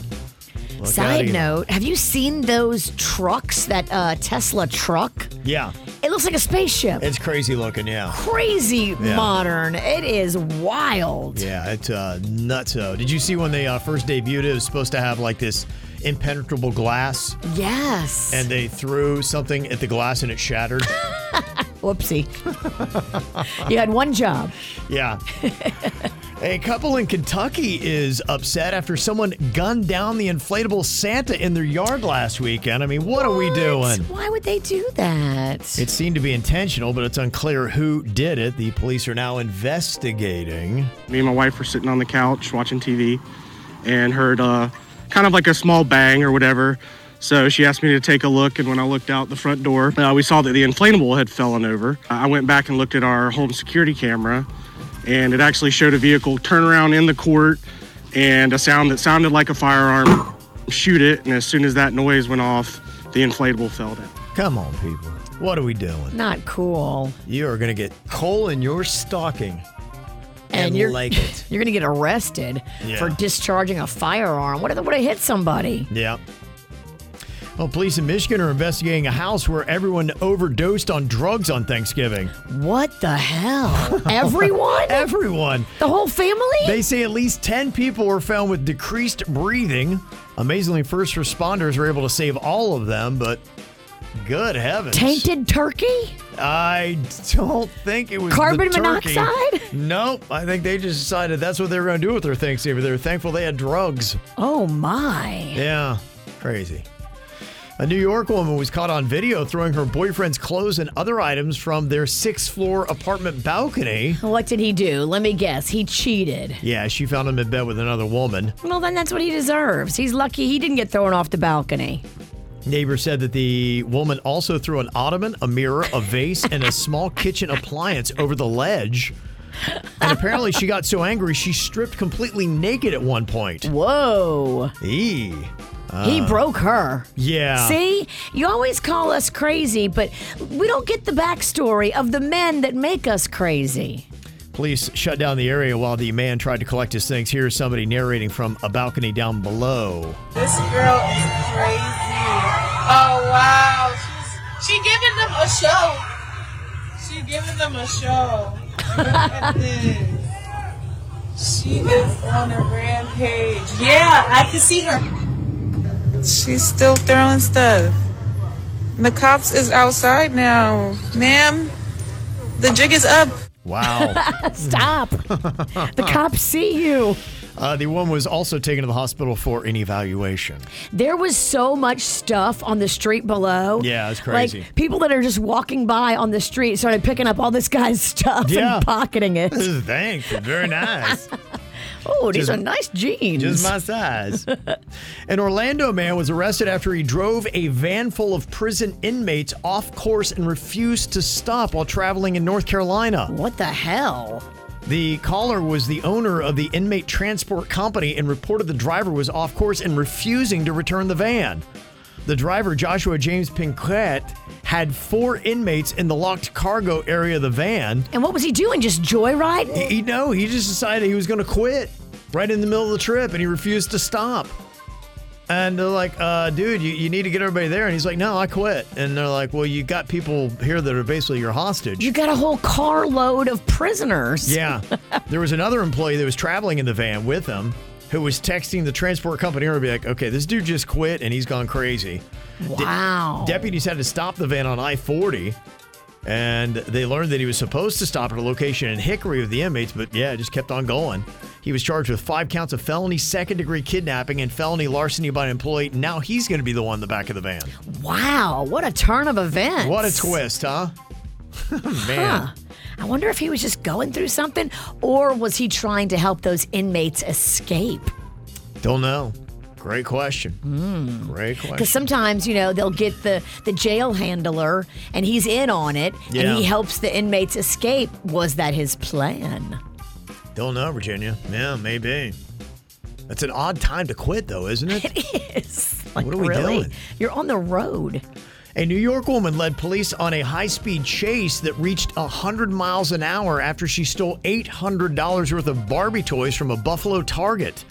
S4: Look outta
S5: Side
S4: here.
S5: note, have you seen those trucks, that uh, Tesla truck?
S4: Yeah,
S5: It looks like a spaceship.
S4: it's crazy looking, yeah.
S5: Crazy
S4: Yeah.
S5: modern. It is wild.
S4: Yeah, it's uh, nutso. Did you see when they uh, first debuted it? It was supposed to have like this impenetrable glass,
S5: Yes.
S4: and they threw something at the glass and it shattered.
S5: Whoopsie. (laughs) you had one job.
S4: yeah. A couple in Kentucky is upset after someone gunned down the inflatable Santa in their yard last weekend. I mean, what, are we doing?
S5: Why would they do that? It
S4: seemed to be intentional, but it's unclear who did it. The police are now investigating.
S14: Me and my wife were sitting on the couch watching TV and heard uh, kind of like a small bang or whatever. So she asked me to take a look, and when I looked out the front door, uh, we saw that the inflatable had fallen over. I I went back and looked at our home security camera, and it actually showed a vehicle turn around in the court and a sound that sounded like a firearm shoot it. And as soon as that noise went off, the inflatable fell down.
S4: Come on, people. What are we doing?
S5: Not cool.
S4: You are going to get coal in your stocking and,
S5: you're (laughs)
S4: like it.
S5: you're gonna get arrested
S4: Yeah.
S5: for discharging a firearm. What if what if it hit somebody?
S4: Yeah. Well, police in Michigan are investigating a house where everyone overdosed on drugs on Thanksgiving.
S5: What the
S4: (laughs)
S5: hell? Everyone?
S4: Everyone.
S5: The whole family?
S4: They say at least 10 people were found with decreased breathing. Amazingly, first responders were able to save all of them, but good heavens.
S5: Tainted turkey?
S4: I don't think it was
S5: Carbon
S4: the turkey.
S5: monoxide?
S4: Nope. I think they just decided that's what they were going to do with their Thanksgiving. They were thankful they had drugs.
S5: Oh my.
S4: Yeah, crazy. A New York woman was caught on video throwing her boyfriend's clothes and other items from their sixth floor apartment balcony.
S5: What did he do? Let me guess. He cheated.
S4: Yeah, she found him in bed with another woman.
S5: Well, then that's what he deserves. He's lucky he didn't get thrown off the balcony.
S4: Neighbor said that the woman also threw an ottoman, a mirror, a vase, and a small kitchen appliance over the ledge. And apparently, she got so angry she stripped completely naked at one point.
S5: Whoa.
S4: Eee.
S5: he
S4: Uh,
S5: broke her.
S4: Yeah.
S5: See, you always call us crazy, but we don't get the backstory of the men that make us crazy.
S4: Police shut down the area while the man tried to collect his things. Here's somebody narrating from a balcony down below.
S15: This girl is crazy. Oh wow, she's she giving them a show. She giving them a show. Look (laughs) at this. She is on a rampage. Yeah, I can see her. She's still throwing stuff. The cops is outside now, ma'am. The jig is up.
S4: Wow. (laughs)
S5: Stop. the cops see you.
S4: Uh, the woman was also taken to the hospital for an evaluation.
S5: There was so much stuff on the street below.
S4: Yeah, it's crazy.
S5: Like people that are just walking by on the street started picking up all this guy's (laughs) stuff
S4: Yeah.
S5: and pocketing it.
S4: Thanks. Very nice.
S5: oh, these
S4: Just-
S5: are nice jeans.
S4: Just my size. An Orlando man was arrested after he drove a van full of prison inmates off course and refused to stop while traveling in North Carolina.
S5: What the hell?
S4: The caller was the owner of the inmate transport company and reported the driver was off course and refusing to return the van. The driver, Joshua James Pinquette, had four inmates in the locked cargo area of the van.
S5: And what was he doing? Just joyriding?
S4: He, he, no, he just decided he was going to quit right in the middle of the trip and he refused to stop. And they're like, uh, dude, you, you need to get everybody there. And he's like, no, I quit. And they're like, well, you got people here that are basically your hostage.
S5: You (laughs) got a whole carload of prisoners.
S4: Yeah. there was another employee that was traveling in the van with him who was texting the transport company and be like, okay, this dude just quit and he's gone crazy. De-
S5: Wow.
S4: deputies had to stop the van on I 40. And they learned that he was supposed to stop at a location in Hickory with the inmates, but yeah, just kept on going. He was charged with five counts of felony second degree kidnapping and felony larceny by an employee. Now he's going to be the one in the back of the van.
S5: Wow, what a turn of events.
S4: What a twist, huh? (laughs) Man.
S5: Huh. I wonder if he was just going through something or was he trying to help those inmates escape?
S4: Don't know. Great question. Great question.
S5: Because sometimes, you know, they'll get the, the jail handler and he's in on it
S4: Yeah.
S5: and he helps the inmates escape. Was that his plan? (laughs)
S4: Don't know, Virginia. Yeah, maybe. That's an odd time to quit, though, isn't it?
S5: It is.
S4: What are we
S5: really?
S4: doing?
S5: You're on the road.
S4: A New York woman led police on a high speed chase that reached 100 miles an hour after she stole $800 worth of Barbie toys from a Buffalo Target.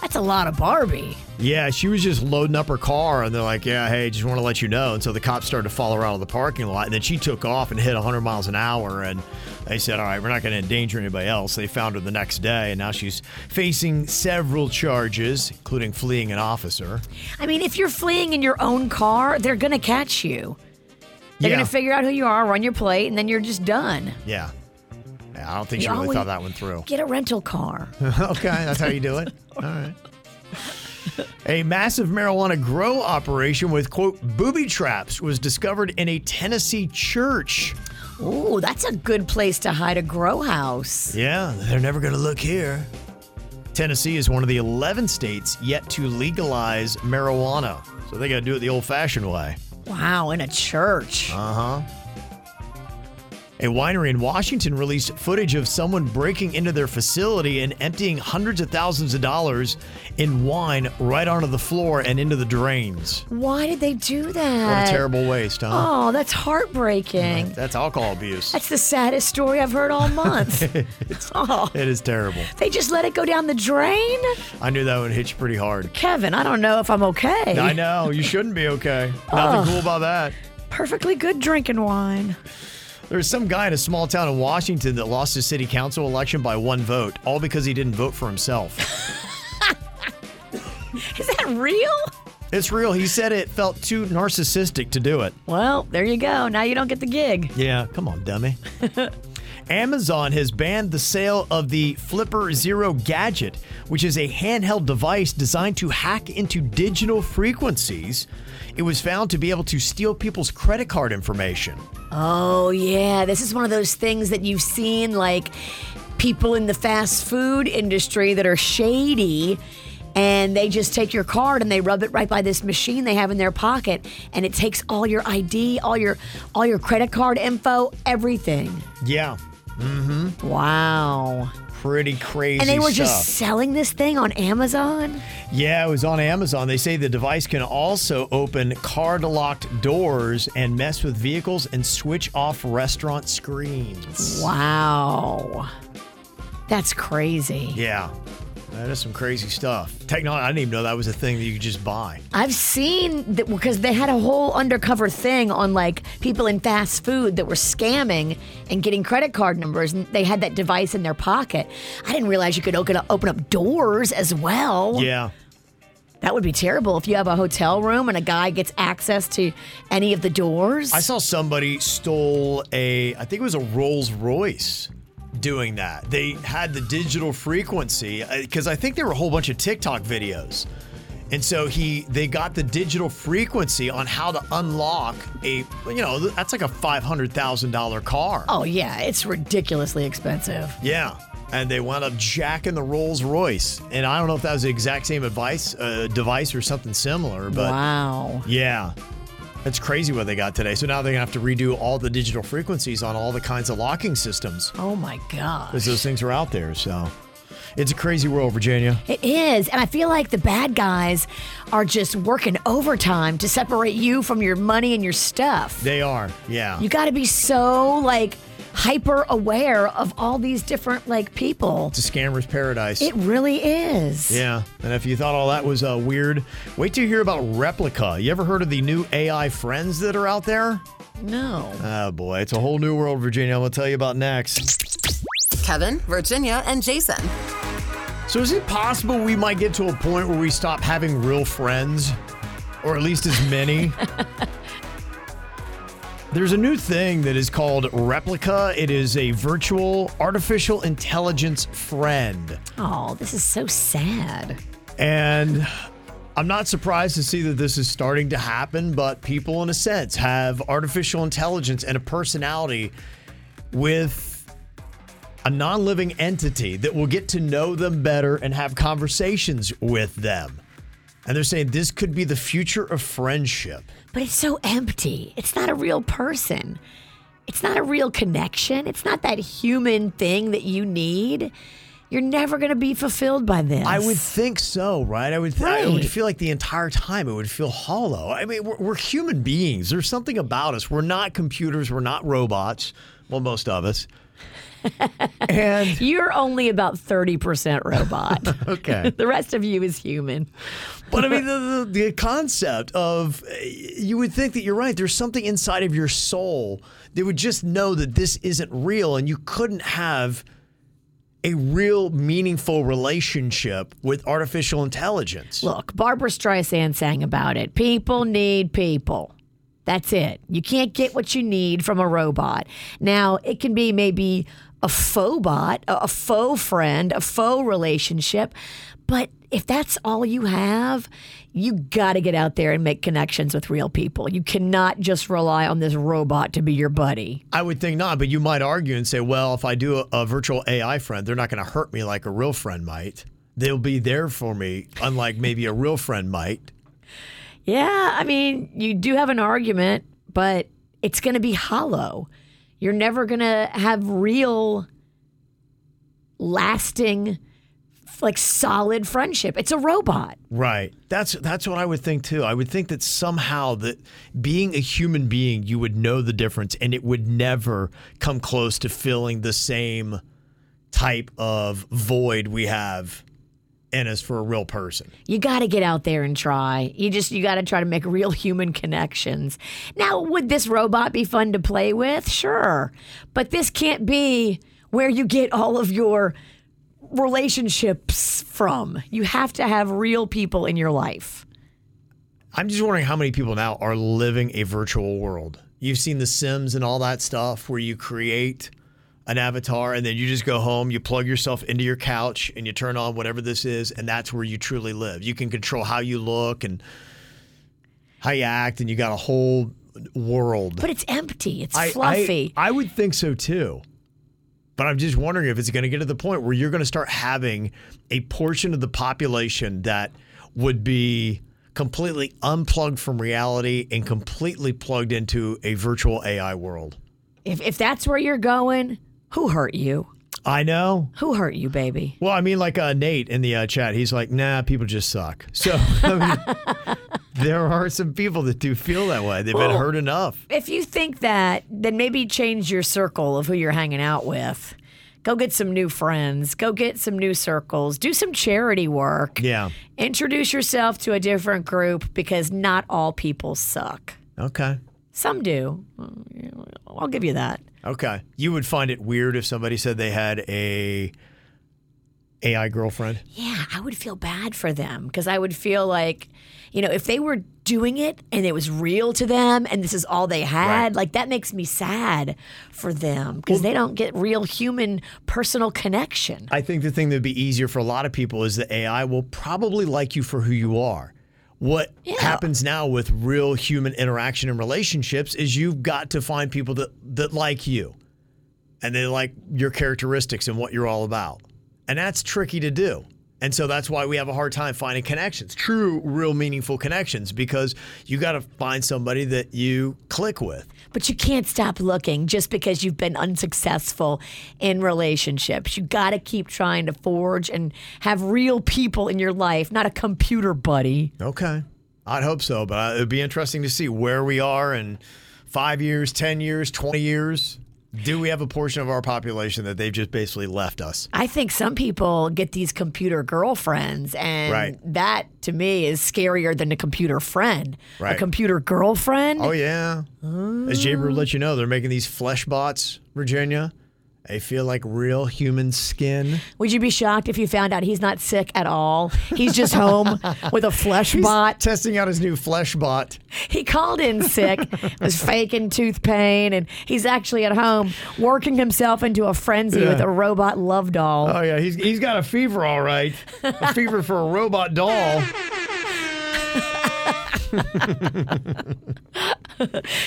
S5: That's a lot of Barbie.
S4: Yeah, she was just loading up her car, and they're like, Yeah, hey, just want to let you know. And so the cops started to follow her out of the parking lot, and then she took off and hit 100 miles an hour. And they said, All right, we're not going to endanger anybody else. They found her the next day, and now she's facing several charges, including fleeing an officer.
S5: I mean, if you're fleeing in your own car, they're going to catch you. They're
S4: Yeah.
S5: going to figure out who you are, run your plate, and then you're just done.
S4: Yeah. Yeah, I don't think
S5: You
S4: she really
S5: always-
S4: thought that one through.
S5: Get a rental car.
S4: (laughs) okay, that's how you do (laughs) it. All right. A massive marijuana grow operation with, quote, booby traps was discovered in a Tennessee church.
S5: Ooh, that's a good place to hide a grow house.
S4: Yeah, they're never going to look here. Tennessee is one of the 11 states yet to legalize marijuana. So they got to do it the old fashioned way.
S5: Wow, in a church.
S4: Uh huh. A winery in Washington released footage of someone breaking into their facility and emptying hundreds of thousands of dollars in wine right onto the floor and into the drains.
S5: Why did they do that?
S4: What a terrible waste, huh?
S5: Oh, that's heartbreaking.
S4: That's alcohol (laughs) abuse.
S5: That's the saddest story I've heard all month.
S4: (laughs) it's,
S5: oh,
S4: It is terrible.
S5: they just let it go down the drain?
S4: I knew that would hit you pretty (laughs) hard.
S5: Kevin, I don't know if I'm okay.
S4: I know. You shouldn't be okay.
S5: Ugh.
S4: Nothing cool about that.
S5: Perfectly good drinking wine.
S4: There's some guy in a small town in Washington that lost his city council election by one vote, all because he didn't vote for himself. (laughs)
S5: Is that real?
S4: It's real. He said it felt too narcissistic to do it.
S5: Well, there you go. Now you don't get the gig.
S4: Yeah, come on,
S5: (laughs)
S4: dummy. Amazon has banned the sale of the Flipper Zero gadget, which is a handheld device designed to hack into digital frequencies. It was found to be able to steal people's credit card information.
S5: Oh, yeah. This is one of those things that you've seen like people in the fast food industry that are shady and they just take your card and they rub it right by this machine they have in their pocket and it takes all your ID, all your all your credit card info, everything.
S4: Yeah. Mm hmm.
S5: Wow.
S4: Pretty crazy.
S5: and they were
S4: stuff.
S5: just selling this thing on Amazon?
S4: Yeah, it was on Amazon. They say the device can also open card locked doors and mess with vehicles and switch off restaurant screens.
S5: Wow. That's crazy.
S4: Yeah. That is some crazy stuff. Technology, I didn't even know that was a thing that you could just buy.
S5: I've seen that because they had a whole undercover thing on like people in fast food that were scamming and getting credit card numbers, and they had that device in their pocket. I didn't realize you could open up, open up doors as well.
S4: Yeah.
S5: That would be terrible if you have a hotel room and a guy gets access to any of the doors.
S4: I saw somebody stole a, I think it was a Rolls Royce, doing that. They had the digital frequency because I think there were a whole bunch of TikTok videos. And so he, they got the digital frequency on how to unlock a, you know, that's like a five hundred thousand dollar car.
S5: Oh yeah, it's ridiculously expensive.
S4: Yeah. And they wound up jacking the Rolls Royce. And I don't know if that was the exact same advice, uh, device or something similar, but
S5: Wow.
S4: yeah. It's crazy what they got today. So now they're going to have to redo all the digital frequencies on all the kinds of locking systems
S5: Oh my god.
S4: because those things are out there. So it's a crazy world, Virginia.
S5: It is. And I feel like the bad guys are just working overtime to separate you from your money and your stuff.
S4: They are. Yeah.
S5: You got to be so like hyper aware of all these different like people.
S4: It's a scammer's paradise.
S5: It really is.
S4: Yeah, and if you thought all that was uh, weird, wait till you hear about Replica. You ever heard of the new AI friends that are out there?
S5: No.
S4: Oh boy, it's a whole new world, Virginia. I'm gonna tell you about next.
S1: Kevin, Virginia, and Jason.
S4: So, is it possible we might get to a point where we stop having real friends, or at least as many? There's a new thing that is called Replica. It is a virtual artificial intelligence friend.
S5: Oh, this is so sad.
S4: And I'm not surprised to see that this is starting to happen, but people, in a sense, have artificial intelligence and a personality with a non living entity that will get to know them better and have conversations with them. And they're saying this could be the future of friendship.
S5: But it's so empty. It's not a real person. It's not a real connection. It's not that human thing that you need. You're never going to be fulfilled by this.
S4: I would think so, right? I would. Th- I would
S5: Right.
S4: feel like the entire time it would feel hollow. I mean, we're, we're human beings. There's something about us. We're not computers. We're not robots. Well, most of us. and
S5: you're only about 30%
S4: (laughs)
S5: robot.
S4: Okay.
S5: the rest of you is human.
S4: But I mean, the, the, the concept of uh, you would think that you're right. There's something inside of your soul that would just know that this isn't real, and you couldn't have a real, meaningful relationship with artificial intelligence.
S5: Look, Barbara Streisand sang about it. People need people. That's it. You can't get what you need from a robot. Now, it can be maybe a faux bot, a a faux friend, a faux relationship, but if that's all you have, you got to get out there and make connections with real people. You cannot just rely on this robot to be your buddy.
S4: I would think not, but you might argue and say, well, if I do a, a virtual AI friend, they're not going to hurt me like a real friend might. They'll be there for me, unlike maybe a real friend might.
S5: Yeah, I mean, you do have an argument, but it's going to be hollow. You're never going to have real, lasting, f- like solid friendship. It's a robot.
S4: Right. That's that's what I would think too. I would think that somehow that being a human being, you would know the difference, and it would never come close to filling the same type of void we have in us for a real person.
S5: You got to get out there and try. You just, you got to try to make real human connections. Now, would this robot be fun to play with? Sure. But this can't be where you get all of your relationships from. You have to have real people in your life.
S4: I'm just wondering how many people now are living a virtual world. You've seen The Sims and all that stuff where you create an avatar and then you just go home, you plug yourself into your couch and you turn on whatever this is, and that's where you truly live. You can control how you look and how you act, and you got a whole world.
S5: But it's empty. It's
S4: I- I-
S5: fluffy.
S4: I, would think so too. But I'm just wondering if it's going to get to the point where you're going to start having a portion of the population that would be completely unplugged from reality and completely plugged into a virtual AI world.
S5: if if that's where you're going, who hurt you?
S4: I know.
S5: Who hurt you, baby?
S4: Well, I mean, like uh, Nate in the uh, chat, he's like, nah, people just suck. (laughs) So I mean, there are some people that do feel that way. They've been
S5: Well,
S4: hurt enough.
S5: If you think that, then maybe change your circle of who you're hanging out with. Go get some new friends. Go get some new circles. Do some charity work.
S4: Yeah.
S5: Introduce yourself to a different group because not all people suck.
S4: Okay.
S5: Some do. I'll give you that.
S4: Okay. You would find it weird if somebody said they had a AI girlfriend?
S5: Yeah, I would feel bad for them because I would feel like, you know, if they were doing it and it was real to them and this is all they had,
S4: Right.
S5: like that makes me sad for them because they don't get real human personal connection.
S4: I think the thing that'd be easier for a lot of people is the AI will probably like you for who you are. What happens now with real human interaction and relationships is you've got to find people that, that like you and they like your characteristics and what you're all about. And that's tricky to do. And so that's why we have a hard time finding connections, true, real, meaningful connections, because you got to find somebody that you click with.
S5: But you can't stop looking just because you've been unsuccessful in relationships. You got to keep trying to forge and have real people in your life, not a computer buddy.
S4: Okay. I'd hope so, but I- it'd be interesting to see where we are in five years, 10 years, 20 years. Do we have a portion of our population that they've just basically left us?
S5: I think some people get these computer girlfriends, and
S4: Right.
S5: that to me is scarier than a computer friend.
S4: Right.
S5: A computer girlfriend?
S4: Oh, yeah. As Jaber let you know, they're making these flesh bots, Virginia. They feel like real human skin.
S5: Would you be shocked if you found out he's not sick at all? He's
S4: (laughs)
S5: just home with a flesh
S4: He's
S5: bot.
S4: Testing out his new flesh bot.
S5: He called in sick, was faking tooth pain, and he's actually at home working himself into a frenzy
S4: Yeah.
S5: with a robot love doll.
S4: Oh, yeah. He's, he's got a fever, all right. A fever for a robot doll.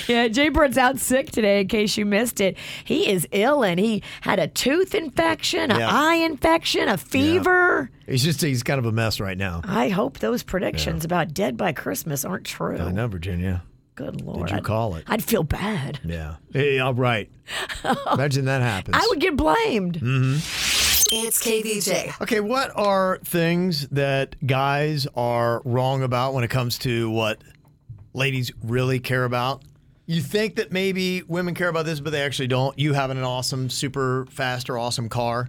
S5: yeah, Jay Bird's out sick today in case you missed it. He is ill and he had a tooth infection, an
S4: Yeah.
S5: eye infection, a fever.
S4: He's just, he's kind of a mess right now.
S5: I hope those predictions about dead by Christmas aren't true.
S4: I know, Virginia.
S5: Good Lord.
S4: Did you
S5: I'd-
S4: call it?
S5: I'd feel bad.
S4: Yeah. Yeah, all
S5: (laughs)
S4: right. Imagine that happens.
S5: I would get blamed.
S4: hmm
S1: It's KVJ.
S4: Okay, what are things that guys are wrong about when it comes to what ladies really care about? You think that maybe women care about this, but they actually don't. You having an awesome, super fast or awesome car.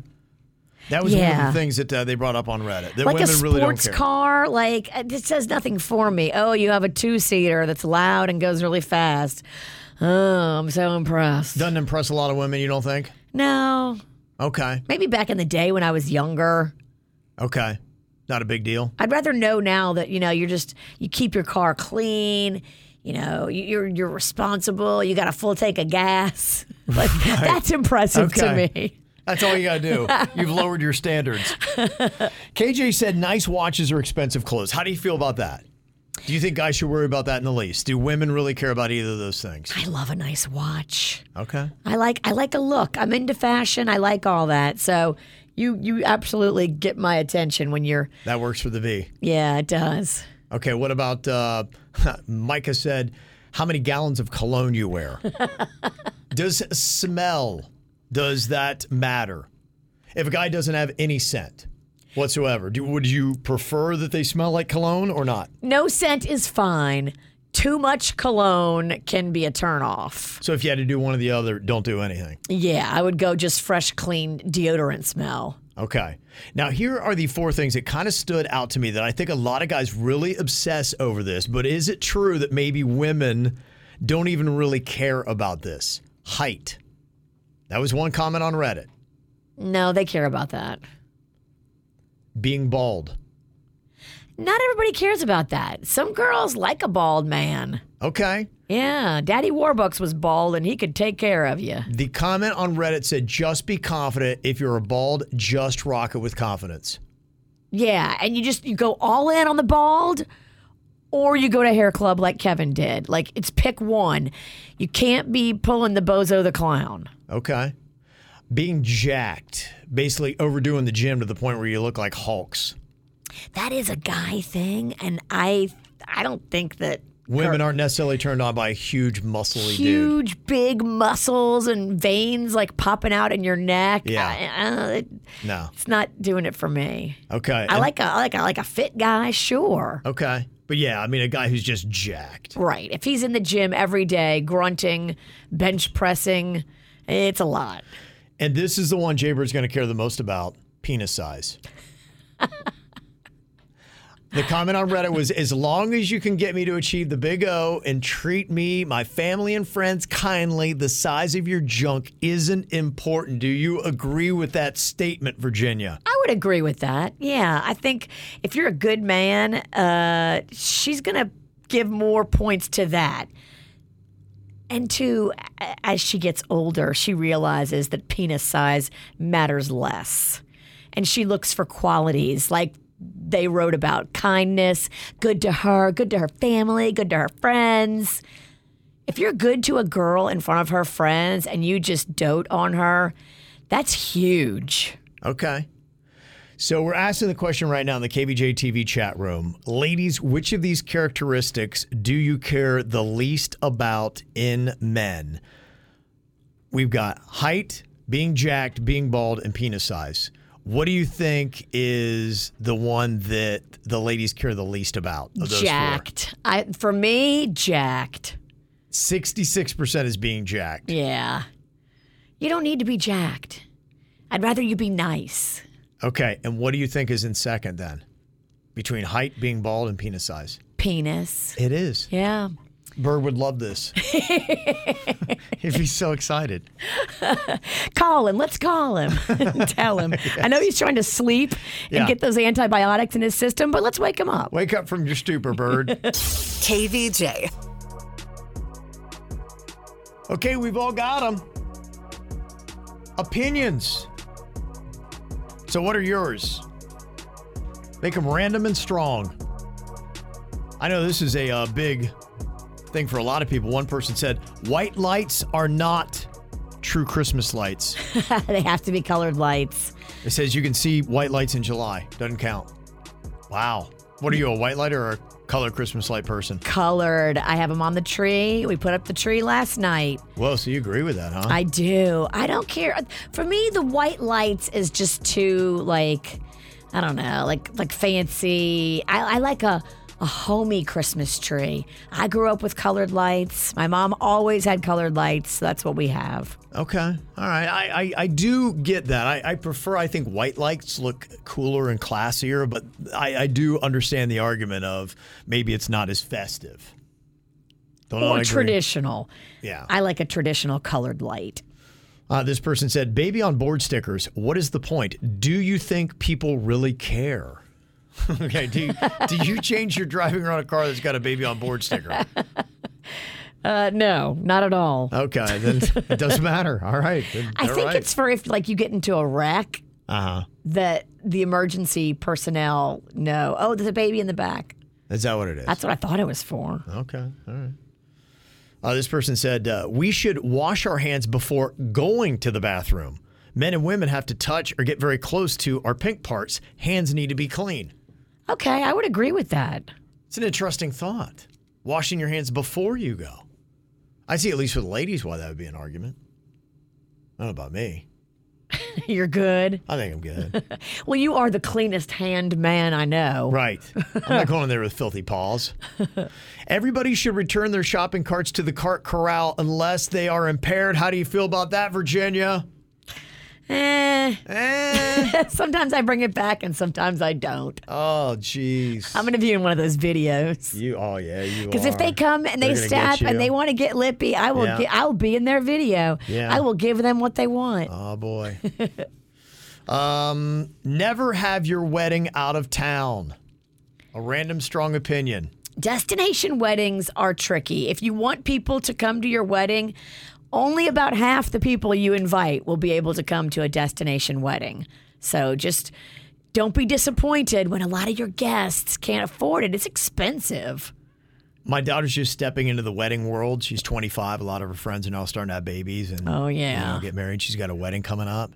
S4: That was one
S5: Yeah.
S4: of the things that uh, they brought up on Reddit. That
S5: like
S4: women
S5: a sports
S4: really don't care.
S5: car, like uh, it says nothing for me. Oh, you have a two seater that's loud and goes really fast. Oh, I'm so impressed.
S4: Doesn't impress a lot of women, you don't think?
S5: No,
S4: Okay.
S5: maybe back in the day when I was younger.
S4: Okay. Not a big deal.
S5: I'd rather know now that you know you're just you keep your car clean. You know you- you're you're responsible. You got a full tank of gas. (laughs) Like that's impressive
S4: Okay.
S5: to me.
S4: That's all you got to do. You've lowered your standards. KJ said nice watches are expensive clothes. How do you feel about that? Do you think guys should worry about that in the least? Do women really care about either of those things?
S5: I love a nice watch.
S4: Okay.
S5: I like I like a look. I'm into fashion. I like all that. So you you absolutely get my attention when you're
S4: That works for the V.
S5: yeah, it does.
S4: Okay, what about uh, (laughs) Micah said, how many gallons of cologne you wear? does smell, does that matter? If a guy doesn't have any scent whatsoever, do, would you prefer that they smell like cologne or not?
S5: No scent is fine. Too much cologne can be a turnoff.
S4: So if you had to do one or the other, don't do anything.
S5: Yeah, I would go just fresh clean deodorant smell.
S4: Okay. Now, here are the four things that kind of stood out to me that I think a lot of guys really obsess over this, but is it true that maybe women don't even really care about this? Height. That was one comment on Reddit.
S5: No, they care about that.
S4: Being bald.
S5: Not everybody cares about that. Some girls like a bald man.
S4: Okay.
S5: Yeah, Daddy Warbucks was bald and he could take care of you.
S4: The comment on Reddit said, just be confident. If you're a bald, just rock it with confidence.
S5: Yeah, and you just you go all in on the bald or you go to hair club like Kevin did. Like it's pick one. You can't be pulling the bozo the clown.
S4: Okay. Being jacked, basically overdoing the gym to the point where you look like Hulks.
S5: That is a guy thing and I I don't think that
S4: Women aren't necessarily turned on by a huge, muscly dude.
S5: huge big muscles and veins like popping out in your neck.
S4: Yeah.
S5: I- I- it-
S4: No.
S5: it's not doing it for me.
S4: Okay.
S5: I
S4: and-
S5: like a I like a like a fit guy, sure.
S4: Okay. But yeah, I mean, a guy who's just jacked.
S5: Right. If he's in the gym every day grunting, bench pressing, it's a lot.
S4: And this is the one Jaber's going to care the most about penis size. (laughs) the comment on Reddit was As long as you can get me to achieve the big O and treat me, my family, and friends kindly, the size of your junk isn't important. Do you agree with that statement, Virginia?
S5: I would agree with that. Yeah, I think if you're a good man, uh, she's going to give more points to that. And two, a- as she gets older, she realizes that penis size matters less. And she looks for qualities like they wrote about kindness, good to her, good to her family, good to her friends. If you're good to a girl in front of her friends and you just dote on her, that's huge.
S4: Okay. So we're asking the question right now in the KBJ TV chat room. Ladies, which of these characteristics do you care the least about in men? We've got height, being jacked, being bald, and penis size. What do you think is the one that the ladies care the least about of those four?
S5: jacked. I for me, jacked.
S4: 66% is being jacked.
S5: Yeah. You don't need to be jacked. I'd rather you be nice.
S4: Okay. And what do you think is in second then? Between height, being bald, and penis size?
S5: Penis.
S4: It is.
S5: Yeah.
S4: Bird would love this. He'd be so excited.
S5: Call him. Let's call him. (laughs) Tell
S4: (laughs)
S5: him. I know he's trying to sleep and
S4: Yeah.
S5: get those antibiotics in his system, but let's wake him up. (laughs)
S4: Wake up from your stupor, bird.
S1: KVJ.
S4: Okay, we've all got them. Opinions. So, what are yours? Make them random and strong. I know this is a uh, big thing for a lot of people. One person said, white lights are not true Christmas lights.
S5: they have to be colored lights.
S4: It says you can see white lights in July. Doesn't count. Wow. What are you, a white light or a color Christmas light person?
S5: Colored. I have them on the tree. We put up the tree last night.
S4: Whoa, so you agree with that, huh?
S5: I do. I don't care. For me, the white lights is just too like, I don't know, like like fancy. I, I like a a homey Christmas tree. I grew up with colored lights. My mom always had colored lights. So that's what we have.
S4: Okay. All right. I, I, I do get that. I, I prefer, I think white lights look cooler and classier, but I, I do understand the argument of maybe it's not as festive. Don't all
S5: or
S4: Oh, agree?
S5: traditional.
S4: Yeah.
S5: I like a traditional colored light.
S4: Uh, this person said, baby on board stickers. What is the point? Do you think people really care? (laughs) okay. Do you, do you change your driving around a car that's got a baby on board sticker?
S5: Uh, no, not at all.
S4: Okay. Then it doesn't matter. All right. then
S5: I
S4: they're
S5: think
S4: right.
S5: it's for if like you get into a wreck
S4: Uh huh.
S5: that the emergency personnel know. Oh, there's a baby in the back.
S4: Is that what it is?
S5: That's what I thought it was for.
S4: Okay. All right. Uh, this person said, uh, we should wash our hands before going to the bathroom. Men and women have to touch or get very close to our pink parts. Hands need to be clean.
S5: Okay, I would agree with that. (laughs)
S4: It's an interesting thought. Washing your hands before you go. I see, at least with ladies, why that would be an argument. I don't know about me.
S5: You're good.
S4: I think I'm good.
S5: (laughs) Well, you are the cleanest hand man I know.
S4: Right. I'm not going in there with filthy paws. Everybody should return their shopping carts to the cart corral unless they are impaired. How do you feel about that, Virginia?
S5: Eh. (laughs) sometimes I bring it back and sometimes I don't.
S4: Eh. Oh, jeez.
S5: I'm going to be in one of those videos.
S4: You, oh yeah, you.
S5: Because if they
S4: are.
S5: come and they
S4: They're gonna get
S5: step and
S4: you.
S5: they want to get lippy, I will
S4: Yeah.
S5: get, I'll be in their video.
S4: Yeah.
S5: I will give them what they want.
S4: oh
S5: (laughs)
S4: boy. um, never have your wedding out of town. A random strong opinion.
S5: Destination weddings are tricky. If you want people to come to your wedding, only about half the people you invite will be able to come to a destination wedding. So just don't be disappointed when a lot of your guests can't afford it. It's expensive.
S4: My daughter's just stepping into the wedding world. She's 25. A lot of her friends are now starting to have babies and
S5: Oh,
S4: you know,
S5: yeah.
S4: get married. She's got a wedding coming up,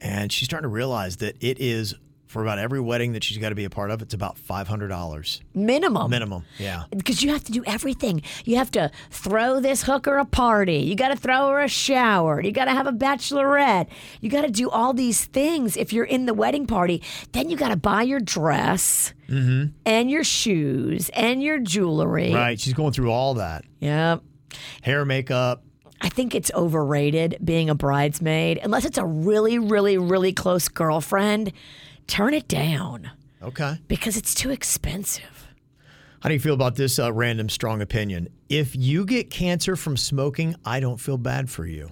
S4: and she's starting to realize that it is for about every wedding that she's got to be a part of. It's about five hundred dollars
S5: Minimum.
S4: minimum. Yeah.
S5: Because you have to do everything. You have to throw this hooker a party. You got to throw her a shower. You got to have a bachelorette. You got to do all these things if you're in the wedding party. Then you got to buy your dress
S4: Mm-hmm.
S5: and your shoes and your jewelry.
S4: Right. She's going through all that.
S5: Yep.
S4: Hair, makeup.
S5: I think it's overrated being a bridesmaid, unless it's a really, really, really close girlfriend. Turn it down
S4: Okay.
S5: because it's too expensive.
S4: How do you feel about this uh, random strong opinion? If you get cancer from smoking, I don't feel bad for you.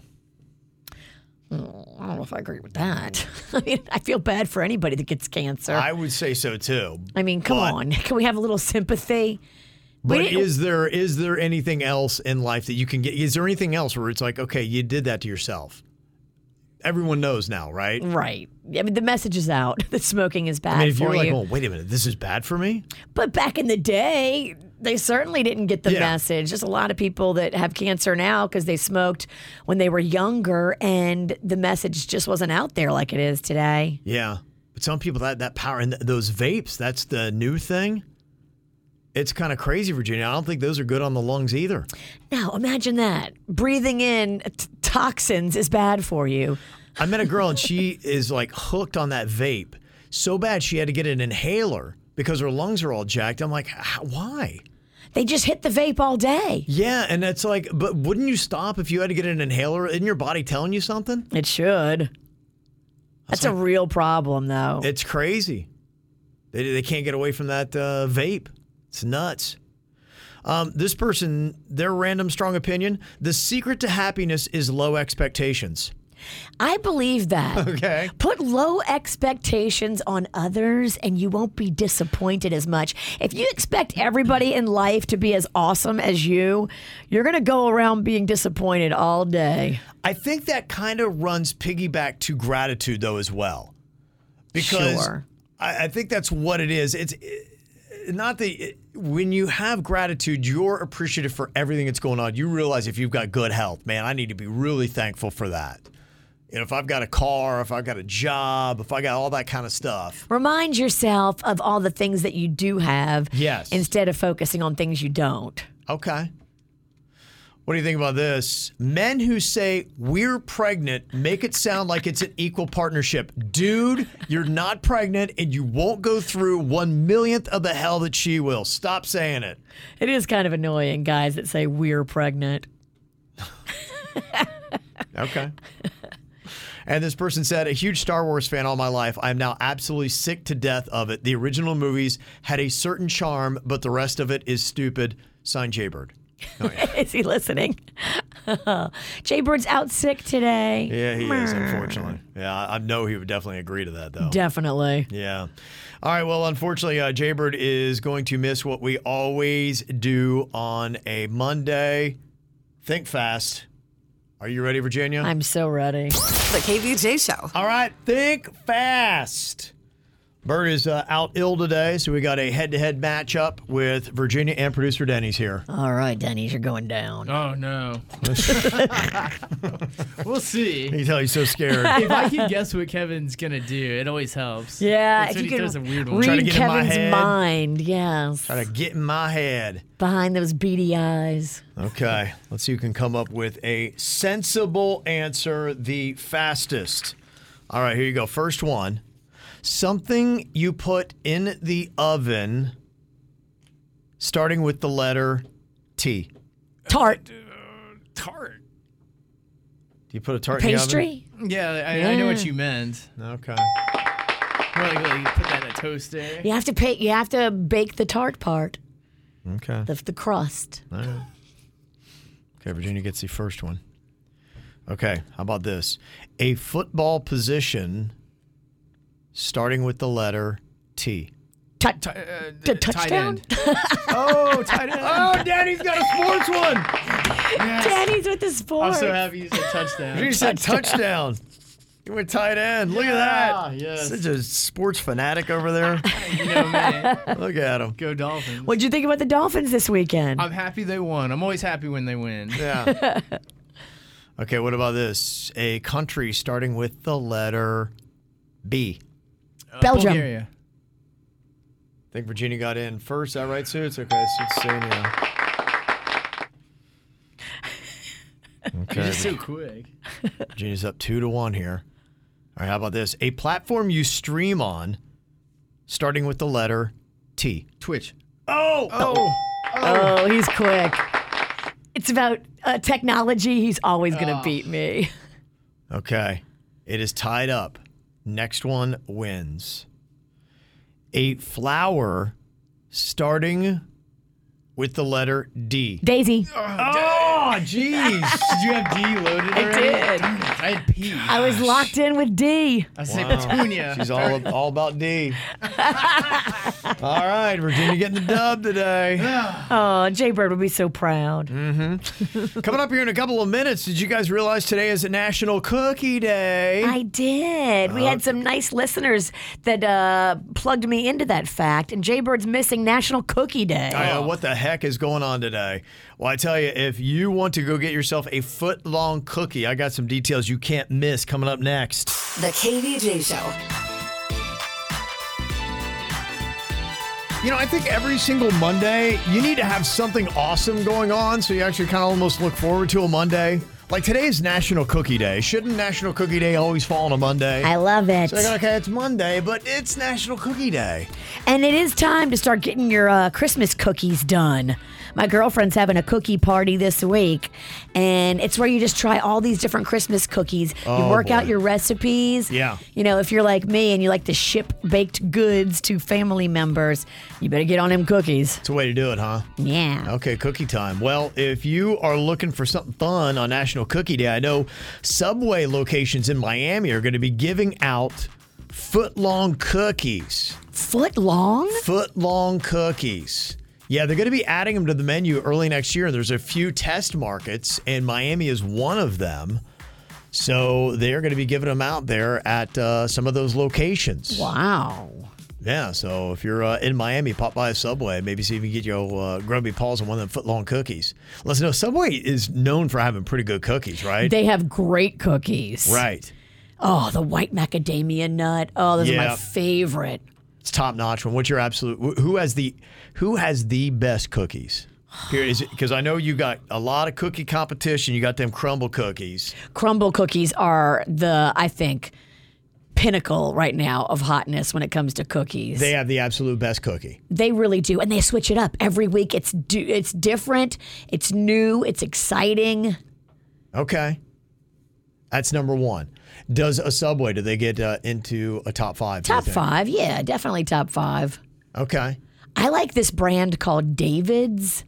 S5: Oh, I don't know if I agree with that. (laughs) I mean, I feel bad for anybody that gets cancer.
S4: I would say so too.
S5: I mean, come
S4: But-
S5: on. (laughs) Can we have a little sympathy?
S4: But
S5: didn't-
S4: is there is there anything else in life that you can get? Is there anything else where it's like, okay, you did that to yourself? Everyone knows now, right?
S5: Right. I mean, the message is out (laughs) that smoking is bad
S4: I mean, if
S5: for
S4: you're like,
S5: you.
S4: oh, wait a minute, this is bad for me.
S5: But back in the day, they certainly didn't get the
S4: Yeah.
S5: message. There's a lot of people that have cancer now because they smoked when they were younger, and the message just wasn't out there like it is today.
S4: Yeah, but some people that that power and th- those vapes, that's the new thing. It's kind of crazy, Virginia. I don't think those are good on the lungs either.
S5: Now, imagine that. Breathing in t- toxins is bad for you.
S4: I met a girl and
S5: (laughs)
S4: she is like hooked on that vape so bad she had to get an inhaler because her lungs are all jacked. I'm like, "How- why?
S5: They just hit the vape all day.
S4: Yeah, and it's like, but wouldn't you stop if you had to get an inhaler? Isn't your body telling you something?
S5: It should. That's a real problem, though.
S4: It's crazy. They, they can't get away from that uh, vape. It's nuts. Um, this person, their random strong opinion the secret to happiness is low expectations.
S5: I believe
S4: (laughs)
S5: that.
S4: Okay.
S5: Put low expectations on others and you won't be disappointed as much. If you expect everybody in life to be as awesome as you, you're going to go around being disappointed all day.
S4: I think that kind of runs piggyback to gratitude, though, as well. Because
S5: Sure.
S4: I, I think that's what it is. It's eh, not that eh, when you have gratitude, you're appreciative for everything that's going on. You realize if you've got good health, man, I need to be really thankful for that. You know, if I've got a car, if I've got a job, if I got all that kind of stuff.
S5: Remind yourself of all the things that you do have
S4: Yes.
S5: instead of focusing on things you don't.
S4: Okay. What do you think about this? Men who say we're pregnant make it sound like it's an equal partnership. Dude, you're not pregnant and you won't go through one millionth of the hell that she will. Stop saying it.
S5: It is kind of annoying, guys that say we're pregnant. (laughs)
S4: Okay. (laughs) And this person said, a huge Star Wars fan all my life. I am now absolutely sick to death of it. The original movies had a certain charm, but the rest of it is stupid. Signed Jaybird.
S5: is he listening? (laughs) Jay Bird's out sick today.
S4: Yeah, he is,
S5: Brr.
S4: unfortunately. Yeah, I I know he would definitely agree to that, though.
S5: Definitely.
S4: Yeah. All right. Well, unfortunately, uh, Jaybird is going to miss what we always do on a Monday. Think fast. Are you ready, Virginia?
S5: I'm so ready.
S4: The KVJ show. All right. Think fast. Bird is uh, out ill today, so we got a head-to-head matchup with Virginia and producer Denny's here.
S5: All right, Denny's, you're going down.
S4: (laughs)
S7: Oh no. we'll see.
S4: You can tell he's so scared.
S7: if I can guess what Kevin's gonna do, it always helps.
S5: Yeah,
S7: That's
S5: if
S7: when
S5: you
S7: he
S5: can
S7: does a weird one.
S5: read Kevin's mind. Yes,
S4: Try to get in my head.
S5: behind those beady eyes.
S4: Okay, let's see who can come up with a sensible answer the fastest. All right, here you go. First one something you put in the oven starting with the letter T.
S5: Tart.
S7: Tart.
S4: Do you put a tart in
S7: Pastry? Yeah, I, I know what
S4: Yeah.
S7: you meant.
S4: Okay.
S7: More (laughs) like, like, put that in a toaster.
S5: You have to pay, You have to bake the tart part,
S4: the oven? Okay.
S5: the, the crust.
S4: All right. Okay, Virginia gets the first one. Okay, how about this? A football position starting with the letter T.
S5: Touch,
S7: Uh, touchdown? (laughs)
S4: oh, tight end. (laughs) Oh, Daddy's got a sports one.
S5: Danny's with the sports.
S7: I'm so happy you said touchdown.
S4: Virginia said touchdown. You went tight end. (laughs) Look
S7: Yeah,
S4: at that. (laughs)
S7: yes.
S4: Such a sports fanatic over (laughs) there.
S7: You know me.
S4: Look at him.
S7: Go Dolphins.
S5: What'd you think about the Dolphins this weekend?
S7: I'm happy they won. I'm always happy when they
S4: (laughs)
S7: win.
S4: Yeah. Okay, what about this? A country starting with the letter B.
S5: Belgium.
S7: Bulgaria.
S4: I think Virginia got in first. Is that right, Sue? It's okay. It's saying yeah.
S7: You're
S4: Okay.
S7: just so quick.
S4: Virginia's up two to one here. All right, how about this? A platform you stream on starting with the letter T.
S7: Twitch.
S4: Oh.
S5: Oh. Oh, he's quick. It's about uh, technology. He's always gonna
S7: Ah.
S4: Oh.
S5: beat me.
S4: Okay. It is tied up. Next one wins. A flower starting with the letter D.
S5: Daisy.
S4: Oh, Oh, (laughs) jeez.
S7: Did you have D loaded?
S5: I
S7: already?
S5: did.
S7: Darn it, I had P.
S5: I was locked in with D.
S7: I say Petunia.
S4: She's all, all about D. all right, Virginia getting the dub today.
S5: Oh, Jay Bird would be so proud.
S4: Mm-hmm. Coming up here in a couple of minutes, did you guys realize today is a National Cookie Day?
S5: I did. We had some nice listeners that uh, plugged me into that fact, and Jay Bird's missing National Cookie Day.
S4: I know what the heck is going on today. Well, I tell you, if you want to go get yourself a foot long cookie, I got some details you can't miss coming up next.
S1: The KVJ Show.
S4: You know, I think every single Monday, you need to have something awesome going on so you actually kind of almost look forward to a Monday. Like today is National Cookie Day. Shouldn't National Cookie Day always fall on a Monday?
S5: I love it.
S4: So I go, okay, it's Monday, but it's National Cookie Day.
S5: And it is time to start getting your uh, Christmas cookies done. My girlfriend's having a cookie party this week, and it's where you just try all these different Christmas cookies.
S4: Oh,
S5: you work
S4: boy.
S5: out your recipes.
S4: Yeah.
S5: You know, if you're like me and you like to ship baked goods to family members, you better get on them cookies.
S4: It's a way to do it, huh?
S5: Yeah.
S4: Okay, cookie time. Well, if you are looking for something fun on National Cookie Day, I know Subway locations in Miami are going to be giving out foot long cookies.
S5: Foot long?
S4: Foot long cookies. Yeah, they're going to be adding them to the menu early next year. There's a few test markets, and Miami is one of them. So they're going to be giving them out there at uh, some of those locations.
S5: Wow.
S4: Yeah, so if you're uh, in Miami, pop by a Subway, maybe see if you can get your uh, grubby paws on one of them foot long cookies. Let's know Subway is known for having pretty good cookies, right?
S5: They have great cookies.
S4: right.
S5: Oh, the white macadamia nut. Oh, those are
S4: Yeah.
S5: my favorite.
S4: It's top notch one. What's your absolute? wh- Who has the who has the best cookies? Because I know you got a lot of cookie competition. You got them crumble cookies.
S5: crumble cookies are the I think pinnacle right now of hotness when it comes to cookies.
S4: They have the absolute best cookie.
S5: They really do, and they switch it up every week. It's do, it's different, it's new, it's exciting.
S4: Okay, that's number one. Does a Subway? Do they get uh, into a top five? do you
S5: Top
S4: think?
S5: five, yeah, definitely top five.
S4: Okay.
S5: I like this brand called David's.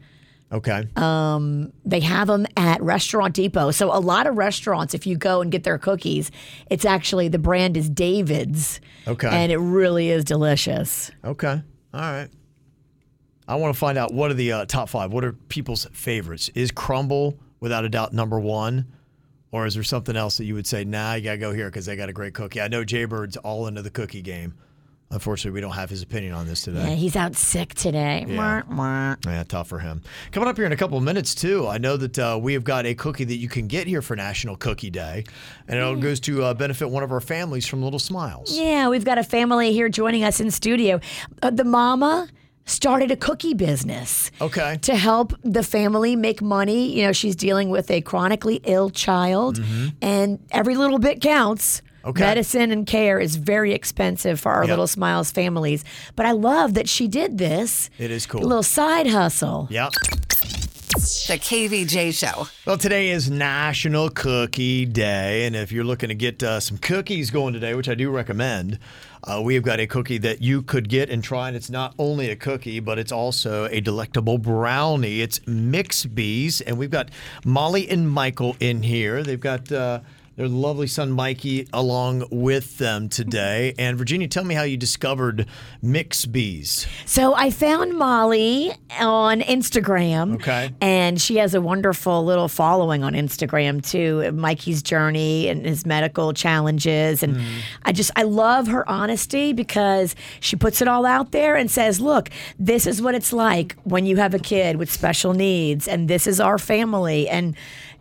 S4: Okay.
S5: Um, they have them at Restaurant Depot. So a lot of restaurants, if you go and get their cookies, it's actually the brand is David's.
S4: Okay.
S5: and it really is delicious.
S4: Okay. All right. I want to find out what are the uh, top five. What are people's favorites? Is crumble without a doubt number one, or is there something else that you would say? Nah, you gotta go here because they got a great cookie. I know Jaybird's all into the cookie game. Unfortunately, we don't have his opinion on this today.
S5: Yeah, he's out sick today.
S4: Yeah. Yeah, tough for him. Coming up here in a couple of minutes, too, I know that uh, we have got a cookie that you can get here for National Cookie Day, and it all goes to uh, benefit one of our families from Little Smiles.
S5: Yeah, we've got a family here joining us in studio. Uh, the mama started a cookie business.
S4: Okay.
S5: To help the family make money. You know, she's dealing with a chronically ill child,
S4: Mhm.
S5: and every little bit counts.
S4: Okay.
S5: Medicine and care is very expensive for our
S4: Yep.
S5: Little Smiles families. But I love that she did this.
S4: It is cool.
S5: A little side hustle.
S4: Yep.
S1: The KVJ Show.
S4: Well, today is National Cookie Day, and if you're looking to get uh, some cookies going today, which I do recommend, uh, we have got a cookie that you could get and try, and it's not only a cookie, but it's also a delectable brownie. It's Mix Bees, and we've got Molly and Michael in here. They've got uh, their lovely son Mikey along with them today. And Virginia, tell me how you discovered Mix Bees.
S5: So I found Molly on Instagram.
S4: Okay.
S5: And she has a wonderful little following on Instagram too. Mikey's journey and his medical challenges. And I just, I love her honesty because she puts it all out there and says, look, this is what it's like when you have a kid with special needs, and this is our family. And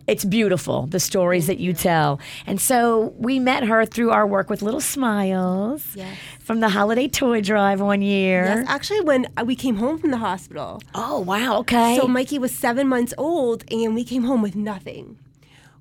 S5: it's beautiful, the stories that you tell. And so we met her through our work with Little Smiles from the holiday toy drive one year.
S16: Yes, actually, when we came home from the hospital.
S5: Oh, wow. Okay.
S16: So Mikey was seven months old, and we came home with nothing.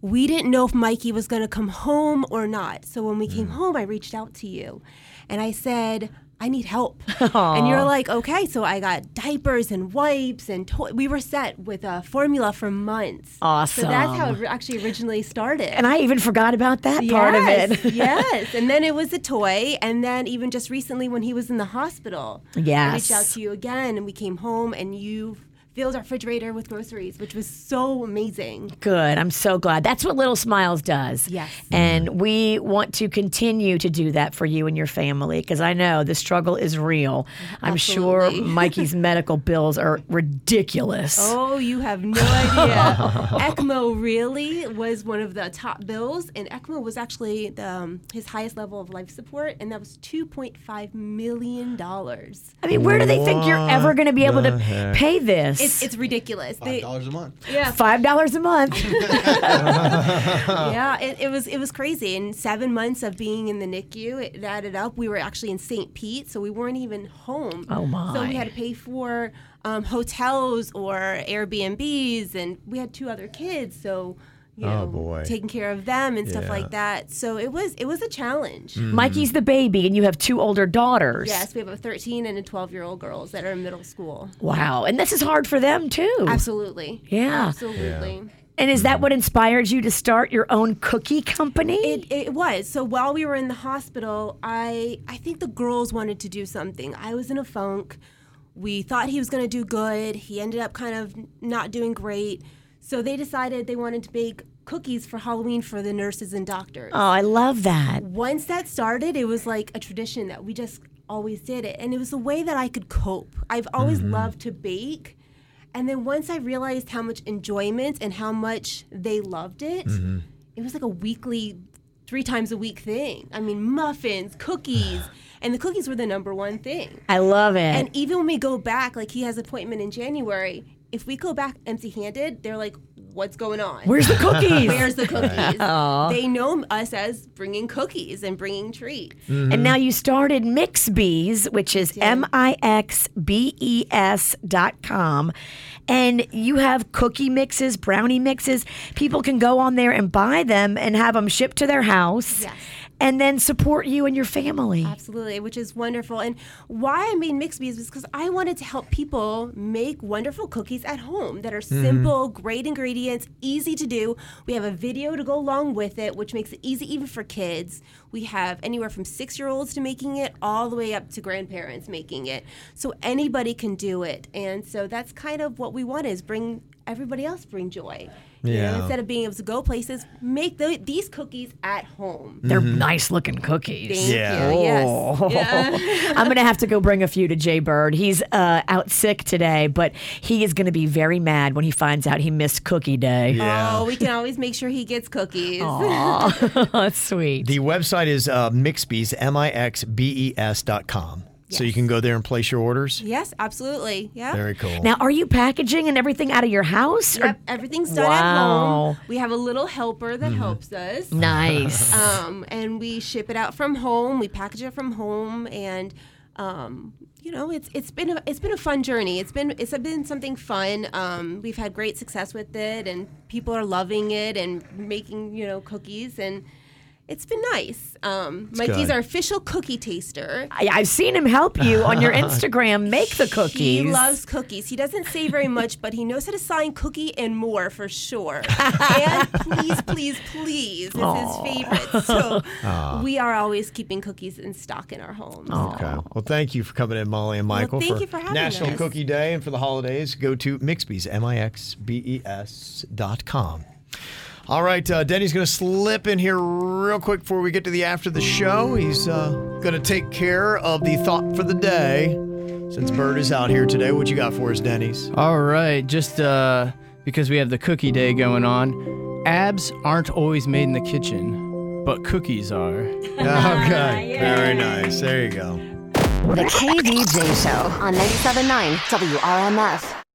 S16: We didn't know if Mikey was going to come home or not. So when we came home, I reached out to you and I said, I need help. And you're
S5: Aw.
S16: like, okay. So I got diapers and wipes and to- we were set with a formula for months. So that's how it
S5: Awesome.
S16: re- actually originally started.
S5: And I even forgot about that part of
S16: Yes, (laughs)
S5: it. (laughs)
S16: yes. And then it was a toy. And then even just recently when he was in the hospital, I reached out
S5: Yes.
S16: to you again and we came home and you filled our refrigerator with groceries, which was so amazing.
S5: Good. I'm so glad. That's what Little Smiles does.
S16: Yes.
S5: And we want to continue to do that for you and your family because I know the struggle is real. I'm sure
S16: (laughs)
S5: Mikey's medical bills are ridiculous.
S16: Oh, you have no idea. (laughs) ECMO really was one of the top bills, and ECMO was actually the, um, his highest level of life support, and that was $2.5 million.
S5: I mean, where do they think you're ever going to be able to
S17: What the heck?
S5: pay this?
S16: It's, it's ridiculous. They-
S17: $5 a month.
S16: yeah.
S5: (laughs) Five dollars a month.
S17: Mm-hmm.
S16: yeah, it, it was it was crazy. And seven months of being in the NICU, it added up. We were actually in St. Pete, so we weren't even home.
S5: Oh, my.
S16: So we had to pay for um, hotels or Airbnbs, and we had two other kids, so you
S5: Oh,
S16: know,
S5: boy.
S16: taking care of them and stuff
S5: Yeah. Mm.
S16: like that. So it was it was a challenge.
S5: Mikey's the baby, and you have two older daughters.
S16: Yes, we have a 13 and a 12 year old girls that are in middle school.
S5: Wow. And this is hard for them too.
S16: Absolutely.
S5: Yeah.
S16: Absolutely.
S5: And is that what inspired you to start your own cookie company?
S16: It, it was. So while we were in the hospital, I I think the girls wanted to do something. I was in a funk. We thought he was going to do good. He ended up kind of not doing great. So they decided they wanted to make cookies for Halloween for the nurses and doctors.
S5: Oh, I love that.
S16: Once that started, it was like a tradition that we just always did it. And it was a way that I could cope. I've always
S5: Mhm.
S16: loved to bake. And then once I realized how much enjoyment and how much they loved it, it was like a weekly, three times a week thing. I mean, muffins, cookies, and the cookies were the number one thing.
S5: I love it.
S16: And even when we go back, like he has an appointment in January. If we go back empty-handed, they're like, "What's going on?
S5: Where's the cookies?
S16: (laughs) Where's the cookies?"
S5: Right. Aw.
S16: They know us as bringing cookies and bringing treats.
S5: And now you started Mix Bees, which is M I X B E S dot com. And you have cookie mixes, brownie mixes. People can go on there and buy them and have them shipped to their house and then support you and your family.
S16: Absolutely, which is wonderful. And why I made mixed bees is because I wanted to help people make wonderful cookies at home that are
S5: Mhm.
S16: simple, great ingredients, easy to do. We have a video to go along with it, which makes it easy even for kids. We have anywhere from six year olds to making it all the way up to grandparents making it. So anybody can do it. And so that's kind of what we want is bring everybody else bring joy. You know,
S5: Yeah.
S16: instead of being able to go places, make tho- these cookies at home.
S5: They're nice looking cookies.
S16: Thank Yeah. you, yes.
S5: Oh.
S16: Yeah.
S5: (laughs) I'm going to have to go bring a few to Jay Bird. He's uh, out sick today, but he is going to be very mad when he finds out he missed cookie day.
S16: Oh, we can always make sure he gets cookies.
S5: That's (laughs) sweet.
S4: The website is uh, Mixbees, M I X B E S dot com. So you can go there and place your orders.
S16: yes, absolutely. Yeah.
S4: Very cool.
S5: Now, are you packaging and everything out of your house? or-
S16: Yep, everything's done at
S5: Wow.
S16: home. We have a little helper
S5: Mm-hmm.
S16: that helps
S5: (laughs)
S16: us.
S5: Nice.
S16: Um, and we ship it out from home. We package it from home, and um, you know, it's it's been a, it's been a fun journey. It's been it's been something fun. Um, we've had great success with it, and people are loving it and making you know cookies, and it's been nice. Um,
S5: It's
S16: Mikey's
S5: good.
S16: our official cookie taster.
S5: I, I've seen him help you on (laughs) your Instagram make the cookies.
S16: He loves cookies. He doesn't say very much, but he knows how to sign cookie and more for sure. and please, please, please is
S4: Aw.
S16: his favorite. So
S4: Aw.
S16: we are always keeping cookies in stock in our homes.
S4: Okay. Well, thank you for coming in, Molly and Michael.
S16: thank you for having
S4: National
S16: us.
S4: Cookie Day and for the holidays, go to Mixbees, M I X B E S dot com. All right, uh, Denny's going to slip in here real quick before we get to the after the show. He's uh, going to take care of the thought for the day. Since Bird is out here today, what you got for us,
S16: (laughs)
S4: Denny's?
S7: All right, just uh, because we have the cookie day going on, abs aren't always made in the kitchen, but cookies are.
S4: Okay, very nice. There you go.
S1: The KVJ Show on 97.9 WRMF.